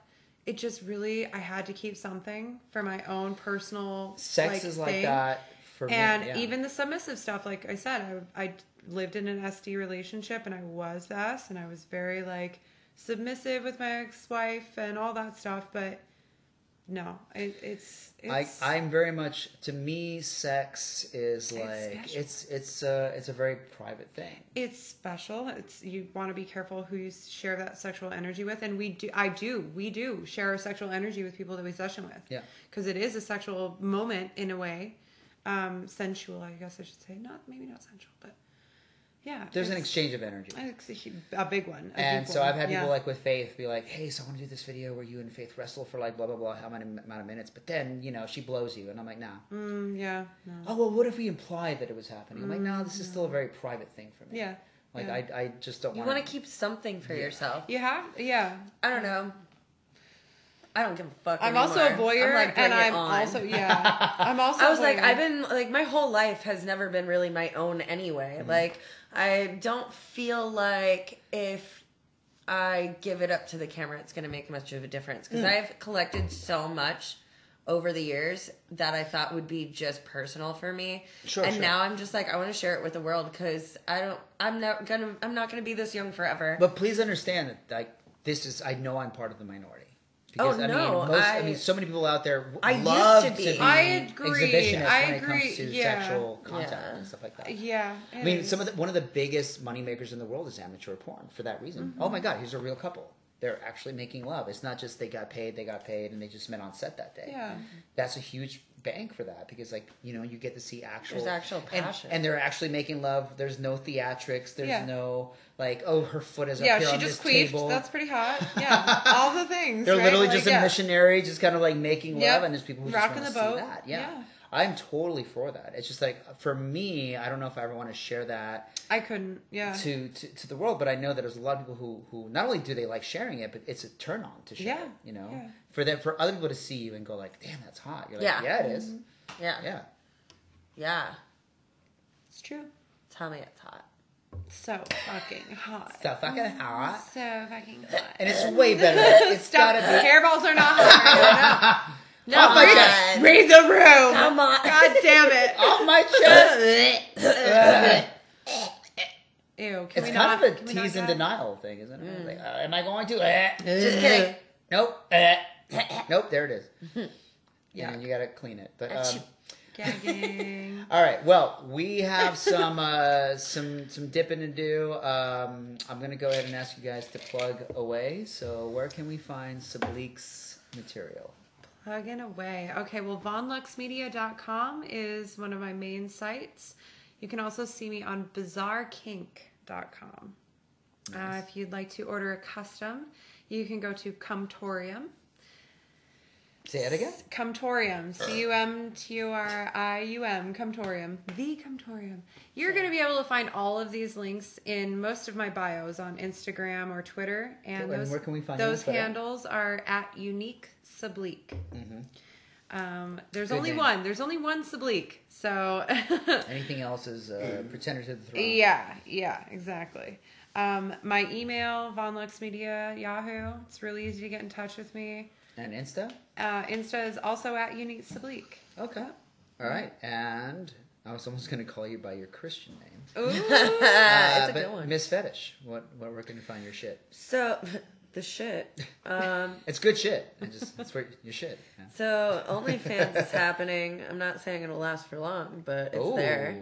S3: it just really I had to keep something for my own personal
S1: sex is like
S3: thing.
S1: that for
S3: and
S1: me. yeah.
S3: even the submissive stuff like i said I, I lived in an sd relationship and i was this and i was very like submissive with my ex-wife and all that stuff but no, it, it's,
S1: I,
S3: it's
S1: I'm very much to me, sex is like
S3: special.
S1: it's it's a it's a very private thing.
S3: it's special. It's you want to be careful who you share that sexual energy with, and we do. I do. We do share our sexual energy with people that we session with.
S1: Yeah.
S3: because it is a sexual moment in a way, um, sensual. I guess I should say not maybe not sensual, but yeah.
S1: There's an
S3: it's-
S1: exchange of energy.
S3: It's a, hu- a big one. a
S1: And
S3: deep
S1: so
S3: one.
S1: I've had
S3: Yeah.
S1: people like with Faith be like, "Hey, so I want to do this video where you and Faith wrestle for like blah blah blah how many amount of minutes," but then you know she blows you, and I'm like, "Nah."
S3: Mm, yeah, no.
S1: Oh well, what if we imply that it was happening? I'm like, "Nah, this is still a very private thing for me."
S3: Mm. yeah.
S1: Like
S3: yeah.
S1: I, I just don't
S2: You
S1: want
S2: want to keep something for yourself.
S3: You have, yeah.
S2: I don't know. I don't give a fuck.
S3: I'm also a
S2: anymore.
S3: voyeur,
S2: I'm like, bring
S3: and
S2: it
S3: I'm
S2: on.
S3: also yeah. I'm also.
S2: I was like,
S3: voyeur.
S2: I've been like, my whole life has never been really my own anyway. Like, I don't feel like if I give it up to the camera, it's going to make much of a difference
S3: Hmm.
S2: because I've collected so much over the years that I thought would be just personal for me.
S1: Sure,
S2: and
S1: sure.
S2: now I'm just like, I want to share it with the world because I don't, I'm not gonna, I'm not gonna be this young forever.
S1: But please understand that like this is I know I'm part of the minority.
S2: Oh, no,
S1: mean most I,
S2: I-
S1: mean so many people out there w-
S2: I used
S1: love
S2: to be.
S3: I agree.
S1: exhibitionists
S3: I
S1: when it
S3: agree.
S1: comes to
S3: Yeah.
S1: sexual contact
S2: Yeah.
S1: and stuff like that.
S3: Yeah.
S1: I mean, some of the, one of the biggest moneymakers in the world is amateur porn for that reason.
S3: Mm-hmm.
S1: Oh my God, here's a real couple. They're actually making love. It's not just they got paid, they got paid, and they just met on set that day.
S3: Yeah.
S1: That's a huge bank for that because, like, you know, you get to see actual.
S2: There's actual
S1: and-
S2: passion.
S1: And, they're actually making love. There's no theatrics. There's
S3: Yeah.
S1: no, like, oh, her foot is
S3: yeah,
S1: up here
S3: she
S1: on
S3: just
S1: this
S3: queefed.
S1: table.
S3: That's pretty hot. Yeah, all the things.
S1: They're
S3: right?
S1: literally
S3: Like,
S1: just
S3: yeah.
S1: a missionary, just kind of like making love,
S3: Yep.
S1: and there's people who
S3: Rocking
S1: just
S3: the
S1: want
S3: boat.
S1: to see that. Yeah.
S3: Yeah.
S1: I'm totally for that. It's just like for me, I don't know if I ever want to share that
S3: I couldn't. Yeah.
S1: to, to to the world, but I know that there's a lot of people who who not only do they like sharing it, but it's a turn on to share.
S3: Yeah.
S1: It, you know,
S3: Yeah.
S1: for that for other people to see you and go like, damn, that's hot. You're like, yeah,
S2: Yeah.
S1: it is.
S3: Mm-hmm.
S2: yeah, yeah,
S1: Yeah.
S3: It's true.
S2: Tell me it's hot.
S3: So fucking hot.
S1: So fucking hot,
S3: So fucking hot.
S1: and it's way better. It's
S3: Mm-hmm. Stop.
S1: gotta be.
S3: Hairballs are not hot.
S2: No,
S1: Off my
S2: I'm
S1: chest.
S2: not.
S3: Read the room.
S2: Come on.
S3: God damn it.
S1: Off my chest.
S3: Ew. Can
S1: it's
S3: we
S1: kind
S3: not,
S1: of a
S3: can we not
S1: tease and
S3: do that? Mm.
S1: denial thing, isn't it? Like, uh, am I going to? Eh.
S2: Just kidding.
S1: Nope. Eh. nope. There it is. Yeah. And then you gotta clean it. But um,
S3: Gagging.
S1: all right. Well, we have some uh, some some dipping to do. Um, I'm gonna go ahead and ask you guys to plug away. So where can we find Subleaks material?
S3: Plugging away. Okay, well, vonluxmedia.com is one of my main sites. You can also see me on bizarrekink.com. Uh, if you'd like to order a custom, you can go to Cumtorium.
S1: Say it again.
S3: Cumtorium. C U M T O R I U M. Cumtorium. The Cumtorium. You're going to be able to find all of these links in most of my bios on Instagram or Twitter. And,
S1: And
S3: those,
S1: where can we find you on
S3: those
S1: Twitter?
S3: handles are at unique subleek. Um, there's
S1: Mm-hmm. Good
S3: only
S1: name.
S3: one. There's only one subleek. So
S1: Anything else is
S2: Mm.
S1: uh, pretender to the throne.
S3: Yeah, yeah, exactly. Um, my email, vonluxmedia, Yahoo. It's really easy to get in touch with me.
S1: And Insta.
S3: Uh, Insta is also at Unique Sableek.
S1: Okay. All right. And I was almost gonna call you by your Christian name.
S3: Ooh,
S1: Uh,
S2: it's a
S1: but
S2: good one.
S1: Miss Fetish. What? What? Where can you find your shit?
S2: So the shit. Um,
S1: It's good shit. I just it's where your shit. Yeah.
S2: so OnlyFans is happening. I'm not saying it'll last for long, but it's there.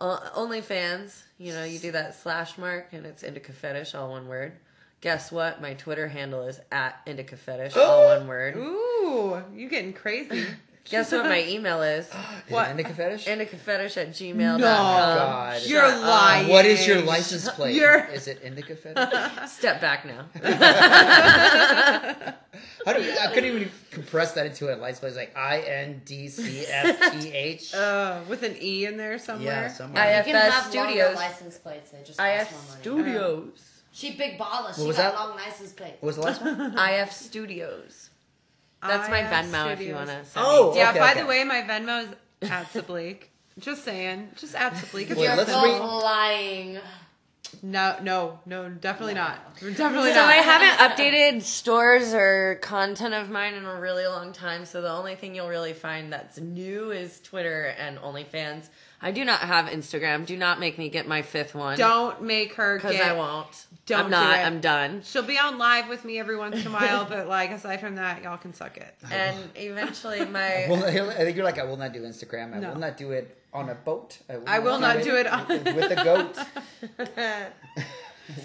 S2: Uh, OnlyFans, you know, you do that slash mark and it's indica fetish, all one word. Guess what? My Twitter handle is at indica fetish, all one word.
S3: ooh, you getting crazy.
S2: Guess what? My email is
S1: What? Indica fetish?
S2: indica fetish at gmail.com.
S1: God.
S3: You're lying.
S1: Uh, What is your license plate?
S3: You're-
S1: Is it indica fetish?
S2: Step back now.
S1: How do you, I couldn't even compress that into a license plate. It's like I N D C F T H.
S3: Uh, with an E in there somewhere.
S1: Yeah, somewhere.
S2: I
S4: You can
S2: IFS
S4: have longer
S2: Studios.
S4: license plates. They just cost more
S2: IF
S4: money.
S2: Studios.
S4: She big baller. She
S1: was that?
S4: got long license plates.
S1: what was the last one?
S2: IF Studios. That's my
S3: IF
S2: Venmo if you
S3: Studios.
S2: want to.
S1: Oh,
S3: Yeah,
S1: okay,
S3: by
S1: okay.
S3: the way, my Venmo is at Sableek. Just saying. Just at Sableek. if
S1: Well,
S3: you're-
S1: let's
S4: You're
S1: read-
S4: lying.
S3: No, no, no, definitely not. Definitely
S2: So
S3: not.
S2: I haven't updated stores or content of mine in a really long time. So the only thing you'll really find that's new is Twitter and OnlyFans. I do not have Instagram. Do not make me get my fifth one.
S3: Don't make her
S2: because
S3: get.
S2: I won't.
S3: Don't
S2: I'm not.
S3: do it.
S2: I'm done.
S3: She'll be on live with me every once in a while, but like aside from that, y'all can suck it.
S1: Oh,
S2: And eventually, my
S1: Well, I think you're like, I will not do Instagram. I
S3: No.
S1: will not do it on a boat.
S3: I will not do it on-
S1: with a goat.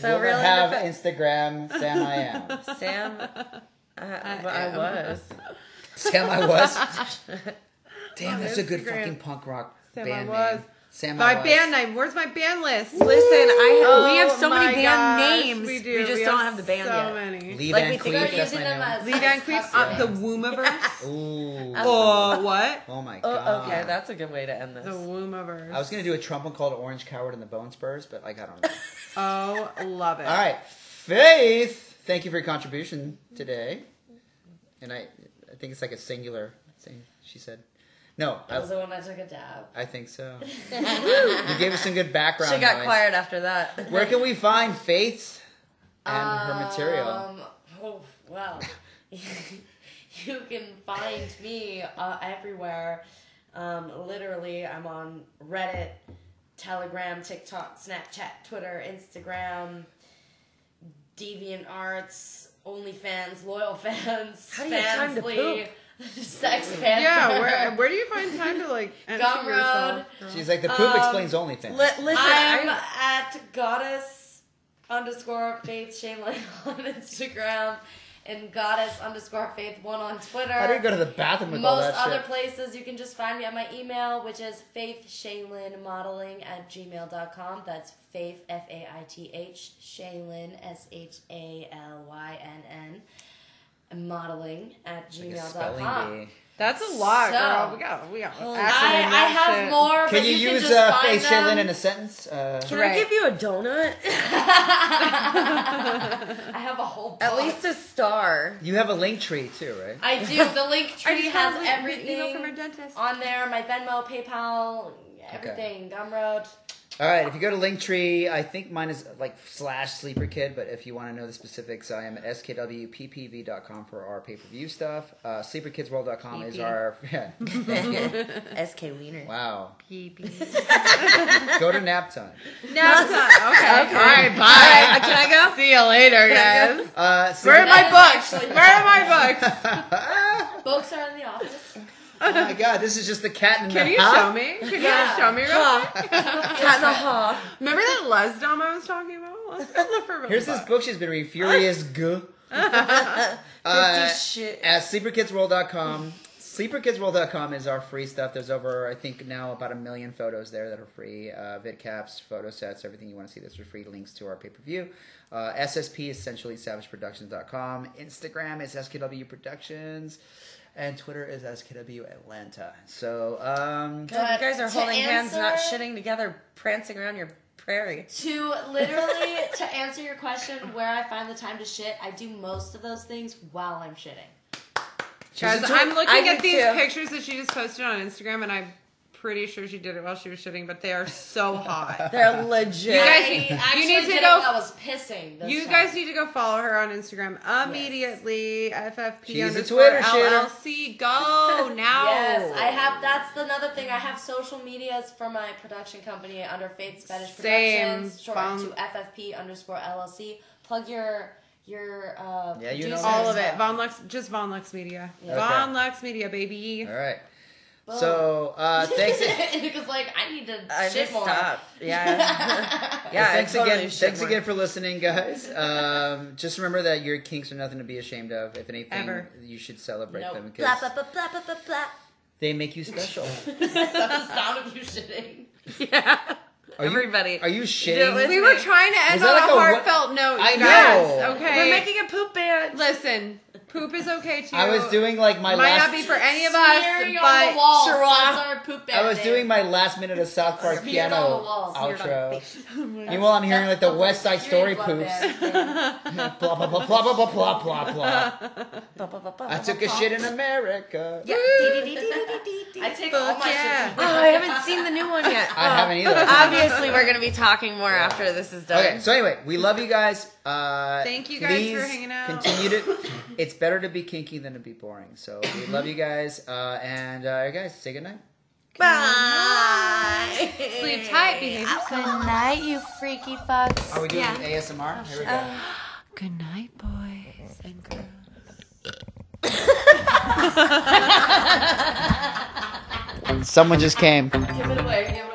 S2: So
S1: will
S2: really
S1: not
S2: the
S1: have
S2: fa-
S1: Instagram. Sam, I am.
S2: Sam. I, I was.
S1: Sam, I was. Damn, that's a good
S3: Instagram.
S1: fucking punk rock
S3: Sam, I
S1: band
S3: was.
S1: name. Sam,
S3: My
S1: I was.
S3: band name. Where's my band list?
S2: Listen, I
S3: Oh
S2: we have so many
S3: my
S2: band
S3: gosh,
S2: names.
S3: We
S2: We,
S3: do.
S2: just
S3: We
S2: don't have the band
S3: so
S2: yet.
S3: many.
S1: Lee
S2: Like,
S1: Van
S2: we think
S1: Cleef.
S2: we're
S1: That's my
S4: using them
S1: name.
S4: as-
S3: Lee Van Cleef, uh, the Woomiverse.
S1: Ooh.
S3: or what?
S1: Oh my
S2: Oh,
S1: god.
S2: okay, that's a good way to end this.
S3: The Woomiverse.
S1: I was gonna do a Trump one called Orange Coward and the Bone Spurs, but like I don't know.
S3: Oh, love it.
S1: All right, Faith. Thank you for your contribution today. And I, I think it's like a singular thing she said. No,
S4: That was
S1: I,
S4: the one I took a dab.
S1: I think so. you gave us some good background.
S2: She got
S1: noise.
S2: quiet after that.
S1: Where can we find Faith and her material?
S4: Um, oh, well, you can find me uh, everywhere. Um, literally, I'm on Reddit, Telegram, TikTok, Snapchat, Twitter, Instagram, DeviantArts, OnlyFans, Loyal Fans,
S2: How do you have time to
S4: Fansly, Sex Panther,
S3: Yeah, where where do you find time to like empty
S4: Gum
S3: yourself?
S1: She's like the poop
S4: um,
S1: explains OnlyFans.
S2: Li- listen,
S4: I'm
S2: I,
S4: at goddess underscore faith Shamelin on Instagram and goddess underscore faith one on Twitter.
S1: How do you go to the bathroom with all
S4: Most
S1: that
S4: other
S1: shit?
S4: places you can just find me at my email, which is faithshalinmodeling at gmail.com. That's faith, F A I T H, Shalin, S H A L Y N N, modeling at
S1: Like a
S4: gmail.com.
S1: spelling bee.
S3: That's a lot,
S4: So-
S3: girl. We got we got.
S4: I, I have more,
S1: Can
S4: but
S1: you,
S4: you, can
S1: use
S4: just
S1: uh,
S4: find
S1: Faith Shailen
S4: them.
S1: in a sentence? Uh,
S2: can
S3: right.
S2: I give you a donut?
S4: I have a whole
S2: At
S4: box.
S2: least a star.
S1: you have a link tree too, right?
S4: I do. The link tree has
S3: Email from her
S4: everything
S3: dentist.
S4: on there. My Venmo, PayPal, everything. Gumroad.
S1: All right, if you go to Linktree, I think mine is like slash sleeper kid, but if you want to know the specifics, I am at skwppv.com for our pay per view stuff. Uh, sleeperkidsworld.com is our. Yeah.
S2: SK Wiener.
S1: Wow. go to nap time.
S3: Now it's on. Okay. Uh, All right. Bye.
S2: Alright, can I go?
S3: See you later, guys.
S1: Uh,
S3: Where are
S1: sleeper-
S3: my books? Where are my books?
S1: oh
S4: Books are in the office.
S1: my god, this is just the cat in
S3: Can
S1: the
S3: you
S1: hat.
S3: show me? Can you show me real quick?
S2: Cat in the hall.
S3: Remember that Lesdom I was talking about? Let's go look for real
S1: Here's this
S3: book.
S1: book she's been reading Furious G. uh,
S2: shit.
S1: at sleeperkidsworld.com. Sleeperkidsworld.com is our free stuff. There's over, I think, now about a million photos there that are free. Uh, vidcaps, photo sets, everything you want to see that's for free. Links to our pay per view. Uh, SSP is essentially savageproductions.com. Instagram is SKW Productions. And Twitter is SKW Atlanta. So, um,
S2: God, you guys are
S4: To
S2: holding hands, not
S4: answer-
S2: shitting together, prancing around your prairie.
S4: To literally to answer your question, where I find the time to shit, I do most of those things while I'm shitting.
S3: Guys,
S1: she's a-
S3: I'm
S2: I
S3: looking
S2: do
S3: at these
S2: too.
S3: pictures that she just posted on Instagram, and I'm pretty sure she did it while she was shitting, but they are so hot.
S2: They're legit.
S3: You guys-
S4: I
S3: you
S4: actually
S3: need to
S4: did it
S3: go-
S4: while I was pissing. this
S3: You
S4: time.
S3: guys need to go follow her on Instagram immediately. FFP
S1: She's a
S3: underscore
S1: Twitter shitter.
S3: LLC. Go now.
S4: Yes, I have. That's another thing. I have social medias for my production company under Faith's Fetish
S3: Same.
S4: Productions, short
S3: Bum.
S4: to FFP underscore LLC. Plug your your uh,
S1: Yeah, you know
S4: producers.
S3: all of it. Von Lux, just Von Lux Media. Von Lux Media, baby.
S1: all right. So, uh, thanks.
S4: because like I need to
S2: I
S4: shit
S2: just
S4: more.
S2: stop. Yeah. yeah. I
S1: thanks
S2: totally
S1: again.
S2: shit
S1: Thanks
S2: more.
S1: again for listening, guys. Um, just remember that your kinks are nothing to be ashamed of. If anything,
S3: Ever.
S1: you should celebrate
S4: Nope.
S1: them
S13: Blah,
S1: because
S13: blah, blah, blah, blah, blah, blah.
S1: they make you special.
S4: That's the sound of you shitting.
S2: Yeah.
S1: Are you-
S2: Everybody.
S1: are you
S2: Do it
S1: shitting?
S2: with
S3: We
S2: me.
S3: were trying to end
S1: Was
S3: on
S1: that like
S3: a
S1: a what-
S3: heartfelt note.
S1: I
S3: You guys.
S1: know.
S3: Okay.
S2: We're making a poop band.
S3: Listen, poop is okay too.
S1: I was doing like my
S3: Might
S1: last.
S3: not be for any of
S4: Smearing
S3: us,
S4: on the
S3: but
S4: walls.
S3: sure.
S4: That's our poop
S1: I was
S4: band
S1: doing
S4: name.
S1: my last minute of South Park
S4: Smeared
S1: piano
S4: on the walls. Smeared
S1: outro. Meanwhile, I'm hearing like the West Side Story poops. blah blah blah blah blah blah blah blah blah. I took a shit in America.
S2: Yeah.
S4: I take all my
S3: yeah.
S4: shit.
S2: Oh, I haven't seen the new one yet.
S1: I haven't either.
S2: Obviously, we're going to be talking more after this is done.
S1: Okay, so anyway, we love you guys. Uh,
S3: Thank you guys for
S1: please
S3: hanging out.
S1: Continue to. It's better to be kinky than to be boring. So we love you guys, uh, and uh, you guys say goodnight.
S2: Bye.
S14: sleep tight, behave yourself.
S15: Good night, you freaky fucks. Oh.
S1: Are we doing ASMR? Here we go.
S3: Good night, boys and girls.
S1: Someone just came.
S4: Give it away. Give it away.